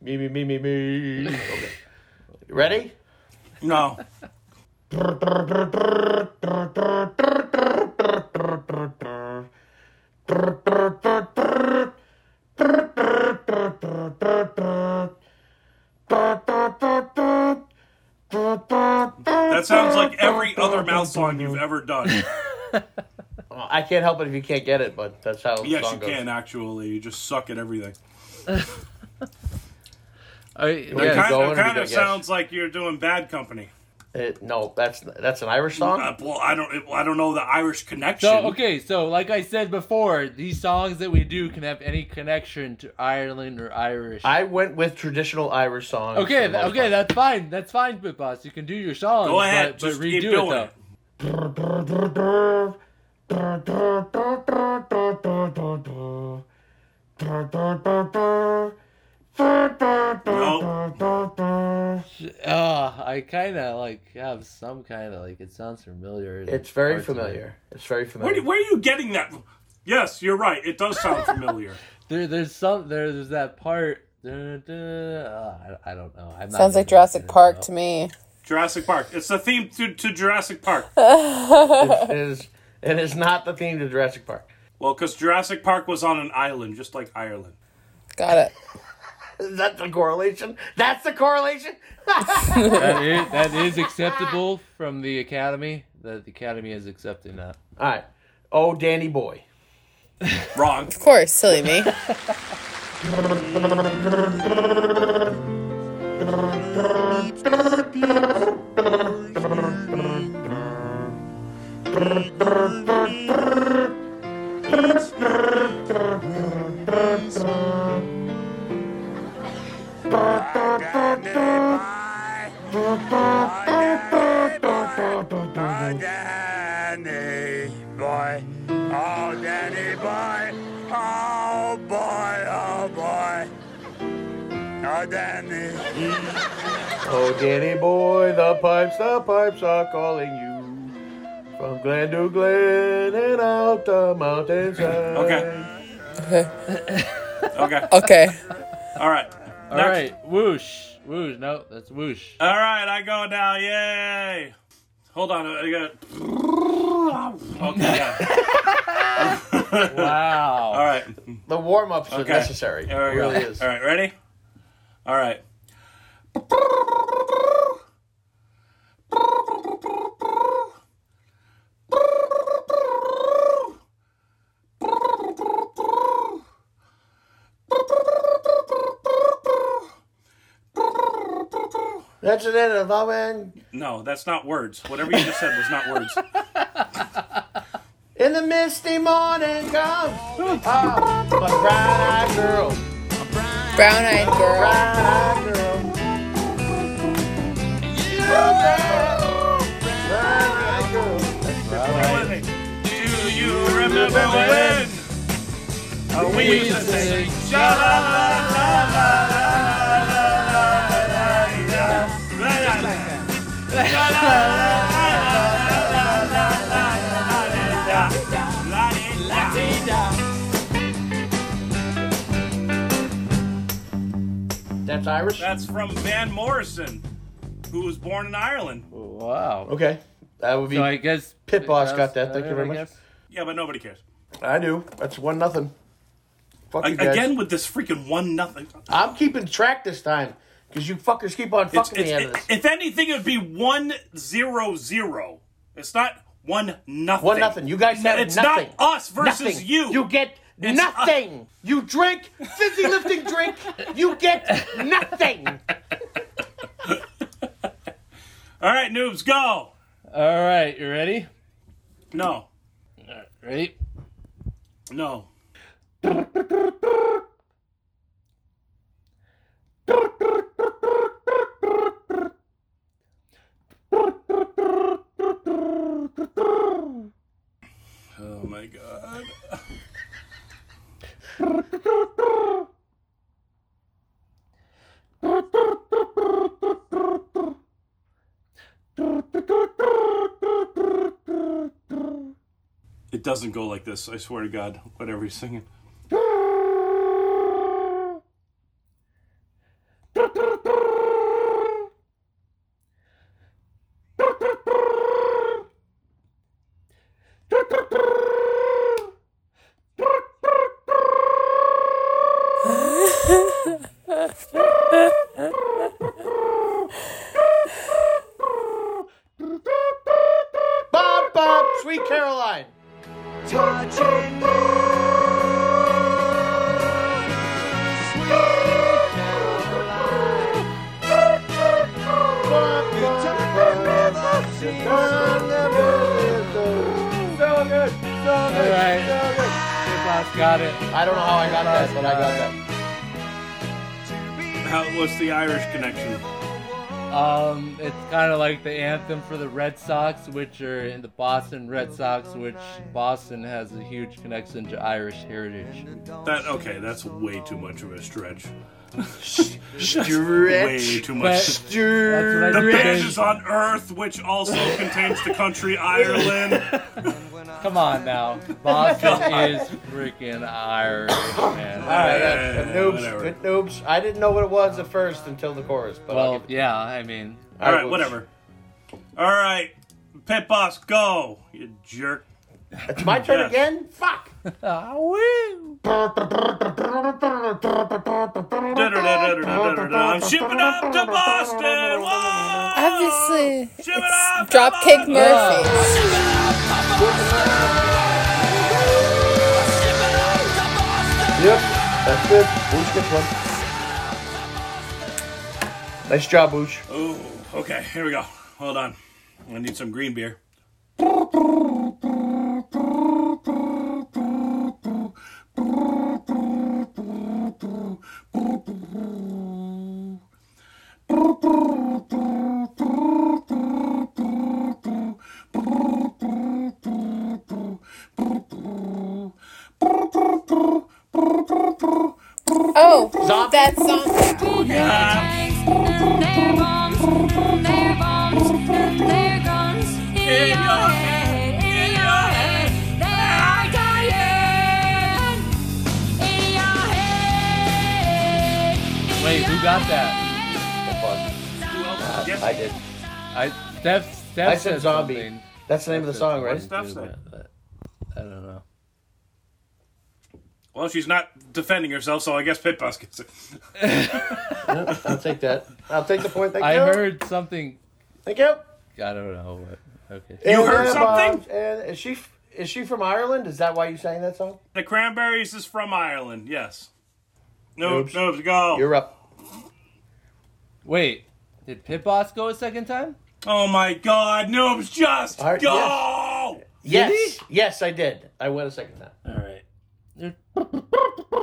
Speaker 2: Me, me, me, me, me. Okay. You Ready?
Speaker 1: No. That sounds like every other mouth song you've ever done.
Speaker 2: Oh, I can't help it if you can't get it, but that's how the
Speaker 1: Yes,
Speaker 2: song
Speaker 1: you
Speaker 2: goes.
Speaker 1: can actually. You just suck at everything.
Speaker 3: I,
Speaker 1: It
Speaker 2: Keep
Speaker 3: yeah,
Speaker 1: kind
Speaker 2: going,
Speaker 1: of,
Speaker 2: we
Speaker 1: kind
Speaker 2: go-
Speaker 1: of
Speaker 2: yes.
Speaker 1: sounds like you're doing bad company.
Speaker 2: It- no, that's that's an Irish song.
Speaker 1: Uh, well, I don't. I don't know the Irish connection.
Speaker 3: so okay, so like I said before, these songs that we do can have any connection to Ireland or Irish.
Speaker 2: I went with traditional Irish songs.
Speaker 3: okay,
Speaker 2: for the
Speaker 3: th-
Speaker 2: most
Speaker 3: okay, that's fine. That's fine, Pit Boss. You can do your songs,
Speaker 1: Go ahead,
Speaker 3: but,
Speaker 1: just
Speaker 3: but redo
Speaker 1: keep
Speaker 3: it
Speaker 1: doing
Speaker 3: though.
Speaker 1: it.
Speaker 3: Uh, I kind of like have some kind of like it sounds familiar. in
Speaker 2: It's very
Speaker 3: parts of it.
Speaker 2: familiar. It's very
Speaker 1: Where,
Speaker 2: familiar.
Speaker 1: do- where are you getting that? Yes, you're right. It does sound familiar.
Speaker 3: There, there's some. There, there's that part. duh, duh, uh, I, I don't know. I'm not
Speaker 9: Sounds like
Speaker 3: gonna
Speaker 9: Jurassic
Speaker 3: get it
Speaker 9: Park
Speaker 3: out.
Speaker 9: to me.
Speaker 1: Jurassic Park. It's the theme to, to Jurassic Park.
Speaker 2: it is. It is not the theme to Jurassic Park.
Speaker 1: Well, because Jurassic Park was on an island, just like Ireland.
Speaker 9: Got it.
Speaker 2: Is that the correlation? That's the correlation.
Speaker 3: That is, that is acceptable from the Academy. That the Academy is accepting that.
Speaker 2: All right. Oh, Danny boy.
Speaker 1: Wrong.
Speaker 9: Of course, silly me.
Speaker 5: Danny boy, oh Danny boy, oh boy, oh boy, oh Danny.
Speaker 2: Oh, Danny boy, the pipes, the pipes are calling you from glen to glen and out the mountainside.
Speaker 1: Okay. Okay.
Speaker 9: Okay.
Speaker 1: All right.
Speaker 3: All
Speaker 1: Next.
Speaker 3: right, whoosh, whoosh. No, that's whoosh.
Speaker 1: All right. I go now. Yay. Hold on. I got. Okay. Yeah.
Speaker 3: Wow.
Speaker 1: All right.
Speaker 2: The warm ups are
Speaker 1: Okay.
Speaker 2: necessary.
Speaker 1: There
Speaker 2: It
Speaker 1: we go.
Speaker 2: really is.
Speaker 1: All right. Ready? All right.
Speaker 2: That's an end of all men.
Speaker 1: No, that's not words. Whatever you just said was not words.
Speaker 2: In the misty morning comes ah, a bright-eyed girl,
Speaker 9: Brown eyed girl.
Speaker 2: bright-eyed girl. Bright-eyed girl.
Speaker 1: Do you remember when we used to sing?
Speaker 2: That's Irish.
Speaker 1: That's from Van Morrison, who was born in Ireland.
Speaker 3: Wow.
Speaker 2: Okay, that would be.
Speaker 3: So I guess
Speaker 2: Pit Boss
Speaker 3: I guess-
Speaker 2: got that. Thank you
Speaker 3: I
Speaker 2: very much.
Speaker 3: guess.
Speaker 1: Yeah, but nobody cares.
Speaker 2: I do. That's one nothing. Fuck
Speaker 1: A-
Speaker 2: you guys.
Speaker 1: again with this freaking one nothing.
Speaker 2: I'm keeping track this time because you fuckers keep on
Speaker 1: It's,
Speaker 2: fucking
Speaker 1: it's,
Speaker 2: me out of this.
Speaker 1: if anything, it would be one zero zero. It's not one nothing.
Speaker 2: One nothing. You guys said
Speaker 1: It's
Speaker 2: nothing.
Speaker 1: not us versus
Speaker 2: Nothing.
Speaker 1: you.
Speaker 2: You get
Speaker 1: It's
Speaker 2: nothing. You drink fizzy lifting drink. You get nothing.
Speaker 1: All right, noobs, go.
Speaker 3: All right, you ready?
Speaker 1: No,
Speaker 3: Ready?
Speaker 1: no. Oh my god. It doesn't go like this, I swear to God, whatever he's singing.
Speaker 2: Bob, Bob, Sweet Caroline. So good. So
Speaker 3: All
Speaker 2: good.
Speaker 3: right,
Speaker 2: So good.
Speaker 3: Blas got it.
Speaker 2: I don't know how I got that, but I got that.
Speaker 1: How was the Irish connection?
Speaker 3: Um, it's kind of like the anthem for the Red Sox, which are in the Boston Red Sox, which Boston has a huge connection to Irish heritage.
Speaker 1: That okay? That's way too much of a stretch. Way
Speaker 2: Stretch.
Speaker 1: too much.
Speaker 3: But- That's what I
Speaker 2: Stretch.
Speaker 1: the
Speaker 3: did.
Speaker 1: Badges on Earth, which also contains the country Ireland.
Speaker 3: Come on now, Boston is freaking Irish, man.
Speaker 2: All right,
Speaker 1: Yeah,
Speaker 2: good noobs,
Speaker 1: whatever.
Speaker 2: good noobs. I didn't know what it was at first until the chorus, but I'll
Speaker 3: Well,
Speaker 2: give it-
Speaker 3: yeah, I mean,
Speaker 1: All right,
Speaker 2: Irish.
Speaker 1: whatever. All right, pit boss, go. You jerk.
Speaker 2: It's my turn
Speaker 1: Yes.
Speaker 2: again. Fuck.
Speaker 1: Da-da-da-da-da-da-da-da. I'm shipping up to Boston. Whoa!
Speaker 9: Obviously,
Speaker 1: Ship it up
Speaker 9: it's
Speaker 1: to
Speaker 9: Dropkick
Speaker 1: Boston.
Speaker 9: Murphys.
Speaker 1: Ah.
Speaker 2: Yep, that's it. Boosh gets one. Nice job, Boosh.
Speaker 1: Ooh, okay, here we go. Hold on. I need some green beer.
Speaker 9: Oh, that song.
Speaker 1: In your head, in your head.
Speaker 3: wait, who got that?
Speaker 1: Who else? Yes.
Speaker 2: I did.
Speaker 3: I Steph, Steph
Speaker 2: I said zombie.
Speaker 3: something.
Speaker 2: That's the name of the song, right?
Speaker 1: Steph said.
Speaker 3: I don't know.
Speaker 1: Well, she's not defending herself, so I guess pit boss gets it.
Speaker 2: I'll take that. I'll take the point. Thank
Speaker 3: I
Speaker 2: you.
Speaker 3: heard something.
Speaker 2: Thank you.
Speaker 3: I don't know what. Okay.
Speaker 2: You
Speaker 1: heard something?
Speaker 2: And is she is she from Ireland? Is that why you sang that song?
Speaker 1: The cranberries is from Ireland. Yes. Nope,
Speaker 2: Noobs.
Speaker 1: noobs, go.
Speaker 2: You're up.
Speaker 3: Wait, did Pit Boss go a second time?
Speaker 1: Oh my God, noobs, just
Speaker 2: All right,
Speaker 1: go.
Speaker 2: Yes. Yes, I did. I went a second time.
Speaker 1: All right.
Speaker 3: They're-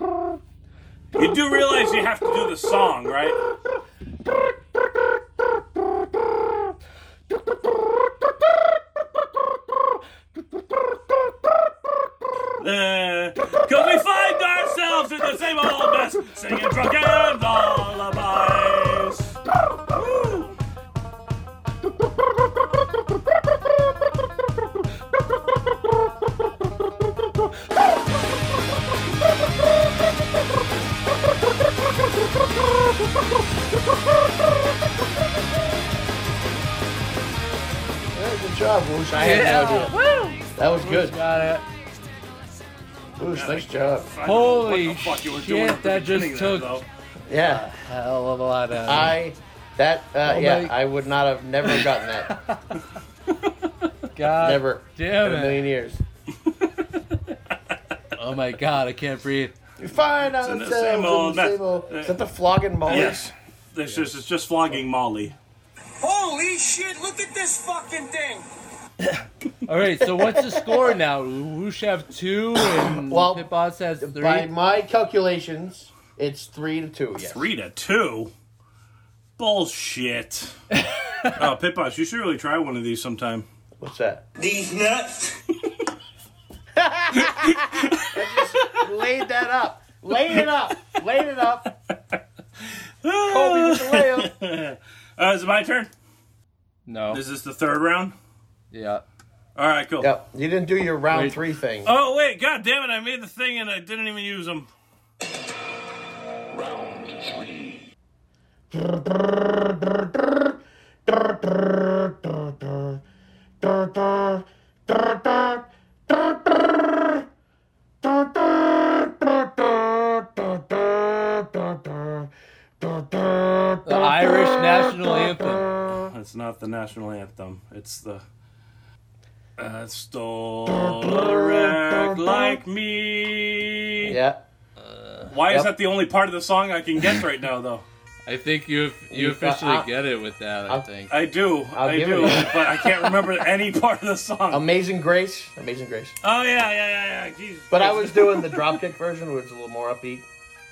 Speaker 1: You do realize you have to do the song, right? Because Uh, we find ourselves in the same old mess, singing drunk and lullabies. Woo.
Speaker 2: Yeah, good job, Boosh. I had no idea. That was good.
Speaker 3: Got it.
Speaker 2: Boosh, nice job.
Speaker 1: I don't know
Speaker 3: Holy
Speaker 1: what the fuck you were
Speaker 3: shit,
Speaker 1: doing at the
Speaker 3: that just
Speaker 1: beginning there,
Speaker 3: took-
Speaker 1: though.
Speaker 2: Yeah.
Speaker 3: Hell of a lot of.
Speaker 2: I that uh,
Speaker 3: Oh
Speaker 2: yeah,
Speaker 3: my-
Speaker 2: I would not have never gotten that.
Speaker 3: God
Speaker 2: Never.
Speaker 3: Damn
Speaker 2: in a
Speaker 3: it.
Speaker 2: million years.
Speaker 3: Oh my God, I can't breathe.
Speaker 2: You find out
Speaker 1: in the
Speaker 2: the
Speaker 1: same
Speaker 2: same
Speaker 1: old
Speaker 2: old.
Speaker 1: mess.
Speaker 2: Is that the flogging molly?
Speaker 1: Yes. This is it's just flogging Molly.
Speaker 5: Holy shit, look at this fucking thing.
Speaker 3: All right, so what's the score now? Whoosh have two and
Speaker 2: Well,
Speaker 3: Pit Boss has three.
Speaker 2: By my calculations, it's three to two. Yes.
Speaker 1: Three to two. Bullshit. Oh, Pit Boss, you should really try one of these sometime.
Speaker 2: What's that?
Speaker 5: These nuts.
Speaker 2: Laid that up. Laid it up. Laid it up. Kobe with the layup.
Speaker 1: Uh, is it my turn?
Speaker 3: No.
Speaker 1: Is this the third round?
Speaker 3: Yeah.
Speaker 1: All right, cool.
Speaker 2: Yep. You didn't do your round
Speaker 3: Wait.
Speaker 2: three thing.
Speaker 1: Oh wait, god damn it! I made the thing and I didn't even use them.
Speaker 5: Round three.
Speaker 3: The Irish national anthem.
Speaker 1: It's not the national anthem. It's the. Uh, stole a wreck like me.
Speaker 2: Yeah.
Speaker 1: Why is
Speaker 2: Yep.
Speaker 1: that the only part of the song I can get right now, though?
Speaker 3: I think you you
Speaker 2: You uh, got-
Speaker 3: officially
Speaker 2: I-
Speaker 3: get it with that. I
Speaker 2: I'll-
Speaker 3: think.
Speaker 1: I do,
Speaker 2: I'll
Speaker 1: I
Speaker 2: give
Speaker 1: do,
Speaker 2: it to you. Um,
Speaker 1: but I can't remember any part of the song.
Speaker 2: Amazing Grace. Amazing Grace.
Speaker 1: oh yeah, yeah, yeah, yeah. Jesus
Speaker 2: But I
Speaker 1: Christ.
Speaker 2: was doing the dropkick version, which is a little more upbeat.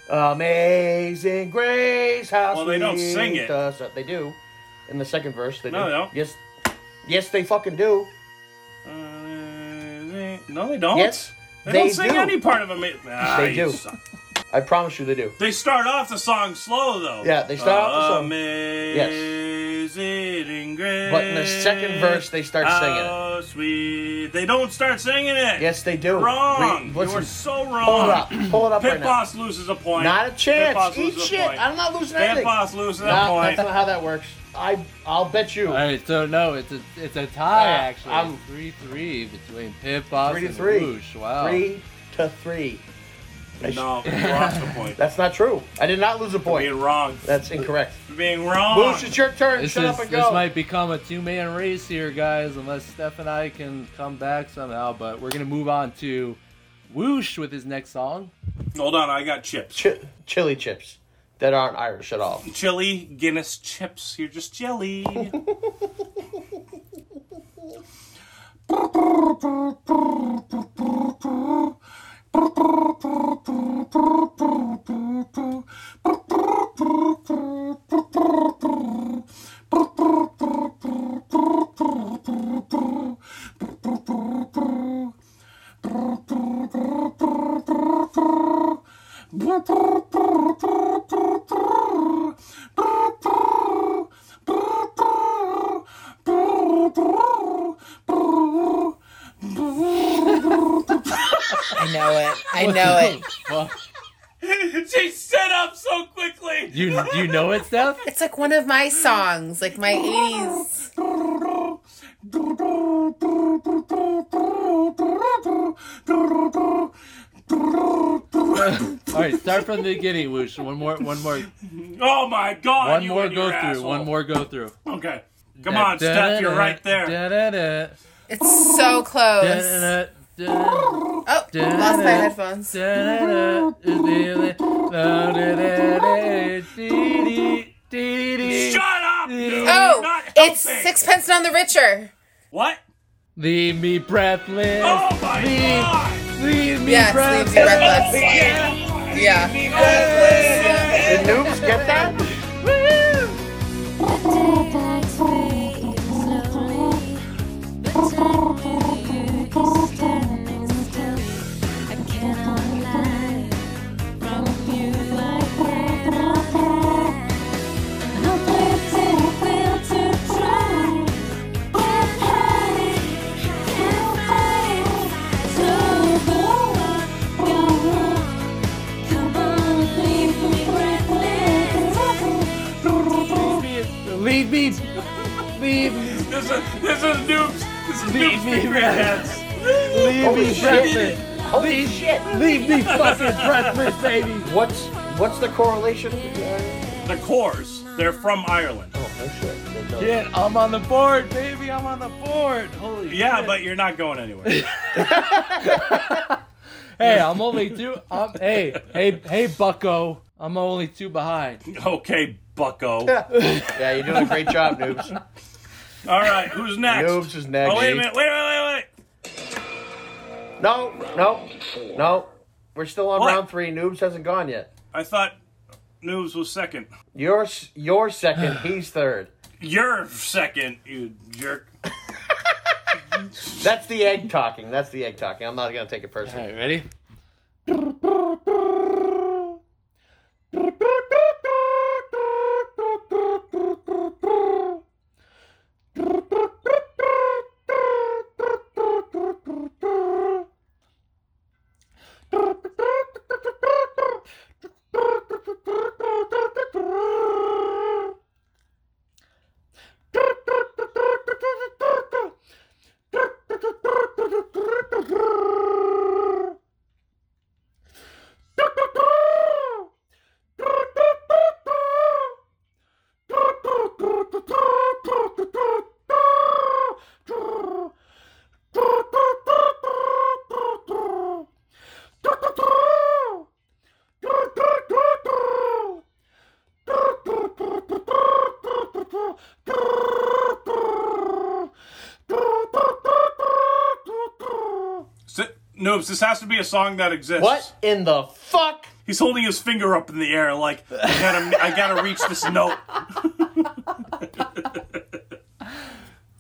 Speaker 2: Amazing Grace, how
Speaker 1: Well, they don't
Speaker 2: sweet
Speaker 1: sing it.
Speaker 2: the so- They do. In the second verse, they
Speaker 1: No,
Speaker 2: do.
Speaker 1: they don't.
Speaker 2: Yes, yes, they fucking do.
Speaker 1: Uh, no, they don't.
Speaker 2: Yes,
Speaker 1: they,
Speaker 2: they
Speaker 1: don't sing
Speaker 2: do.
Speaker 1: any part of it.
Speaker 2: They do. I promise you, they do.
Speaker 1: They start off the song slow though.
Speaker 2: Yeah, they start off the song-
Speaker 1: Amazing grace.
Speaker 2: But in the
Speaker 1: Eh,
Speaker 2: second verse, they start
Speaker 1: how
Speaker 2: singing it.
Speaker 1: sweet. They don't start singing it.
Speaker 2: Yes, they do.
Speaker 1: Wrong.
Speaker 2: Re-
Speaker 1: you
Speaker 2: listen,
Speaker 1: are so wrong.
Speaker 2: pull it up. Pull it up
Speaker 1: Pit
Speaker 2: right now.
Speaker 1: Boss loses a point.
Speaker 2: Not a
Speaker 1: Pit
Speaker 2: chance.
Speaker 1: Boss
Speaker 2: Eat
Speaker 1: loses a
Speaker 2: shit.
Speaker 1: point.
Speaker 2: I'm not losing
Speaker 1: Pit
Speaker 2: anything.
Speaker 1: Boss loses
Speaker 2: Nah,
Speaker 1: a point.
Speaker 2: That's not how that works. I, I'll bet you.
Speaker 3: All right, so no, it's a it's a tie
Speaker 2: Yeah,
Speaker 3: actually.
Speaker 2: I'm-
Speaker 3: three three between Pip Boss
Speaker 2: Three to
Speaker 3: and
Speaker 2: three.
Speaker 3: Whoosh. Wow.
Speaker 2: Three to three. I sh-
Speaker 1: No, you lost a point.
Speaker 2: That's not true. I did not lose a point.
Speaker 1: Being wrong.
Speaker 2: That's incorrect.
Speaker 1: Being wrong.
Speaker 2: Boosh, it's your turn.
Speaker 3: This
Speaker 2: Shut
Speaker 3: is
Speaker 2: up and go.
Speaker 3: this might become a two man race here, guys, unless Steph and I can come back somehow. But we're gonna move on to Whoosh with his next song.
Speaker 1: Hold on, I got chips.
Speaker 2: Chi- chili chips that aren't Irish at all.
Speaker 1: Chili Guinness chips. You're just jelly.
Speaker 9: I know it. I know it.
Speaker 3: Well,
Speaker 1: she set up so quickly.
Speaker 3: you you know it, Steph?
Speaker 4: It's like one of my songs, like my 80s.
Speaker 3: All right, start from the beginning, Whoosh. One more one more
Speaker 1: Oh my god.
Speaker 3: one
Speaker 1: you
Speaker 3: more
Speaker 1: and your
Speaker 3: go through.
Speaker 1: asshole.
Speaker 3: One more go through.
Speaker 1: Okay. Come on, Steph, you're right there.
Speaker 3: Da-da-da,
Speaker 4: It's so close.
Speaker 3: da-da-da, da-da-da.
Speaker 4: Oh, lost my headphones.
Speaker 3: The
Speaker 1: Shut up, dude. You're
Speaker 4: Oh,
Speaker 1: not
Speaker 4: it's
Speaker 1: helping.
Speaker 4: Sixpence None the Richer.
Speaker 1: What?
Speaker 3: me breathless.
Speaker 1: Oh my
Speaker 3: leave,
Speaker 1: god.
Speaker 3: leave me
Speaker 4: Yes, leaves you
Speaker 3: breathless.
Speaker 4: reckless. Yeah.
Speaker 2: The noobs get that?
Speaker 3: Leave me, leave, me-
Speaker 1: This is this is noobs. This is
Speaker 3: Leave
Speaker 1: noobs
Speaker 3: me
Speaker 1: figuring
Speaker 3: right.
Speaker 1: heads.
Speaker 3: leave
Speaker 2: Holy
Speaker 3: me
Speaker 2: shit.
Speaker 3: breathless.
Speaker 2: Holy shit.
Speaker 3: Leave me fucking breathless, baby.
Speaker 2: What's what's the correlation? Uh,
Speaker 1: The cores. They're from Ireland.
Speaker 2: oh, no shit. No.
Speaker 3: Shit, I'm on the board, baby. I'm on the board. Holy
Speaker 1: Yeah,
Speaker 3: shit.
Speaker 1: but you're not going anywhere.
Speaker 3: Hey, I'm only two. I'm, hey, hey, hey, Bucko. I'm only two behind.
Speaker 1: okay, bucko.
Speaker 2: Yeah, you're doing a great job, noobs.
Speaker 1: All right, who's next?
Speaker 2: Noobs is next.
Speaker 1: Oh wait a minute. Wait, wait, wait, wait.
Speaker 2: No, no, no. We're still on
Speaker 1: What?
Speaker 2: round three. Noobs hasn't gone yet.
Speaker 1: I thought noobs was second.
Speaker 2: You're, s- you're second. He's third.
Speaker 1: You're second, you jerk.
Speaker 2: That's the egg talking. That's the egg talking. I'm not gonna take it
Speaker 3: All
Speaker 2: personally.
Speaker 3: right, ready?
Speaker 1: Si- Noobs, this has to be a song that exists.
Speaker 2: What in the fuck?
Speaker 1: He's holding his finger up in the air, like I gotta, I gotta reach this note.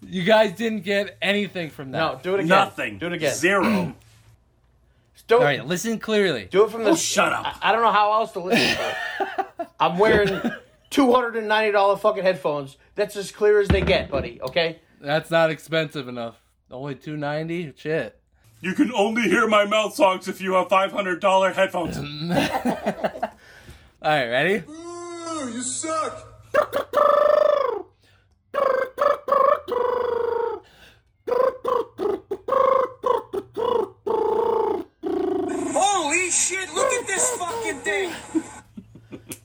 Speaker 3: You guys didn't get anything from that.
Speaker 2: No, do it again.
Speaker 1: Nothing.
Speaker 2: Do it again.
Speaker 1: Zero.
Speaker 2: Do it,
Speaker 3: All right, listen clearly.
Speaker 2: do it from the.
Speaker 1: oh, shut up.
Speaker 2: I don't know how else to listen to it. I'm wearing two hundred and ninety dollar fucking headphones. That's as clear as they get, buddy. Okay.
Speaker 3: That's not expensive enough. Only two ninety. Shit.
Speaker 1: You can only hear my mouth songs if you have five hundred dollar headphones.
Speaker 3: All right, ready?
Speaker 5: Ooh, you suck. Holy shit, look at this fucking thing.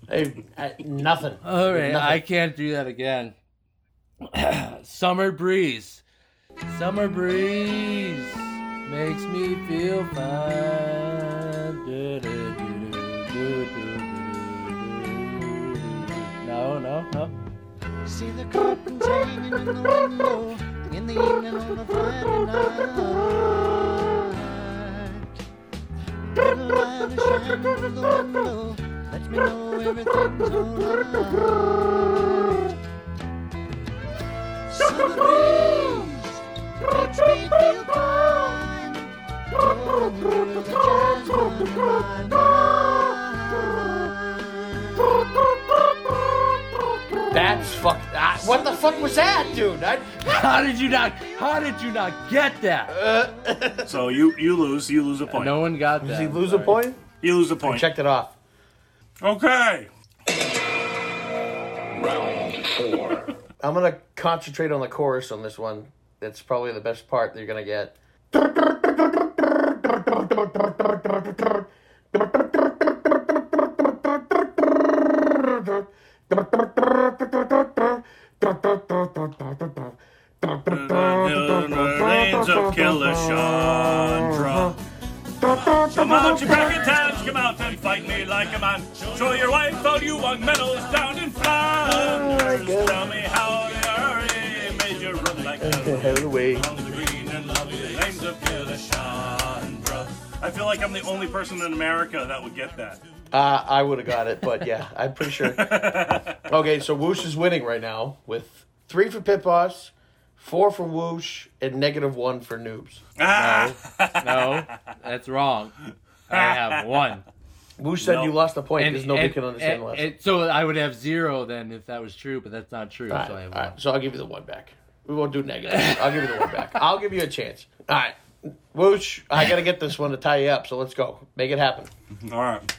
Speaker 2: Hey, I, nothing.
Speaker 3: All right,
Speaker 2: Nothing.
Speaker 3: I can't do that again. Summer breeze. Summer breeze makes me feel fine. Du-du-du-du-du-du-du-du-du. No, no, no.
Speaker 10: See the curtains hanging in the window in the evening on a Friday night. Little light is shining through the window, lets me know everything's alright. Summer breeze makes me feel fine. Oh, the world shines under my mind.
Speaker 2: That's fuck. I, what the fuck was that, dude? I,
Speaker 3: How did you not? How did you not get that?
Speaker 1: So you, you lose. You lose a point.
Speaker 3: no one got that.
Speaker 2: Does he
Speaker 3: I'm
Speaker 2: lose a
Speaker 3: sorry.
Speaker 2: point?
Speaker 1: You lose a point.
Speaker 2: Checked it off.
Speaker 1: Okay.
Speaker 2: I'm gonna concentrate on the chorus on this one. That's probably the best part that you're gonna get.
Speaker 1: Names of Killer Chandra. Come out, you bracket tabs, come out and fight me like a man. Show your wife all you want medals down in Flanders. Tell me how your made you run like hell.
Speaker 2: Away.
Speaker 1: Along the green and lovely lanes of Killer Chandra. I feel like I'm the only person in America that would get that.
Speaker 2: Uh, I would have got it, but yeah, I'm pretty sure. Okay, so Woosh is winning right now with three for Pit Boss, four for Woosh, and negative one for Noobs.
Speaker 1: Ah,
Speaker 3: No, that's wrong. I have one.
Speaker 2: Woosh said
Speaker 1: No.
Speaker 2: you lost a point because nobody can understand
Speaker 3: and-
Speaker 2: the last.
Speaker 3: and- so I would have zero then if that was true, but that's not true.
Speaker 2: All right,
Speaker 3: so I have
Speaker 2: all
Speaker 3: one.
Speaker 2: right, so I'll give you the one back. We won't do negative. I'll give you the one back. I'll give you a chance. All right. Woosh, I got to get this one to tie you up, so let's go. Make it happen.
Speaker 1: all right.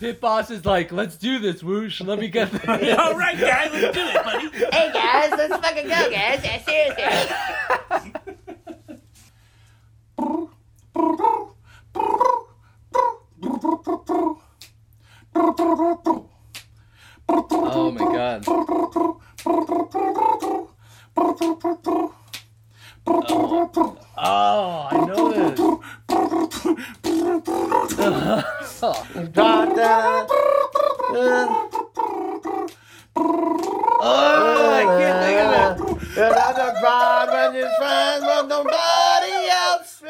Speaker 3: Pit Boss is like, let's do this, whoosh. Let me get the
Speaker 1: All right, guys, let's do it, buddy.
Speaker 9: Hey guys, let's fucking go, guys. Yeah, seriously.
Speaker 3: Oh my god. Oh, I know this.
Speaker 2: Da, da, da,
Speaker 3: Oh, I can't think of it.
Speaker 2: da, da, da, pride when you're friends with nobody else.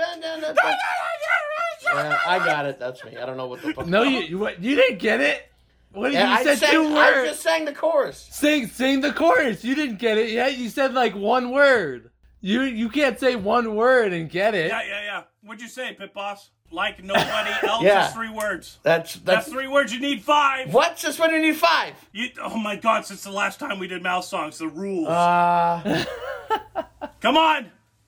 Speaker 2: Yeah, I got it. That's me. I don't know what the fuck.
Speaker 3: No, you you, what, you didn't get it. What did
Speaker 2: And
Speaker 3: you
Speaker 2: I,
Speaker 3: said
Speaker 2: sang,
Speaker 3: two
Speaker 2: I
Speaker 3: words?
Speaker 2: just sang the chorus.
Speaker 3: Sing, sing the chorus. You didn't get it yet. You said like one word. You you can't say one word and get it.
Speaker 1: Yeah, yeah, yeah. What'd you say, Pit Boss? Like nobody else
Speaker 2: Yeah.
Speaker 1: is three words.
Speaker 2: That's
Speaker 1: That's,
Speaker 2: that's,
Speaker 1: three words. You need five.
Speaker 2: what? Just when you need five.
Speaker 1: You, oh my God! Since the last time we did mouth songs, the rules.
Speaker 2: Uh,
Speaker 1: Come on,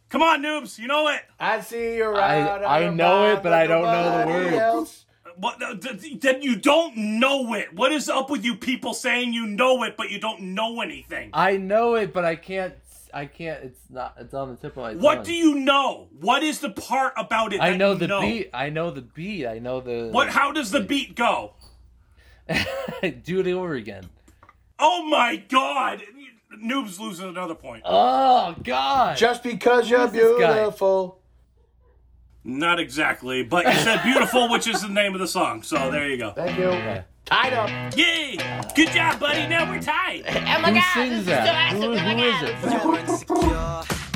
Speaker 1: come on, noobs. You know it.
Speaker 2: I see you out.
Speaker 3: I know it, but I don't know the
Speaker 2: nobody
Speaker 3: words.
Speaker 2: else.
Speaker 1: What? th- th- Then you don't know it. What is up with you people saying you know it, but you don't know anything?
Speaker 3: I know it, but I can't. I can't. It's not. It's on the tip of my tongue.
Speaker 1: What do you know? What is the part about it?
Speaker 3: I
Speaker 1: that
Speaker 3: know
Speaker 1: you
Speaker 3: the beat. I know the beat. I know the.
Speaker 1: What? How does the beat go?
Speaker 3: do it over again.
Speaker 1: Oh my God! Noobs losing another point.
Speaker 3: Oh God.
Speaker 2: Just because you're
Speaker 3: this guy?
Speaker 2: beautiful.
Speaker 1: Not exactly, but you said beautiful, which is the name of the song. So there you go.
Speaker 2: Thank you. Tied up.
Speaker 1: Yay! Good job, buddy. Now we're tied.
Speaker 9: Oh my
Speaker 3: Who
Speaker 9: god,
Speaker 3: sings
Speaker 9: this is
Speaker 3: that?
Speaker 9: so awesome.
Speaker 3: Who-
Speaker 9: oh my
Speaker 3: who
Speaker 9: god,
Speaker 3: is it?
Speaker 9: this is so awesome.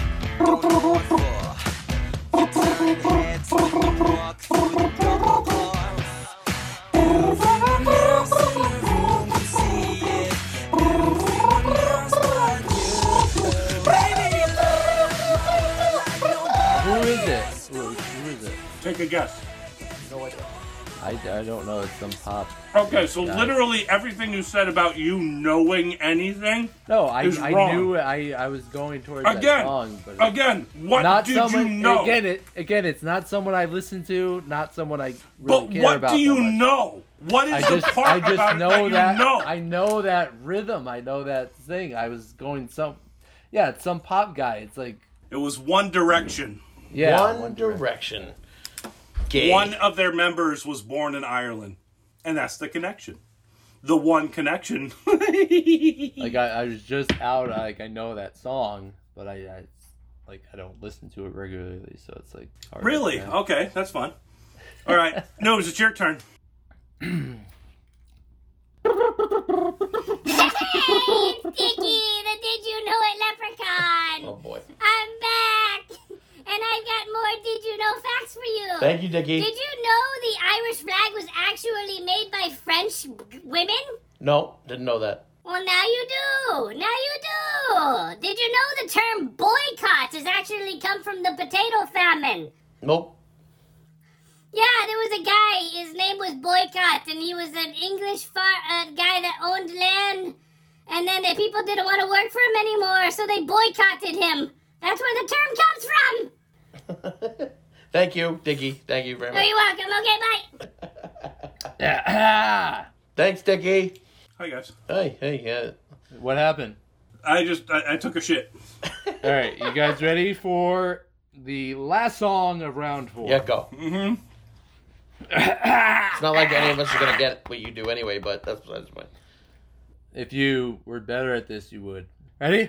Speaker 3: Who is it? Who, who is it?
Speaker 1: Take a guess.
Speaker 3: I, I don't know. It's some pop.
Speaker 1: Okay, so
Speaker 3: Guys.
Speaker 1: literally everything you said about you knowing anything.
Speaker 3: No, I,
Speaker 1: It's
Speaker 3: I
Speaker 1: wrong.
Speaker 3: knew it. I I was going towards that
Speaker 1: Again.
Speaker 3: song, but
Speaker 1: Again, what
Speaker 3: not
Speaker 1: did
Speaker 3: someone.
Speaker 1: you know?
Speaker 3: Again, it again. It's not someone I listen to. Not someone I really
Speaker 1: but
Speaker 3: care
Speaker 1: what
Speaker 3: about.
Speaker 1: do
Speaker 3: that
Speaker 1: you
Speaker 3: much.
Speaker 1: know? What is
Speaker 3: I
Speaker 1: the
Speaker 3: just
Speaker 1: part
Speaker 3: I just
Speaker 1: about it that
Speaker 3: know
Speaker 1: you
Speaker 3: that,
Speaker 1: know?
Speaker 3: I know that rhythm. I know that thing. I was going some. Yeah, it's some pop guy. It's like
Speaker 1: It was One Direction.
Speaker 3: yeah.
Speaker 2: One, Direction. Gay.
Speaker 1: One of their members was born in Ireland, and that's the connection. The one connection.
Speaker 3: Like I, I was just out. Like I know that song, but I, I like I don't listen to it regularly, so it's like hard to
Speaker 1: really?
Speaker 3: know.
Speaker 1: Okay, that's fun. All right, Noobs, it's your turn.
Speaker 6: Hey, Sticky, the Did You Know It Leprechaun.
Speaker 2: Oh boy.
Speaker 6: I'm back, and I've got more Did You Know facts for you.
Speaker 2: Thank you, Dickie.
Speaker 6: Did you know the Irish flag was actually made by French g- women?
Speaker 2: No, didn't know that.
Speaker 6: Well, now you do. Now you do. Did you know the term boycott has actually come from the potato famine?
Speaker 2: Nope.
Speaker 6: Yeah, there was a guy. His name was Boycott, and he was an English far- uh, guy that owned land. And then the people didn't want to work for him anymore, so they boycotted him. That's where the term comes from.
Speaker 2: Thank you, Dickie. Thank you very
Speaker 6: Oh,
Speaker 2: much.
Speaker 6: you're welcome. Okay, bye.
Speaker 3: Yeah.
Speaker 2: Thanks, Dickie.
Speaker 1: Hi guys.
Speaker 2: Hey, hey, uh, yeah.
Speaker 3: what happened?
Speaker 1: I just I, I took a shit.
Speaker 3: All right, you guys ready for the last song of round four?
Speaker 2: Yeah, go. Mm-hmm. it's not like any of us are gonna get what you do anyway, but that's that's fine.
Speaker 3: If you were better at this, you would. Ready?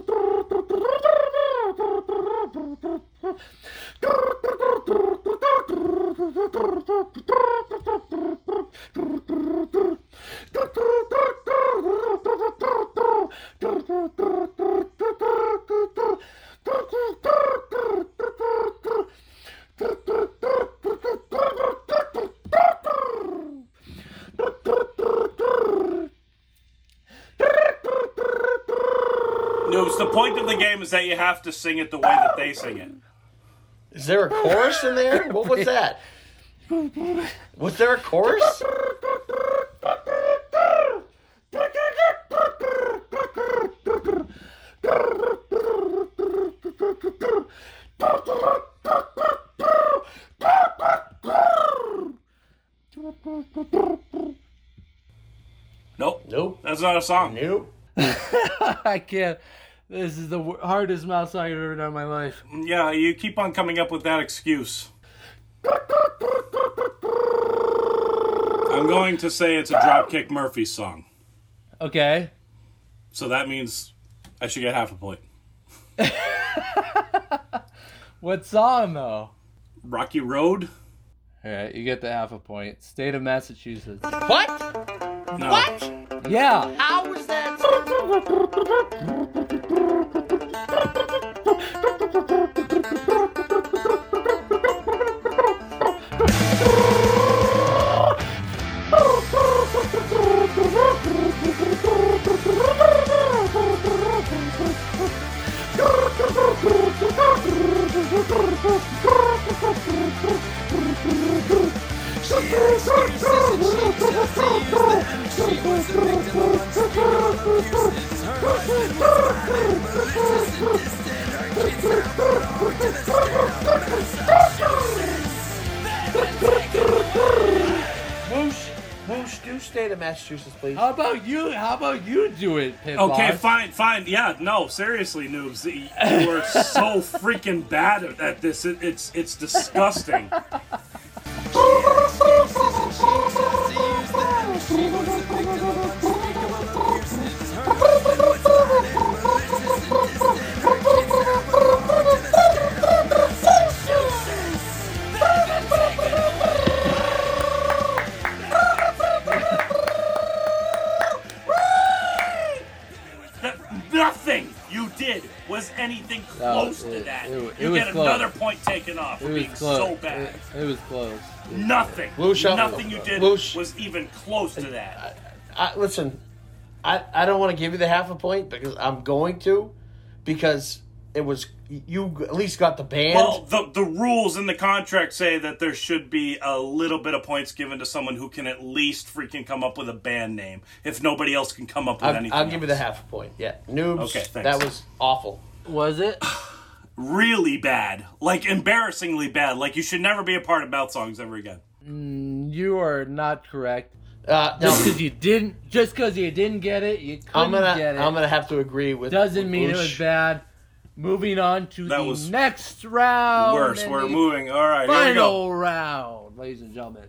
Speaker 1: Noobs, the point of the game is that you have to sing it the way that they sing it.
Speaker 2: Is there a chorus in there? What was that? Was there a chorus?
Speaker 1: Nope.
Speaker 2: Nope.
Speaker 1: That's not a song.
Speaker 2: Nope.
Speaker 3: I can't. This is the wor- hardest mouth song I've ever done in my life.
Speaker 1: Yeah, you keep on coming up with that excuse. I'm going to say it's a Dropkick Murphy song.
Speaker 3: Okay.
Speaker 1: So that means I should get half a point.
Speaker 3: What song though?
Speaker 1: Rocky Road?
Speaker 3: All right, you get the half a point. State of Massachusetts.
Speaker 2: What?
Speaker 1: No.
Speaker 2: What?
Speaker 3: Yeah.
Speaker 2: How was that? Moosh, Moosh, do state of Massachusetts, please.
Speaker 3: How about you? How about you do it, Pit
Speaker 1: Okay,
Speaker 3: Boss?
Speaker 1: fine, fine. Yeah, no, seriously, noobs, you are so freaking bad at- at this. It, it's it's disgusting. That, nothing you did was anything
Speaker 3: No,
Speaker 1: close to
Speaker 3: it-
Speaker 1: that.
Speaker 3: it wa- it
Speaker 1: you
Speaker 3: was
Speaker 1: get
Speaker 3: close.
Speaker 1: another point taken off for
Speaker 3: It was
Speaker 1: being
Speaker 3: close.
Speaker 1: so bad.
Speaker 3: It, it was close.
Speaker 1: nothing,
Speaker 2: Blue shell-
Speaker 1: nothing you did
Speaker 2: blue sh-
Speaker 1: was even close to that.
Speaker 2: I, listen, I, I don't want to give you the half a point because I'm going to, because it was you at least got the band.
Speaker 1: Well, the the rules in the contract say that there should be a little bit of points given to someone who can at least freaking come up with a band name if nobody else can come up with
Speaker 2: I'll,
Speaker 1: anything.
Speaker 2: I'll give you the
Speaker 1: else.
Speaker 2: half a point. Yeah, noobs.
Speaker 1: Okay, thanks.
Speaker 2: That was awful.
Speaker 3: Was it?
Speaker 1: Really bad, like embarrassingly bad. Like you should never be a part of Mouth Songs ever again.
Speaker 3: Mm, You are not correct.
Speaker 2: Uh,
Speaker 3: Just
Speaker 2: no,
Speaker 3: because you didn't, just because you didn't get it, you couldn't
Speaker 2: I'm gonna
Speaker 3: get it.
Speaker 2: I'm gonna have to agree with.
Speaker 3: Doesn't
Speaker 2: with
Speaker 3: mean it was
Speaker 2: Bloosh.
Speaker 3: bad. Moving on to
Speaker 1: That
Speaker 3: the
Speaker 1: was
Speaker 3: next round.
Speaker 1: Worse.
Speaker 3: and
Speaker 1: We're
Speaker 3: the
Speaker 1: moving. All right, here we go.
Speaker 3: Oh, Final round, ladies and gentlemen.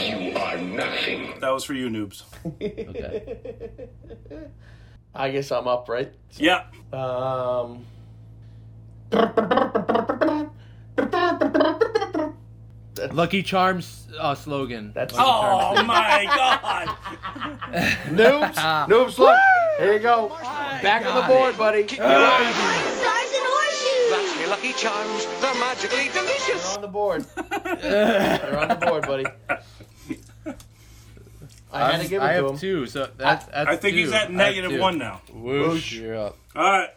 Speaker 5: You are nothing.
Speaker 1: That was for you, noobs.
Speaker 3: Okay.
Speaker 2: I guess I'm up, right?
Speaker 1: Yeah.
Speaker 2: Um.
Speaker 3: Lucky Charms uh, slogan.
Speaker 2: That's
Speaker 1: Oh my god.
Speaker 2: noobs. Noobs, look. Here you go. Back on the board, buddy.
Speaker 10: Stars and horseshoes.
Speaker 5: Your lucky charms, they're magically delicious.
Speaker 2: on the board. They're on the board, buddy. I had to give it
Speaker 3: I
Speaker 2: to
Speaker 3: have
Speaker 2: him.
Speaker 3: two, so that's, that's
Speaker 1: I think
Speaker 3: two.
Speaker 1: he's at negative one now.
Speaker 3: Whoosh, you're up.
Speaker 1: All right.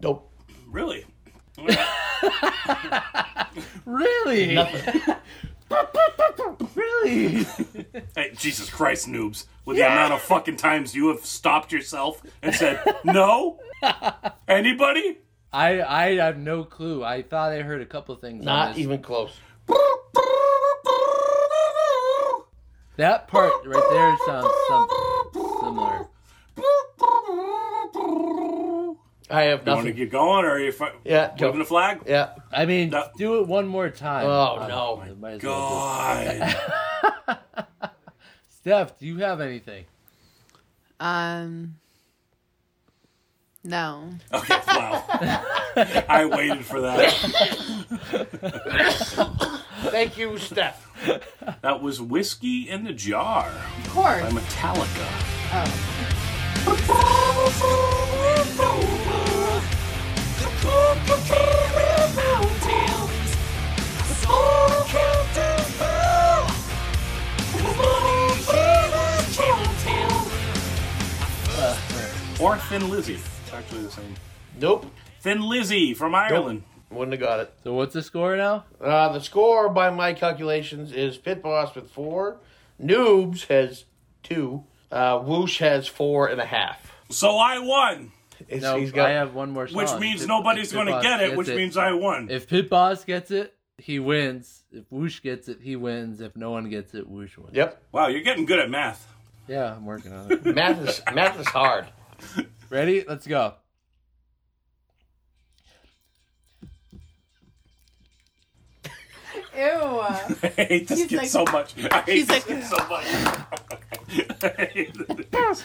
Speaker 2: Nope.
Speaker 1: Really? All right.
Speaker 3: Really?
Speaker 2: Nothing.
Speaker 3: really?
Speaker 1: Hey, Jesus Christ, noobs. With the amount of fucking times you have stopped yourself and said, no? Anybody?
Speaker 3: I I have no clue. I thought I heard a couple of things. on
Speaker 2: Not
Speaker 3: this.
Speaker 2: even close.
Speaker 3: that part right there sounds some, similar.
Speaker 2: I have
Speaker 1: You want to
Speaker 2: nothing.
Speaker 1: keep going or are you fi-
Speaker 2: Yeah, go.
Speaker 1: waving a flag?
Speaker 2: Yeah.
Speaker 3: I mean,
Speaker 1: That-
Speaker 3: do it one more time.
Speaker 2: Oh,
Speaker 3: Uh,
Speaker 2: no.
Speaker 3: you might as well do it.
Speaker 1: God.
Speaker 3: Steph, do you have anything?
Speaker 4: Um. No.
Speaker 1: Okay, wow. I waited for that.
Speaker 2: Thank you, Steph.
Speaker 1: That was Whiskey in the Jar
Speaker 4: Of course.
Speaker 1: by Metallica. Or Thin Lizzy. It's actually the same.
Speaker 2: Nope.
Speaker 1: Thin Lizzy from Ireland.
Speaker 2: Wouldn't have got it.
Speaker 3: So what's the score now?
Speaker 2: Uh, the score, by my calculations, is Pit Boss with four. Noobs has two. Uh, Whoosh has four and a half.
Speaker 1: So I won,
Speaker 2: It's-
Speaker 3: No,
Speaker 2: he's got-
Speaker 1: Oh,
Speaker 3: I have one more. Song.
Speaker 1: which means
Speaker 3: If-
Speaker 1: nobody's
Speaker 3: if
Speaker 1: going to
Speaker 3: Pitboss
Speaker 1: get it,
Speaker 3: gets
Speaker 1: which means I won.
Speaker 3: if Pit Boss gets it, he wins. If Woosh gets it, he wins. If no one gets it, Woosh wins.
Speaker 2: Yep.
Speaker 1: Wow, you're getting good at math.
Speaker 3: Yeah, I'm working on it.
Speaker 2: Math is math is hard.
Speaker 3: Ready? Let's go.
Speaker 4: Ew.
Speaker 1: I hate this
Speaker 4: He's
Speaker 1: kid
Speaker 4: like-
Speaker 1: so much. I hate
Speaker 4: he's
Speaker 1: this
Speaker 4: like-
Speaker 1: kid so much. I hate this-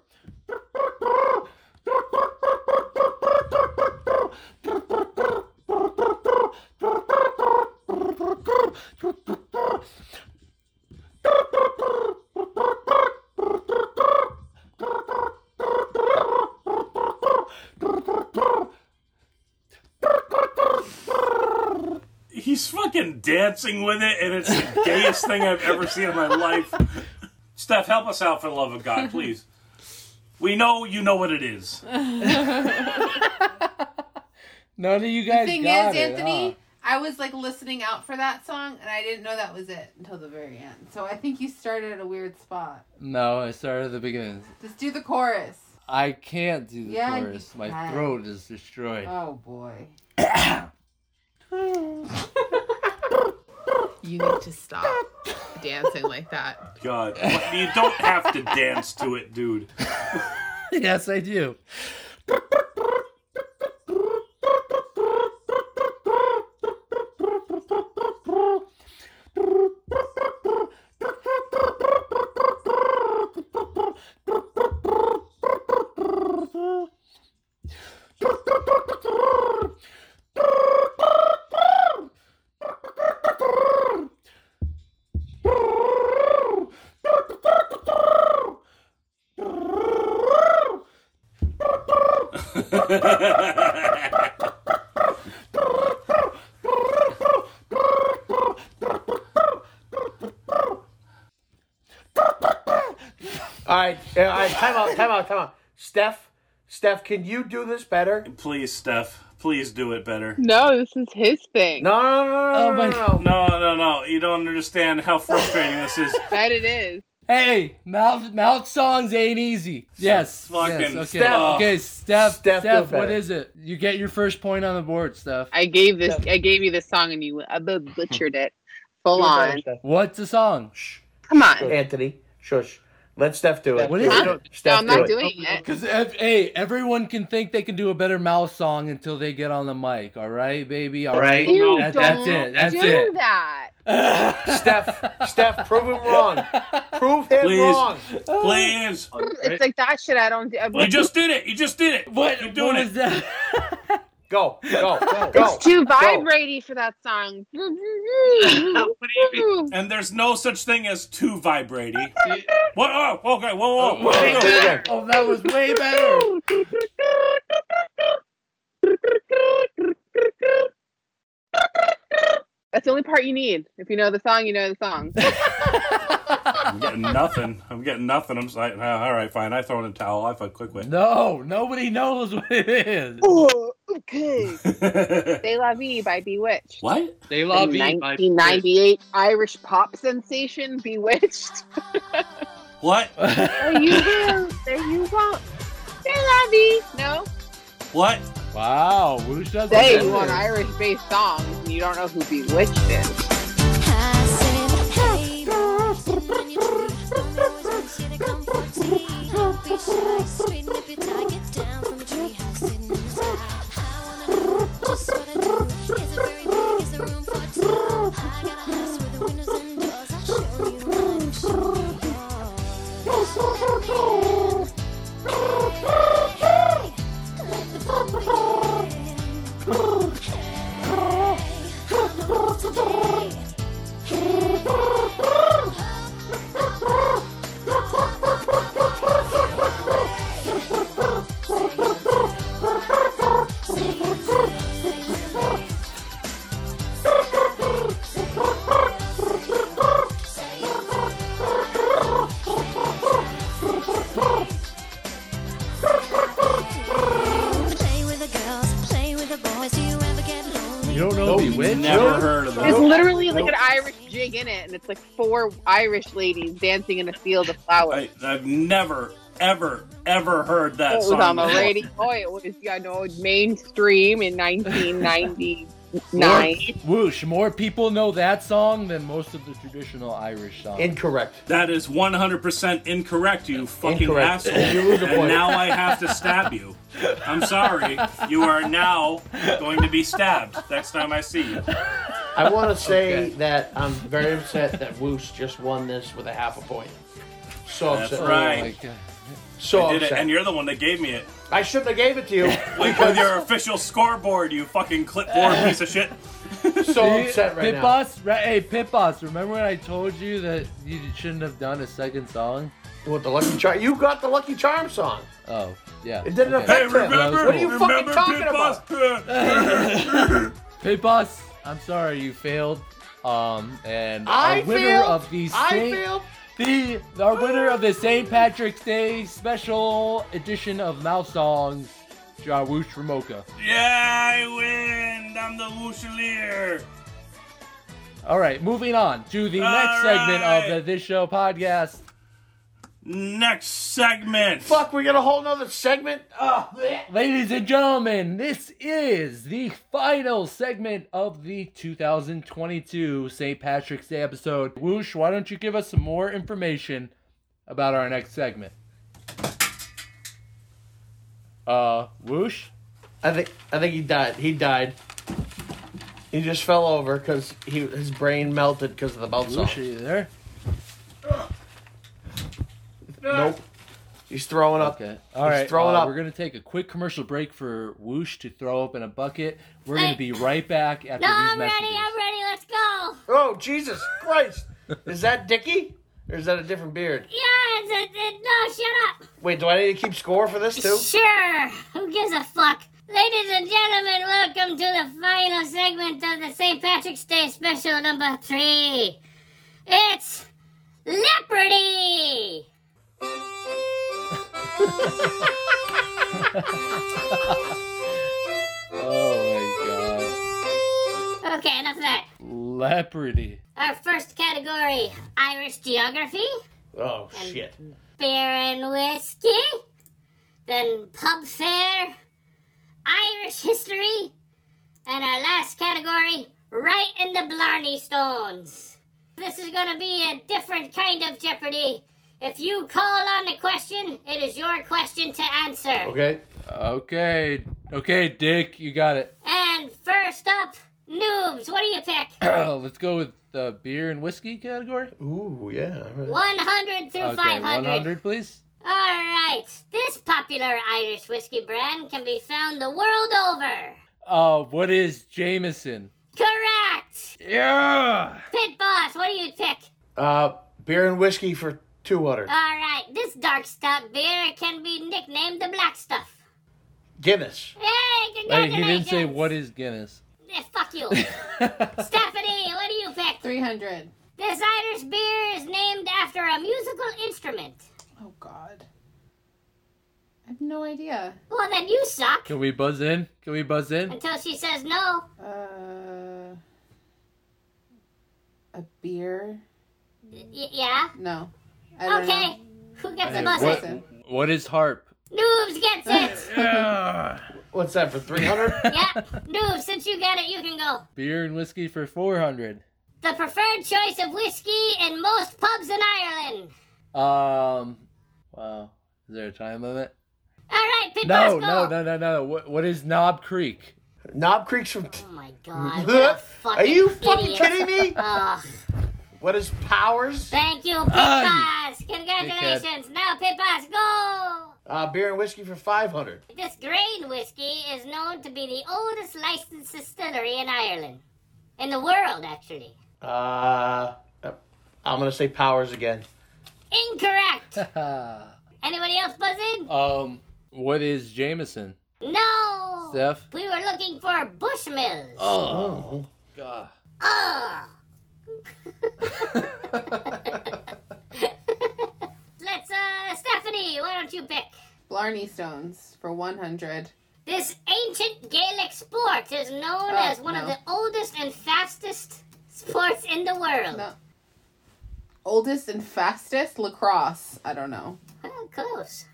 Speaker 1: He's fucking dancing with it, and it's the gayest thing I've ever seen in my life. Steph, help us out for the love of God, please. We know you know what it is.
Speaker 3: None of you guys
Speaker 4: thing
Speaker 3: got
Speaker 4: is,
Speaker 3: it, Oh.
Speaker 4: Anthony,
Speaker 3: huh?
Speaker 4: I was like listening out for that song, and I didn't know that was it until the very end. So I think you started at a weird spot.
Speaker 3: No, I started at the beginning.
Speaker 4: Just do the chorus.
Speaker 3: I can't do the
Speaker 4: Yeah, you
Speaker 3: chorus. My
Speaker 4: can.
Speaker 3: throat is destroyed.
Speaker 4: Oh boy. you need to stop dancing like that.
Speaker 1: God, What- you don't have to dance to it, dude.
Speaker 3: yes, I do.
Speaker 2: All right, uh, all right. Time out. Time out. Time out. Steph, Steph, can you do this better?
Speaker 1: Please, Steph, please do it better.
Speaker 10: No, this is his thing.
Speaker 2: No, no, no, no,
Speaker 3: Oh my-
Speaker 2: no, no, no.
Speaker 1: No, no, no. You don't understand how frustrating this is.
Speaker 10: That it is.
Speaker 3: Hey, mouth mouth songs ain't easy. Yes.
Speaker 1: Fucking
Speaker 3: yes, Okay.
Speaker 1: Steph.
Speaker 3: Okay, Steph.
Speaker 2: Steph,
Speaker 3: Steph,
Speaker 2: do
Speaker 3: what
Speaker 2: better.
Speaker 3: is it? You get your first point on the board, Steph.
Speaker 10: I gave this. I gave you this song, and you I bu- butchered it, full on.
Speaker 3: What's the song?
Speaker 10: Come on.
Speaker 2: Anthony, shush. Let Steph do it.
Speaker 3: What is it?
Speaker 10: No,
Speaker 2: Steph,
Speaker 10: I'm not
Speaker 2: do it.
Speaker 10: doing it.
Speaker 3: Because hey, everyone can think they can do a better mouth song until they get on the mic. All right, baby. All right.
Speaker 1: Ew.
Speaker 10: You
Speaker 1: That-
Speaker 10: don't
Speaker 3: that's it, that's
Speaker 10: do
Speaker 3: it.
Speaker 10: that.
Speaker 2: Steph, Steph, prove him wrong. Prove him
Speaker 1: Please.
Speaker 2: wrong.
Speaker 1: Please.
Speaker 10: It's like that shit. I don't. do- I-
Speaker 1: You just did it. You just did it. What? You're doing
Speaker 3: What
Speaker 1: it.
Speaker 3: was that?
Speaker 2: Go, go, go.
Speaker 10: It's too vibraty for that song.
Speaker 1: And there's no such thing as too vibrating. what? Oh, okay. Whoa, whoa.
Speaker 2: Do it again.
Speaker 3: oh, that was way better.
Speaker 10: That's the only part you need. If you know the song, you know the song.
Speaker 1: I'm getting nothing. I'm getting nothing. I'm sorry. Ah, All right, fine. I throw in a towel. I fuck quick win.
Speaker 3: No, nobody knows what it is.
Speaker 10: oh, okay. They Love Me by Bewitched.
Speaker 1: what?
Speaker 11: They
Speaker 10: The
Speaker 11: love you. my-
Speaker 10: 1998 Irish pop sensation Bewitched.
Speaker 1: What?
Speaker 10: There you go. There you go. They love me. No.
Speaker 1: What?
Speaker 3: wow, Woosh does
Speaker 10: Say you want Irish based songs and you don't know who Bewitched is. Hey,
Speaker 3: Bewitched?
Speaker 1: Never heard of
Speaker 9: There's
Speaker 1: them.
Speaker 9: literally like an Irish jig in it, and it's like four Irish ladies dancing in a field of flowers.
Speaker 1: I, I've never, ever, ever heard that
Speaker 9: it was
Speaker 1: song.
Speaker 9: on the
Speaker 1: before.
Speaker 9: radio. It was, you know, mainstream in 1999.
Speaker 3: Whoosh, more people know that song than most of the traditional Irish songs.
Speaker 2: Incorrect.
Speaker 1: That is 100% incorrect, you fucking
Speaker 2: Incorrect.
Speaker 1: asshole.
Speaker 2: You lose a
Speaker 1: and
Speaker 2: point.
Speaker 1: now I have to stab you. I'm sorry. You are now going to be stabbed next time I see you.
Speaker 2: I want to say
Speaker 3: Okay.
Speaker 2: that I'm very upset that Woos just won this with a half a point. So
Speaker 1: That's
Speaker 2: upset.
Speaker 3: oh
Speaker 1: right.
Speaker 3: my god.
Speaker 2: So
Speaker 1: Did it,
Speaker 2: upset.
Speaker 1: and you're the one that gave me it.
Speaker 2: I shouldn't have gave it to you.
Speaker 1: Like with your official scoreboard, you fucking clipboard piece of shit.
Speaker 2: so
Speaker 3: uh,
Speaker 2: upset right
Speaker 3: Pit
Speaker 2: now.
Speaker 3: Boss, right, hey Pit Boss, remember when I told you that you shouldn't have done a second song?
Speaker 2: With the lucky charm, you got the lucky charm song.
Speaker 3: Oh, yeah.
Speaker 2: It didn't
Speaker 3: okay.
Speaker 1: Hey,
Speaker 2: affect him.
Speaker 1: remember?
Speaker 2: What are you
Speaker 1: remember
Speaker 2: fucking talking
Speaker 1: Pit
Speaker 2: about?
Speaker 1: Boss?
Speaker 3: Pit Boss, I'm sorry you failed. Um, and
Speaker 2: I
Speaker 3: our winner
Speaker 2: failed.
Speaker 3: of the
Speaker 2: I
Speaker 3: Saint-
Speaker 2: failed.
Speaker 3: The our winner of the St. Patrick's Day special edition of Mouth Songs, Jawoosh Ramoka.
Speaker 1: yeah, I win. I'm the Wooselier.
Speaker 3: All right, moving on to the
Speaker 1: All
Speaker 3: next segment
Speaker 1: right.
Speaker 3: of the This Show podcast.
Speaker 1: Next segment.
Speaker 2: Fuck, we got a whole nother segment. Uh, Ugh.
Speaker 3: Ladies and gentlemen, this is the final segment of the 2022 St. Patrick's Day episode. Woosh, why don't you give us some more information about our next segment? Uh, Woosh?
Speaker 2: I think I think he died. He died. He just fell over because he his brain melted because of the mouth song.
Speaker 3: Woosh, are you there?
Speaker 2: Nope. He's throwing up.
Speaker 3: Okay. All right.
Speaker 2: throwing
Speaker 3: uh,
Speaker 2: up.
Speaker 3: We're going to take a quick commercial break for Woosh to throw up in a bucket. We're going to be right back after
Speaker 6: No,
Speaker 3: these
Speaker 6: I'm
Speaker 3: messages.
Speaker 6: ready. I'm ready. Let's go.
Speaker 2: Oh Jesus Christ! Is that Dickie? Or is that a different beard?
Speaker 6: Yeah, it's a, it, no, shut up.
Speaker 2: Wait, do I need to keep score for this too?
Speaker 6: Sure. Who gives a fuck? Ladies and gentlemen, welcome to the final segment of the St. Patrick's Day special number three. It's Leopardy!
Speaker 3: Oh
Speaker 6: Okay, enough of that.
Speaker 3: my God. Leopardy.
Speaker 6: Our first category Irish geography,
Speaker 2: Oh shit!
Speaker 6: beer and whiskey, then pub fare, Irish history, and our last category, right in the Blarney Stones. This is gonna be a different kind of Jeopardy. If you call on the question, it is your question to answer.
Speaker 2: Okay.
Speaker 3: Okay. Okay, Dick, you got it.
Speaker 6: And first up, noobs, what do you pick?
Speaker 3: Uh, Let's go with the beer and whiskey category.
Speaker 2: Ooh yeah. all right.
Speaker 6: 100 through
Speaker 3: Okay,
Speaker 6: 500.
Speaker 3: 100, please.
Speaker 6: Alright, this popular Irish whiskey brand can be found the world over.
Speaker 3: Uh, what is Jameson?
Speaker 6: Correct!
Speaker 3: Yeah.
Speaker 6: Pit Boss, what do you pick?
Speaker 2: Uh, beer and whiskey for two hundred.
Speaker 6: Uh, Alright, this dark stout beer can be nicknamed the black stuff.
Speaker 2: Guinness.
Speaker 6: Hey,
Speaker 3: Wait,
Speaker 6: congratulations!
Speaker 3: he didn't say what is Guinness.
Speaker 6: Eh, fuck you. Stephanie, what do you pick?
Speaker 4: 300.
Speaker 6: This Irish beer is named after a musical instrument.
Speaker 4: Oh, God. I have no idea.
Speaker 6: Well, then you suck.
Speaker 3: Can we buzz in? Can we buzz in?
Speaker 6: Until she says no.
Speaker 4: Uh. A beer?
Speaker 6: Y- yeah?
Speaker 4: No. I don't
Speaker 6: Okay. Who gets the
Speaker 4: Hey,
Speaker 6: buzz?
Speaker 4: what-
Speaker 6: in?
Speaker 3: What is harp?
Speaker 6: Noobs gets it!
Speaker 2: What's that for three hundred?
Speaker 6: yeah, Noob, since you got it, you can go.
Speaker 3: Beer and whiskey for 400.
Speaker 6: The preferred choice of whiskey in most pubs in Ireland.
Speaker 3: Um, wow. Is there a time limit?
Speaker 6: All right, Pit
Speaker 3: No,
Speaker 6: Boss,
Speaker 3: no,
Speaker 6: go.
Speaker 3: no, no, no. What, what is Knob Creek?
Speaker 2: Knob Creek's from.
Speaker 6: Oh my god. What a fucking
Speaker 2: Are you fucking
Speaker 6: idiot.
Speaker 2: kidding me?
Speaker 6: Ugh.
Speaker 2: What is powers?
Speaker 6: thank you, Pit
Speaker 3: Ah,
Speaker 6: Boss. Congratulations. Now, Pit Boss, go.
Speaker 2: Uh, beer and whiskey for five hundred.
Speaker 6: This grain whiskey is known to be the oldest licensed distillery in Ireland. In the world, actually.
Speaker 2: Uh, I'm gonna say powers again.
Speaker 6: Incorrect. Anybody else buzz in?
Speaker 3: um, what is Jameson?
Speaker 6: No.
Speaker 3: Steph?
Speaker 6: We were looking for Bushmills.
Speaker 2: Oh.
Speaker 3: God.
Speaker 6: Ugh. Let's, uh, Stephanie, why don't you pick?
Speaker 4: Blarney Stones for 100.
Speaker 6: This ancient Gaelic sport is known
Speaker 4: Oh,
Speaker 6: as one of
Speaker 4: no.
Speaker 6: the oldest and fastest sports in the world.
Speaker 4: No. Oldest and fastest lacrosse. I don't know.
Speaker 6: Oh, close.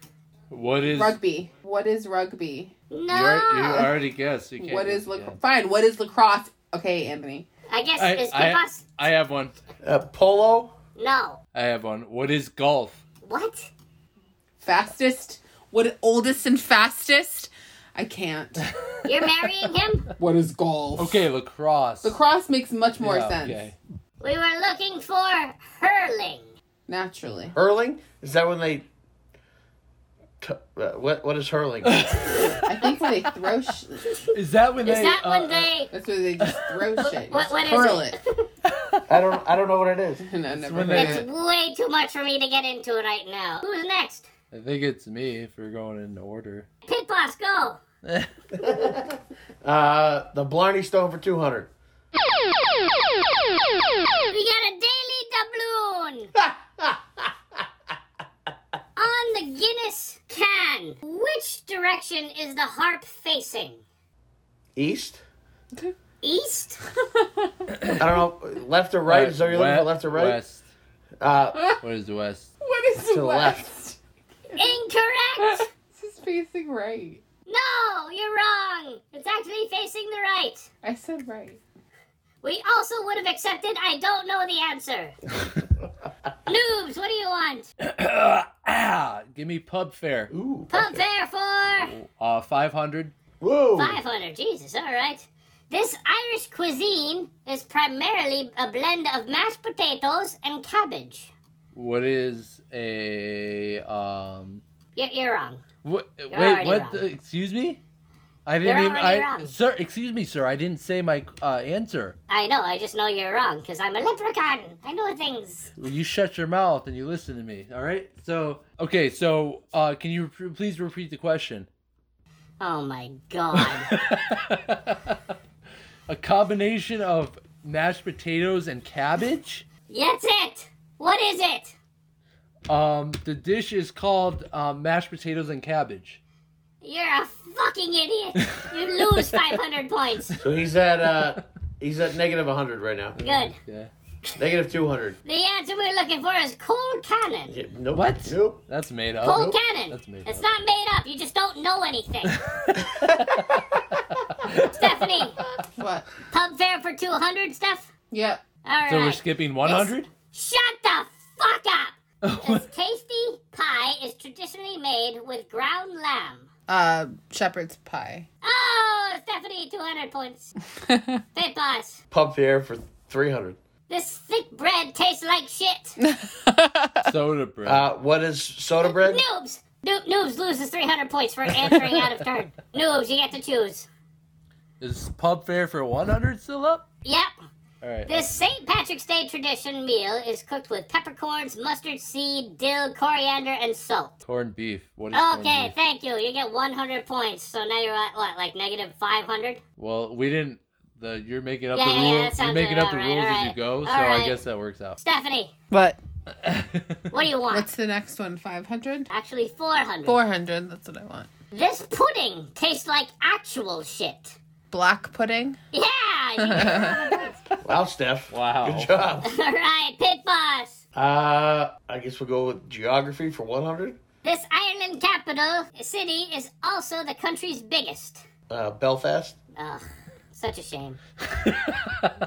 Speaker 3: What is
Speaker 4: Rugby. What is rugby?
Speaker 3: You,
Speaker 6: No.
Speaker 3: are, you already guessed. You can't
Speaker 4: What is
Speaker 3: look?
Speaker 4: lac- fine? What is lacrosse? Okay, Anthony.
Speaker 6: I guess
Speaker 3: I-
Speaker 6: it's
Speaker 3: I-
Speaker 6: because
Speaker 3: I have one.
Speaker 2: Uh, polo.
Speaker 6: no.
Speaker 3: I have one. What is golf?
Speaker 6: What?
Speaker 4: Fastest. What oldest and fastest? I can't.
Speaker 6: You're marrying him?
Speaker 4: what is golf?
Speaker 3: Okay, lacrosse.
Speaker 4: Lacrosse makes much more
Speaker 3: Yeah,
Speaker 4: sense.
Speaker 3: okay.
Speaker 6: We were looking for hurling.
Speaker 4: Naturally.
Speaker 2: Hurling? Is that when they? T- uh, what what is hurling?
Speaker 4: I think when they throw shit.
Speaker 3: Is that when
Speaker 6: Is
Speaker 3: they?
Speaker 6: that
Speaker 3: uh,
Speaker 6: when they
Speaker 4: That's when they just throw shit.
Speaker 6: What- what is
Speaker 4: Hurl
Speaker 6: it?
Speaker 2: I don't I don't know what it is.
Speaker 4: it. no, never
Speaker 3: when
Speaker 4: heard
Speaker 3: they-
Speaker 4: of
Speaker 6: It's
Speaker 4: it.
Speaker 6: way too much for me to get into right now. Who's next?
Speaker 3: I think it's me. If we're going in order.
Speaker 6: Pit Boss, go.
Speaker 2: Uh, the Blarney Stone for two hundred.
Speaker 6: We got a daily doubloon. On the Guinness can, which direction is the harp facing?
Speaker 2: East.
Speaker 6: East?
Speaker 2: I don't know. Left or right? Is that what you're looking for?
Speaker 3: West-
Speaker 2: Left or right?
Speaker 3: West.
Speaker 2: Uh,
Speaker 3: What is the west?
Speaker 4: What is
Speaker 2: the
Speaker 4: west?
Speaker 6: Incorrect.
Speaker 4: This is facing right.
Speaker 6: No, you're wrong. It's actually facing the right.
Speaker 4: I said right.
Speaker 6: We also would have accepted I don't know the answer. Noobs, what do you want?
Speaker 3: Ah, give me pub fare.
Speaker 2: ooh.
Speaker 6: Pump fare for
Speaker 3: Uh, five hundred.
Speaker 2: Whoa.
Speaker 6: 500. Jesus, all right. This Irish cuisine is primarily a blend of mashed potatoes and cabbage.
Speaker 3: What is a um?
Speaker 6: You're, you're wrong.
Speaker 3: What, wait,
Speaker 6: already
Speaker 3: what?
Speaker 6: wrong.
Speaker 3: The, excuse me. I didn't
Speaker 6: You're
Speaker 3: even.
Speaker 6: already
Speaker 3: I,
Speaker 6: wrong.
Speaker 3: sir, excuse me, sir. I didn't say my uh, answer.
Speaker 6: I know, I just know you're wrong because I'm a leprechaun. I know things.
Speaker 3: Well, you shut your mouth and you listen to me. All right. So okay. So uh, can you re- please repeat the question?
Speaker 6: Oh my god.
Speaker 3: a combination of mashed potatoes and cabbage.
Speaker 6: That's it. What is it?
Speaker 3: Um, the dish is called um, mashed potatoes and cabbage.
Speaker 6: You're a fucking idiot. You lose 500 points.
Speaker 2: So he's at uh, he's at negative one hundred right now.
Speaker 6: Good.
Speaker 3: Yeah,
Speaker 2: Negative two hundred.
Speaker 6: The answer we're looking for is cold cannon.
Speaker 2: Yeah, nope.
Speaker 3: What?
Speaker 2: Nope.
Speaker 3: that's made up.
Speaker 6: Cold cannon.
Speaker 3: That's made
Speaker 6: it's
Speaker 3: up.
Speaker 6: not made up. You just don't know anything. Stephanie,
Speaker 4: What?
Speaker 6: pub fare for 200 stuff?
Speaker 4: Yep.
Speaker 6: All right.
Speaker 3: So we're skipping one hundred.
Speaker 6: Shut the fuck
Speaker 3: Oh,
Speaker 6: up. this tasty pie is traditionally made with ground lamb.
Speaker 4: Uh, shepherd's pie.
Speaker 6: Oh, Stephanie, 200 points. Pit boss.
Speaker 2: Pump the air for three hundred.
Speaker 6: This thick bread tastes like shit.
Speaker 3: Soda bread.
Speaker 2: Uh, what is soda bread?
Speaker 6: Noobs! Noob, noobs loses 300 points for answering out of turn. Noobs, you get to choose.
Speaker 3: is pub fare for one hundred still up?
Speaker 6: Yep.
Speaker 3: All right.
Speaker 6: This St. Patrick's Day tradition meal is cooked with peppercorns, mustard seed, dill, coriander, and salt.
Speaker 3: Corned beef. What is corned
Speaker 6: Okay,
Speaker 3: beef?
Speaker 6: thank you. You get 100 points, so now you're at what, like negative 500?
Speaker 3: Well, we didn't. The you're making up
Speaker 6: Yeah,
Speaker 3: the
Speaker 6: yeah, yeah, that
Speaker 3: rules. You're
Speaker 6: sounds
Speaker 3: making
Speaker 6: right.
Speaker 3: up the
Speaker 6: All right,
Speaker 3: rules
Speaker 6: all
Speaker 3: as you
Speaker 6: right.
Speaker 3: go,
Speaker 6: All
Speaker 3: so I
Speaker 6: right.
Speaker 3: guess that works out.
Speaker 6: Stephanie,
Speaker 4: What?
Speaker 6: what do you want?
Speaker 4: What's the next one? 500?
Speaker 6: Actually, 400.
Speaker 4: 400. That's what I want.
Speaker 6: This pudding tastes like actual shit.
Speaker 4: Black pudding?
Speaker 6: Yeah! You
Speaker 2: Wow, Steph.
Speaker 3: Wow.
Speaker 2: Good job.
Speaker 6: All right, Pit Boss.
Speaker 2: Uh, I guess we'll go with geography for one hundred.
Speaker 6: This Ireland capital city is also the country's biggest.
Speaker 2: Uh, Belfast.
Speaker 6: Ugh, such a shame.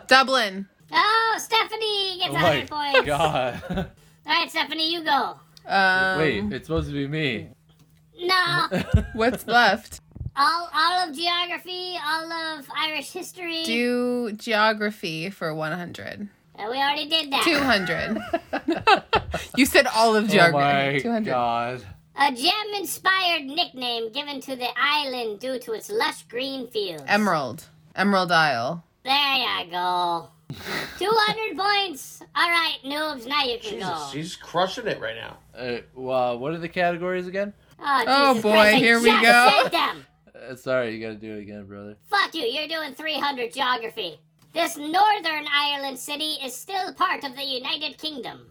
Speaker 4: Dublin.
Speaker 6: Oh, Stephanie gets
Speaker 3: Oh
Speaker 6: 100
Speaker 3: my
Speaker 6: points.
Speaker 3: God.
Speaker 6: All right, Stephanie, you go.
Speaker 4: Um,
Speaker 3: Wait, it's supposed to be me.
Speaker 6: No,
Speaker 4: What's left?
Speaker 6: all all of geography, all of Irish history.
Speaker 4: Do geography for 100.
Speaker 6: Uh, we already did that.
Speaker 4: 200. you said all of
Speaker 3: Oh
Speaker 4: geography.
Speaker 3: my
Speaker 4: 200.
Speaker 3: God.
Speaker 6: A gem-inspired nickname given to the island due to its lush green fields.
Speaker 4: Emerald. Emerald Isle.
Speaker 6: There you go. 200 points. All right, noobs, now you can
Speaker 2: Jesus,
Speaker 6: go.
Speaker 2: she's crushing it right now.
Speaker 3: Uh, well, what are the categories again?
Speaker 6: Oh,
Speaker 4: Oh,
Speaker 6: Jesus
Speaker 4: boy,
Speaker 6: Christ, I
Speaker 4: here we
Speaker 6: just
Speaker 4: go.
Speaker 6: said them.
Speaker 3: Uh, sorry, you gotta do it again, brother.
Speaker 6: Fuck you, you're doing 300 geography. This Northern Ireland city is still part of the United Kingdom.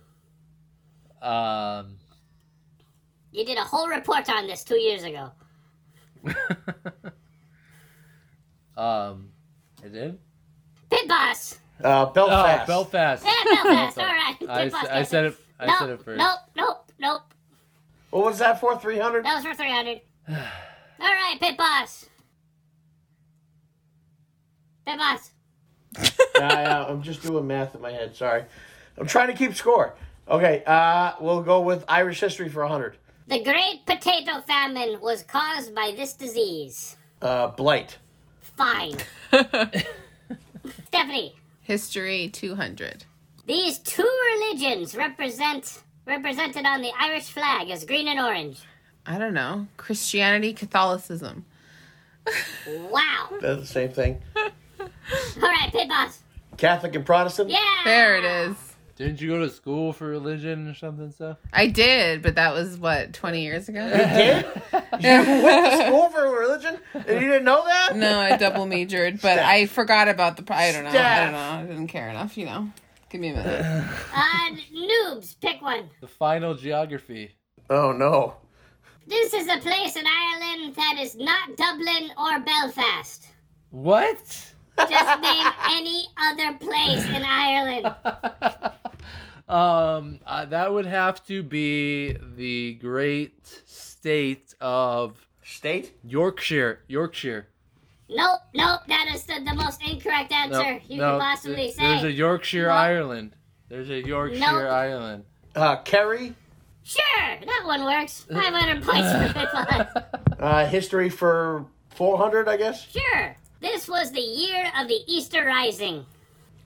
Speaker 3: Um,
Speaker 6: You did a whole report on this two years ago.
Speaker 3: Um, and then
Speaker 6: Pit boss.
Speaker 2: Uh, Belfast.
Speaker 3: Oh, Belfast.
Speaker 6: Yeah, Belfast. All right. Pit
Speaker 3: I, s-
Speaker 6: boss.
Speaker 3: I
Speaker 6: gets
Speaker 3: said it. I
Speaker 6: nope,
Speaker 3: said it first.
Speaker 6: Nope. Nope. Nope.
Speaker 2: What was that for? Three hundred.
Speaker 6: That was for three hundred. All right, pit boss. Pit boss.
Speaker 2: yeah, I'm just doing math in my head. Sorry, I'm trying to keep score. Okay, uh, we'll go with Irish history for hundred.
Speaker 6: The Great Potato Famine was caused by this disease.
Speaker 2: Uh, blight.
Speaker 6: Fine. Stephanie,
Speaker 11: History 200.
Speaker 6: these two religions represent represented on the Irish flag as green and orange.
Speaker 11: I don't know. Christianity, Catholicism.
Speaker 6: Wow.
Speaker 2: That's the same thing.
Speaker 6: All right, pit boss.
Speaker 2: Catholic and Protestant.
Speaker 6: Yeah.
Speaker 11: There it is.
Speaker 3: Didn't you go to school for religion or something stuff?
Speaker 11: I did, but that was what, 20 years ago?
Speaker 2: Did you went to school for religion and you didn't know that?
Speaker 11: No, I double majored, but I forgot about the. I don't know. I
Speaker 2: Staff.
Speaker 11: don't know. I didn't care enough, you know. Give me a minute.
Speaker 6: Uh, noobs, pick one.
Speaker 3: The final geography.
Speaker 2: Oh no.
Speaker 6: This is a place in Ireland that is not Dublin or Belfast.
Speaker 3: What?
Speaker 6: Just name any other place in Ireland.
Speaker 3: Um, uh, that would have to be the great state of
Speaker 2: State.
Speaker 3: Yorkshire. Yorkshire.
Speaker 6: Nope, nope, that is the, the most incorrect answer you could possibly
Speaker 3: th-
Speaker 6: say.
Speaker 3: There's a Yorkshire
Speaker 6: Nope.
Speaker 3: Ireland. There's a Yorkshire
Speaker 6: Nope.
Speaker 3: Island.
Speaker 2: Uh, Kerry.
Speaker 6: Sure, that one works. 500 points for this one.
Speaker 2: Uh, history for four hundred, I guess.
Speaker 6: Sure. This was the year of the Easter Rising.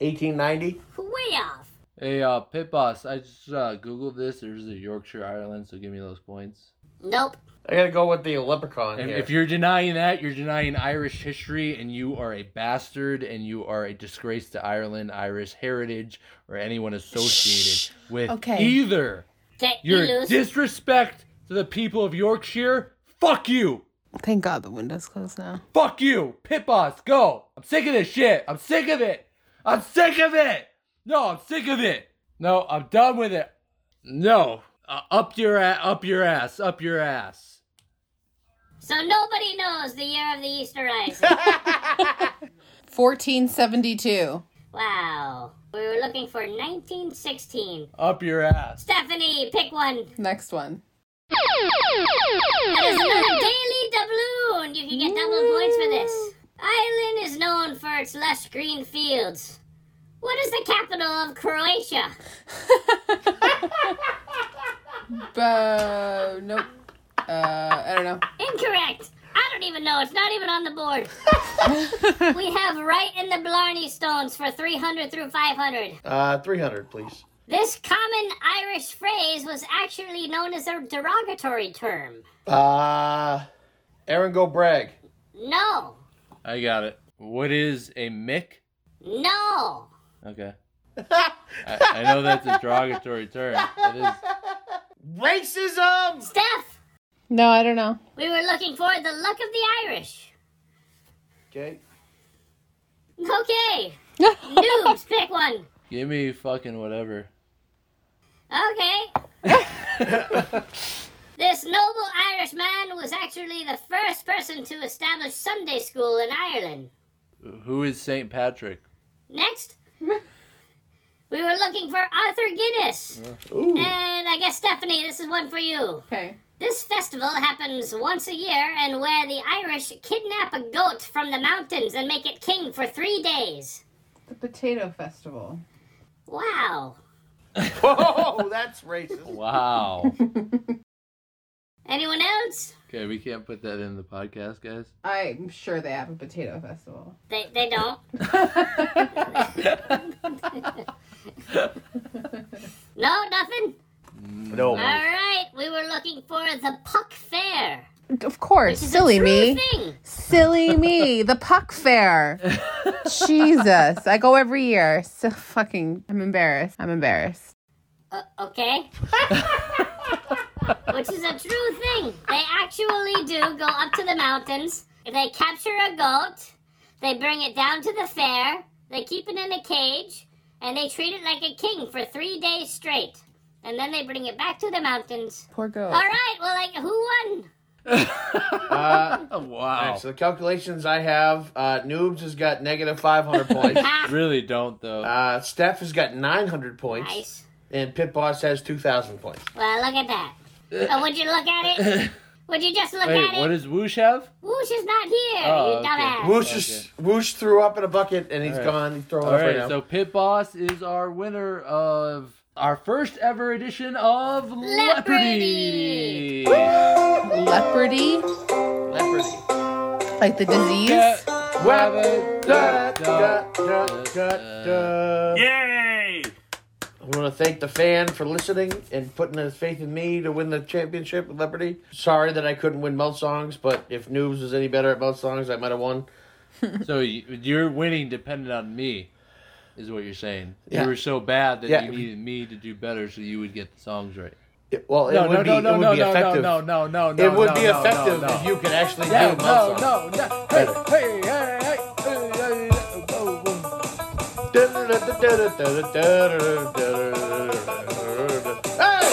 Speaker 2: Eighteen ninety.
Speaker 6: Way off.
Speaker 3: Hey, uh, Pit Boss, I just uh, Googled this. There's a Yorkshire Island, so give me those points.
Speaker 6: Nope.
Speaker 2: I gotta go with the leprechaun
Speaker 3: And
Speaker 2: here.
Speaker 3: if you're denying that, you're denying Irish history, and you are a bastard, and you are a disgrace to Ireland, Irish heritage, or anyone associated with
Speaker 11: Okay.
Speaker 3: either.
Speaker 6: Okay, you
Speaker 3: Your
Speaker 6: lose.
Speaker 3: disrespect to the people of Yorkshire. Fuck you.
Speaker 11: Thank God the window's closed now.
Speaker 3: Fuck you. Pit Boss, go. I'm sick of this shit. I'm sick of it. I'm sick of it. No, I'm sick of it. No, I'm done with it. No. Uh, up your ass. Up your ass. Up your ass.
Speaker 6: so nobody knows the year of the Easter Rising.
Speaker 11: 1472.
Speaker 6: wow. We were looking for 1916.
Speaker 3: Up your ass.
Speaker 6: Stephanie, pick one.
Speaker 11: Next one.
Speaker 6: That is another daily doubloon. You can get double points for this. Ireland is known for its lush green fields. What is the capital of Croatia?
Speaker 11: Uh, nope. Uh, I don't know.
Speaker 6: Incorrect. I don't even know. It's not even on the board. we have right in the Blarney Stones for 300 through 500.
Speaker 2: uh, three hundred, please.
Speaker 6: This common Irish phrase was actually known as a derogatory term.
Speaker 2: Uh, Aaron Go Bragg.
Speaker 6: No.
Speaker 3: I got it. What is a Mick?
Speaker 6: No.
Speaker 3: Okay. I, I know that's a derogatory term. It is.
Speaker 2: Racism.
Speaker 6: Steph,
Speaker 11: No, I don't know.
Speaker 6: we were looking for the luck of the Irish.
Speaker 2: Okay.
Speaker 6: Okay. Noobs, pick one.
Speaker 3: Give me fucking whatever.
Speaker 6: Okay. this noble Irishman was actually the first person to establish Sunday school in Ireland.
Speaker 3: Who is St. Patrick?
Speaker 6: Next. we were looking for Arthur Guinness. And I guess, Stephanie, this is one for you.
Speaker 11: Okay.
Speaker 6: This festival happens once a year and where the Irish kidnap a goat from the mountains and make it king for three days.
Speaker 11: The Potato Festival.
Speaker 6: Wow.
Speaker 2: Whoa, that's
Speaker 3: Oh,
Speaker 2: racist.
Speaker 3: Wow.
Speaker 6: Anyone else?
Speaker 3: okay, we can't put that in the podcast, guys.
Speaker 11: I'm sure they have a potato festival.
Speaker 6: They, they don't. no, nothing?
Speaker 2: No.
Speaker 6: All right, we were looking for the Puck Fair.
Speaker 11: Of course. Silly me.
Speaker 6: Thing.
Speaker 11: Silly me. The Puck Fair. Jesus. I go every year. So fucking. I'm embarrassed. I'm embarrassed.
Speaker 6: Uh, okay. Which is a true thing. They actually do go up to the mountains. They capture a goat. They bring it down to the fair. They keep it in a cage. And they treat it like a king for three days straight. And then they bring it back to the mountains.
Speaker 11: Poor goat.
Speaker 6: All right, well, like, who won?
Speaker 2: Uh,
Speaker 3: wow.
Speaker 2: so the calculations I have, uh, Noobs has got negative 500 points.
Speaker 6: Ah,
Speaker 3: really don't though.
Speaker 2: Uh, Steph has got 900 points.
Speaker 6: Nice.
Speaker 2: And Pit Boss has 2,000 points.
Speaker 6: Well, look at that. Oh, would you look at it? Would you just look
Speaker 3: Wait,
Speaker 6: at
Speaker 3: what
Speaker 6: it?
Speaker 3: does Woosh have?
Speaker 6: Whoosh is not here,
Speaker 3: Oh,
Speaker 6: you
Speaker 3: okay.
Speaker 6: dumbass.
Speaker 2: Woosh, is, Woosh threw up in a bucket and he's
Speaker 3: All right.
Speaker 2: gone. He's throwing
Speaker 3: All
Speaker 2: up right,
Speaker 3: right,
Speaker 2: now.
Speaker 3: so Pit Boss is our winner of our first ever edition of Leopardy.
Speaker 11: Leopardy,
Speaker 3: Leopardy.
Speaker 11: like the disease.
Speaker 3: Cat,
Speaker 2: Web-
Speaker 3: rabbit,
Speaker 2: da-
Speaker 3: duck,
Speaker 2: da-
Speaker 3: duck.
Speaker 2: da- da- da.
Speaker 1: Yay!
Speaker 2: I want to thank the fan for listening and putting his faith in me to win the championship with Leopardy. Sorry that I couldn't win mouth songs, but if Noobs was any better at mouth songs, I might have won.
Speaker 3: So y- you're winning dependent on me, is what you're saying.
Speaker 2: Yeah.
Speaker 3: You were so bad that
Speaker 2: Yeah.
Speaker 3: you needed me to do better so you would get the songs right.
Speaker 2: It- well, it
Speaker 3: No,
Speaker 2: would
Speaker 3: no,
Speaker 2: be,
Speaker 3: no, no,
Speaker 2: it would
Speaker 3: no,
Speaker 2: be
Speaker 3: no, no,
Speaker 2: effective.
Speaker 3: no, no, no, no.
Speaker 2: It would
Speaker 3: no,
Speaker 2: be
Speaker 3: no,
Speaker 2: effective
Speaker 3: no, no.
Speaker 2: if you could actually
Speaker 3: No,
Speaker 2: do mouth
Speaker 3: no,
Speaker 2: songs.
Speaker 3: no, no. Hey, hey, hey, hey, hey, hey, hey, boom, boom.
Speaker 2: Hey!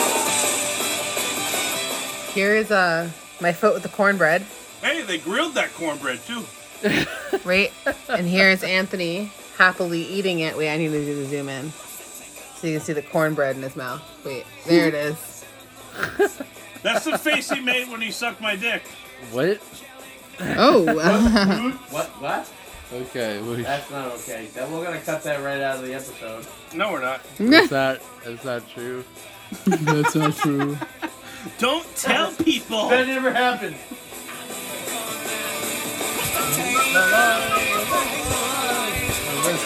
Speaker 11: Here's uh my foot with the cornbread,
Speaker 1: Hey, they grilled that cornbread too.
Speaker 11: right? and here's Anthony happily eating it. Wait, I need to do the zoom in so you can see the cornbread in his mouth. Wait, there it is.
Speaker 1: That's the face he made when he sucked my dick.
Speaker 3: What?
Speaker 11: Oh,
Speaker 2: What? What?
Speaker 3: Okay, wait.
Speaker 2: That's not okay. That- We're gonna cut that right out of the episode.
Speaker 1: No, we're not.
Speaker 3: That's not, that's not true.
Speaker 12: That's not true.
Speaker 1: Don't tell people.
Speaker 2: That never happened.
Speaker 1: Once again,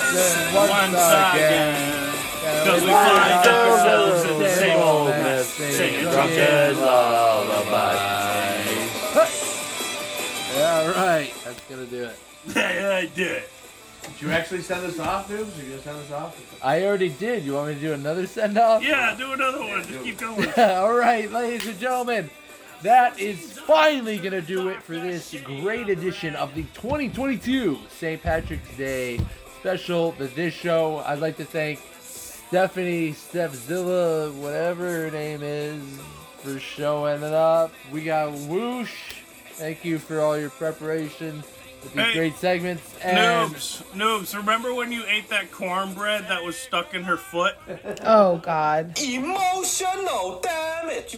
Speaker 1: because we find ourselves in the same old mess, singing drunken lullabies.
Speaker 3: All right, that's gonna do it.
Speaker 1: I did it.
Speaker 2: Did you actually send us off, Noobs? Are you gonna send us off?
Speaker 3: I already did. You want me to do another send off?
Speaker 1: Yeah, do another one. Just keep going.
Speaker 3: All right, ladies and gentlemen, that is finally going to do it for this great edition of the 2022 St. Patrick's Day special, the This Show. I'd like to thank Stephanie Stephzilla, whatever her name is, for showing it up. We got Whoosh. Thank you for all your preparation with these
Speaker 1: Hey,
Speaker 3: great segments. And
Speaker 1: Noobs, noobs, remember when you ate that cornbread that was stuck in her foot?
Speaker 11: oh God.
Speaker 10: Emotional damage.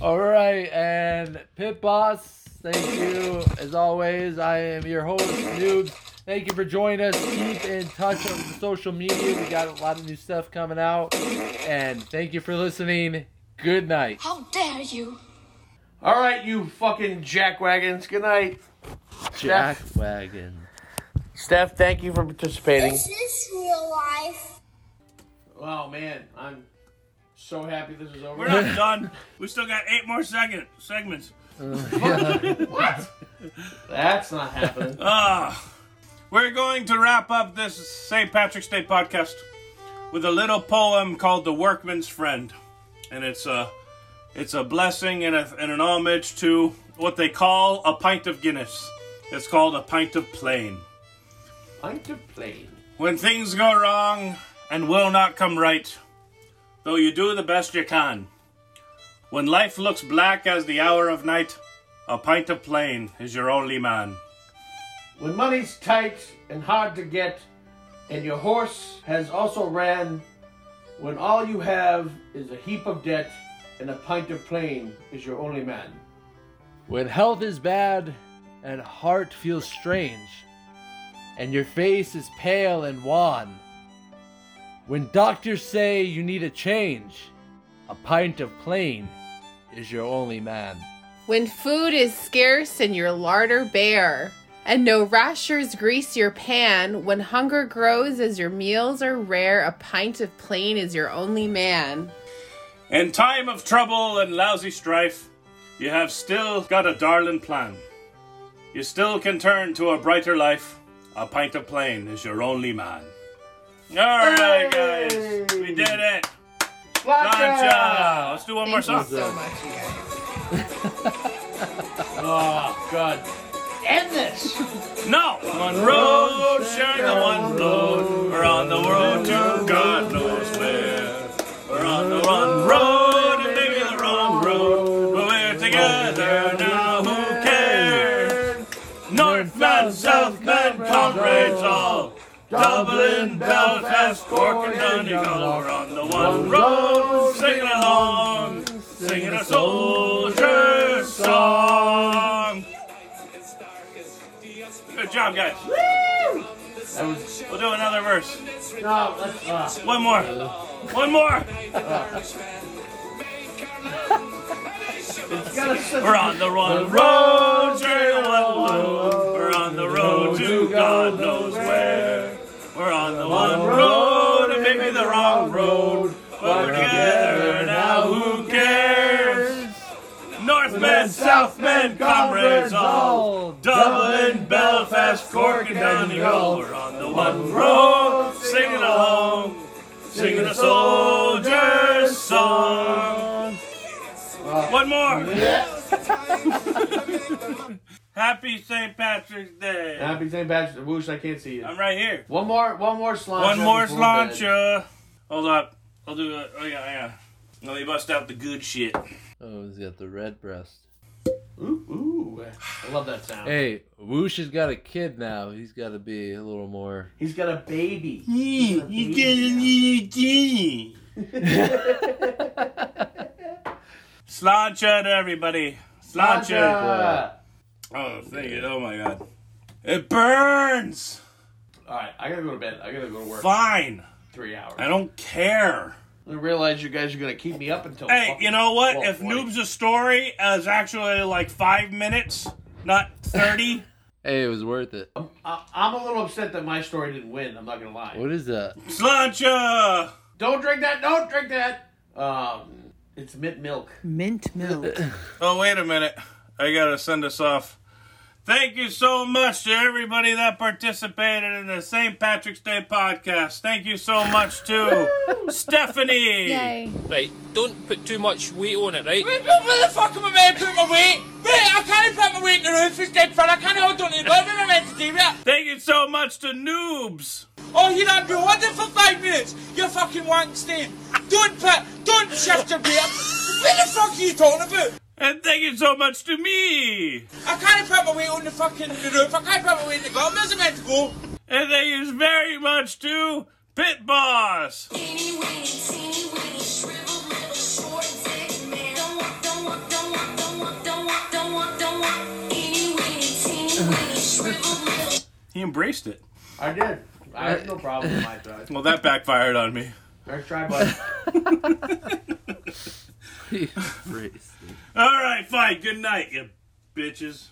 Speaker 3: All right, and Pit Boss, thank you as always. I am your host, Noobs. Thank you for joining us. Keep in touch on the social media. We got a lot of new stuff coming out. And thank you for listening. Good night.
Speaker 10: How dare you?
Speaker 2: All right, you fucking jackwagons. Good night,
Speaker 3: Jack
Speaker 2: Steph.
Speaker 3: Wagon.
Speaker 2: Steph, thank you for participating.
Speaker 10: this real life?
Speaker 2: Oh man, I'm so happy this is
Speaker 1: We're
Speaker 2: over.
Speaker 1: not done. We still got eight more second segments.
Speaker 2: what? That's not happening.
Speaker 1: Ah, we're going to wrap up this St. Patrick's Day podcast with a little poem called "The Workman's Friend," and it's a it's a blessing and, a, and an homage to what they call a pint of Guinness. It's called a pint of plain.
Speaker 2: I'm to play.
Speaker 1: When things go wrong and will not come right, though you do the best you can. When life looks black as the hour of night, a pint of plain is your only man.
Speaker 2: When money's tight and hard to get, and your horse has also ran, when all you have is a heap of debt and a pint of plain is your only man.
Speaker 3: When health is bad and heart feels strange, and your face is pale and wan, when doctors say you need a change, a pint of plain is your only man.
Speaker 11: When food is scarce and your larder bare, and no rashers grease your pan, when hunger grows as your meals are rare, a pint of plain is your only man.
Speaker 1: In time of trouble and lousy strife, you have still got a darling plan. You still can turn to a brighter life. A pint of plain is your only man. All right, guys, we did it. Gotcha. Let's do one more song.
Speaker 2: Oh, God. End this!
Speaker 1: No! One road, share the one road. We're on the road to God knows where. We're on the wrong road, and maybe the wrong road. together now, who cares? North and South men, comrades all. Dublin, Belfast, Cork, and Donegal are on the one road, singing along, singing a soldier song. Good job, guys. We'll do another verse.
Speaker 10: No, let's not.
Speaker 1: One more. One more. We're on the one road, journey alone. We're on the road to God knows where. We're on the one road, and maybe the wrong road. But we're together now, who cares? Northmen, Southmen, comrades all. Dublin, Belfast, Cork, and Donegal. We're on the one road, singing along, singing a soldier's song. One more. Happy St. Patrick's Day.
Speaker 2: Happy St. Patrick's. Whoosh, I can't see you.
Speaker 1: I'm right here.
Speaker 2: One more, one more slancha.
Speaker 1: Uh, One more
Speaker 2: before bed.
Speaker 1: slancha. Hold up. I'll do it. Oh, yeah, yeah. Let me bust out the good shit.
Speaker 3: Oh, he's got the red breast.
Speaker 2: Ooh, I love that sound.
Speaker 3: Hey, Woosh has got a kid now. He's got to be a little more.
Speaker 2: He's got a baby.
Speaker 1: You get Slancha to everybody. Slancha. Oh, thank you. Oh, my God. It burns.
Speaker 2: All right, I gotta go to bed. I gotta go to work.
Speaker 1: Fine.
Speaker 2: Three hours.
Speaker 1: I don't care.
Speaker 2: I realize you guys are gonna keep me up until.
Speaker 1: Hey,
Speaker 2: fucking
Speaker 1: you know what?
Speaker 2: twelve
Speaker 1: If
Speaker 2: forty.
Speaker 1: Noob's a story is actually like five minutes, not 30.
Speaker 3: Hey, it was worth it.
Speaker 2: I, I'm a little upset that my story didn't win. I'm not gonna lie.
Speaker 3: What is that?
Speaker 1: Slancha!
Speaker 2: Don't drink that. Don't drink that. Um, it's mint milk.
Speaker 13: Mint milk.
Speaker 1: Oh, wait a minute. I gotta send us off. Thank you so much to everybody that participated in the St. Patrick's Day podcast. Thank you so much to Stephanie.
Speaker 14: Right, don't put too much weight on it, right? Wait, wait, where the fuck am I meant to put my weight? Wait, I can't put my weight in the roof, it's dead fun, I can't hold on to it, what am I meant to do with it?
Speaker 1: Thank you so much to Noobs.
Speaker 14: Oh, you done been holding for five minutes, you fucking wank, Steve. Don't put, don't shift your weight. What the fuck are you talking about?
Speaker 1: And thank you so much to me.
Speaker 14: I can't put my weight on the fucking the roof, I can't put my weight in the gun, where's it meant to go?
Speaker 1: And thank you very much to Pit Boss. He embraced it.
Speaker 2: I did. I have no problem with my side.
Speaker 1: Well, that backfired on me.
Speaker 2: Let's try, bud.
Speaker 1: All right, fine. Good night, you bitches.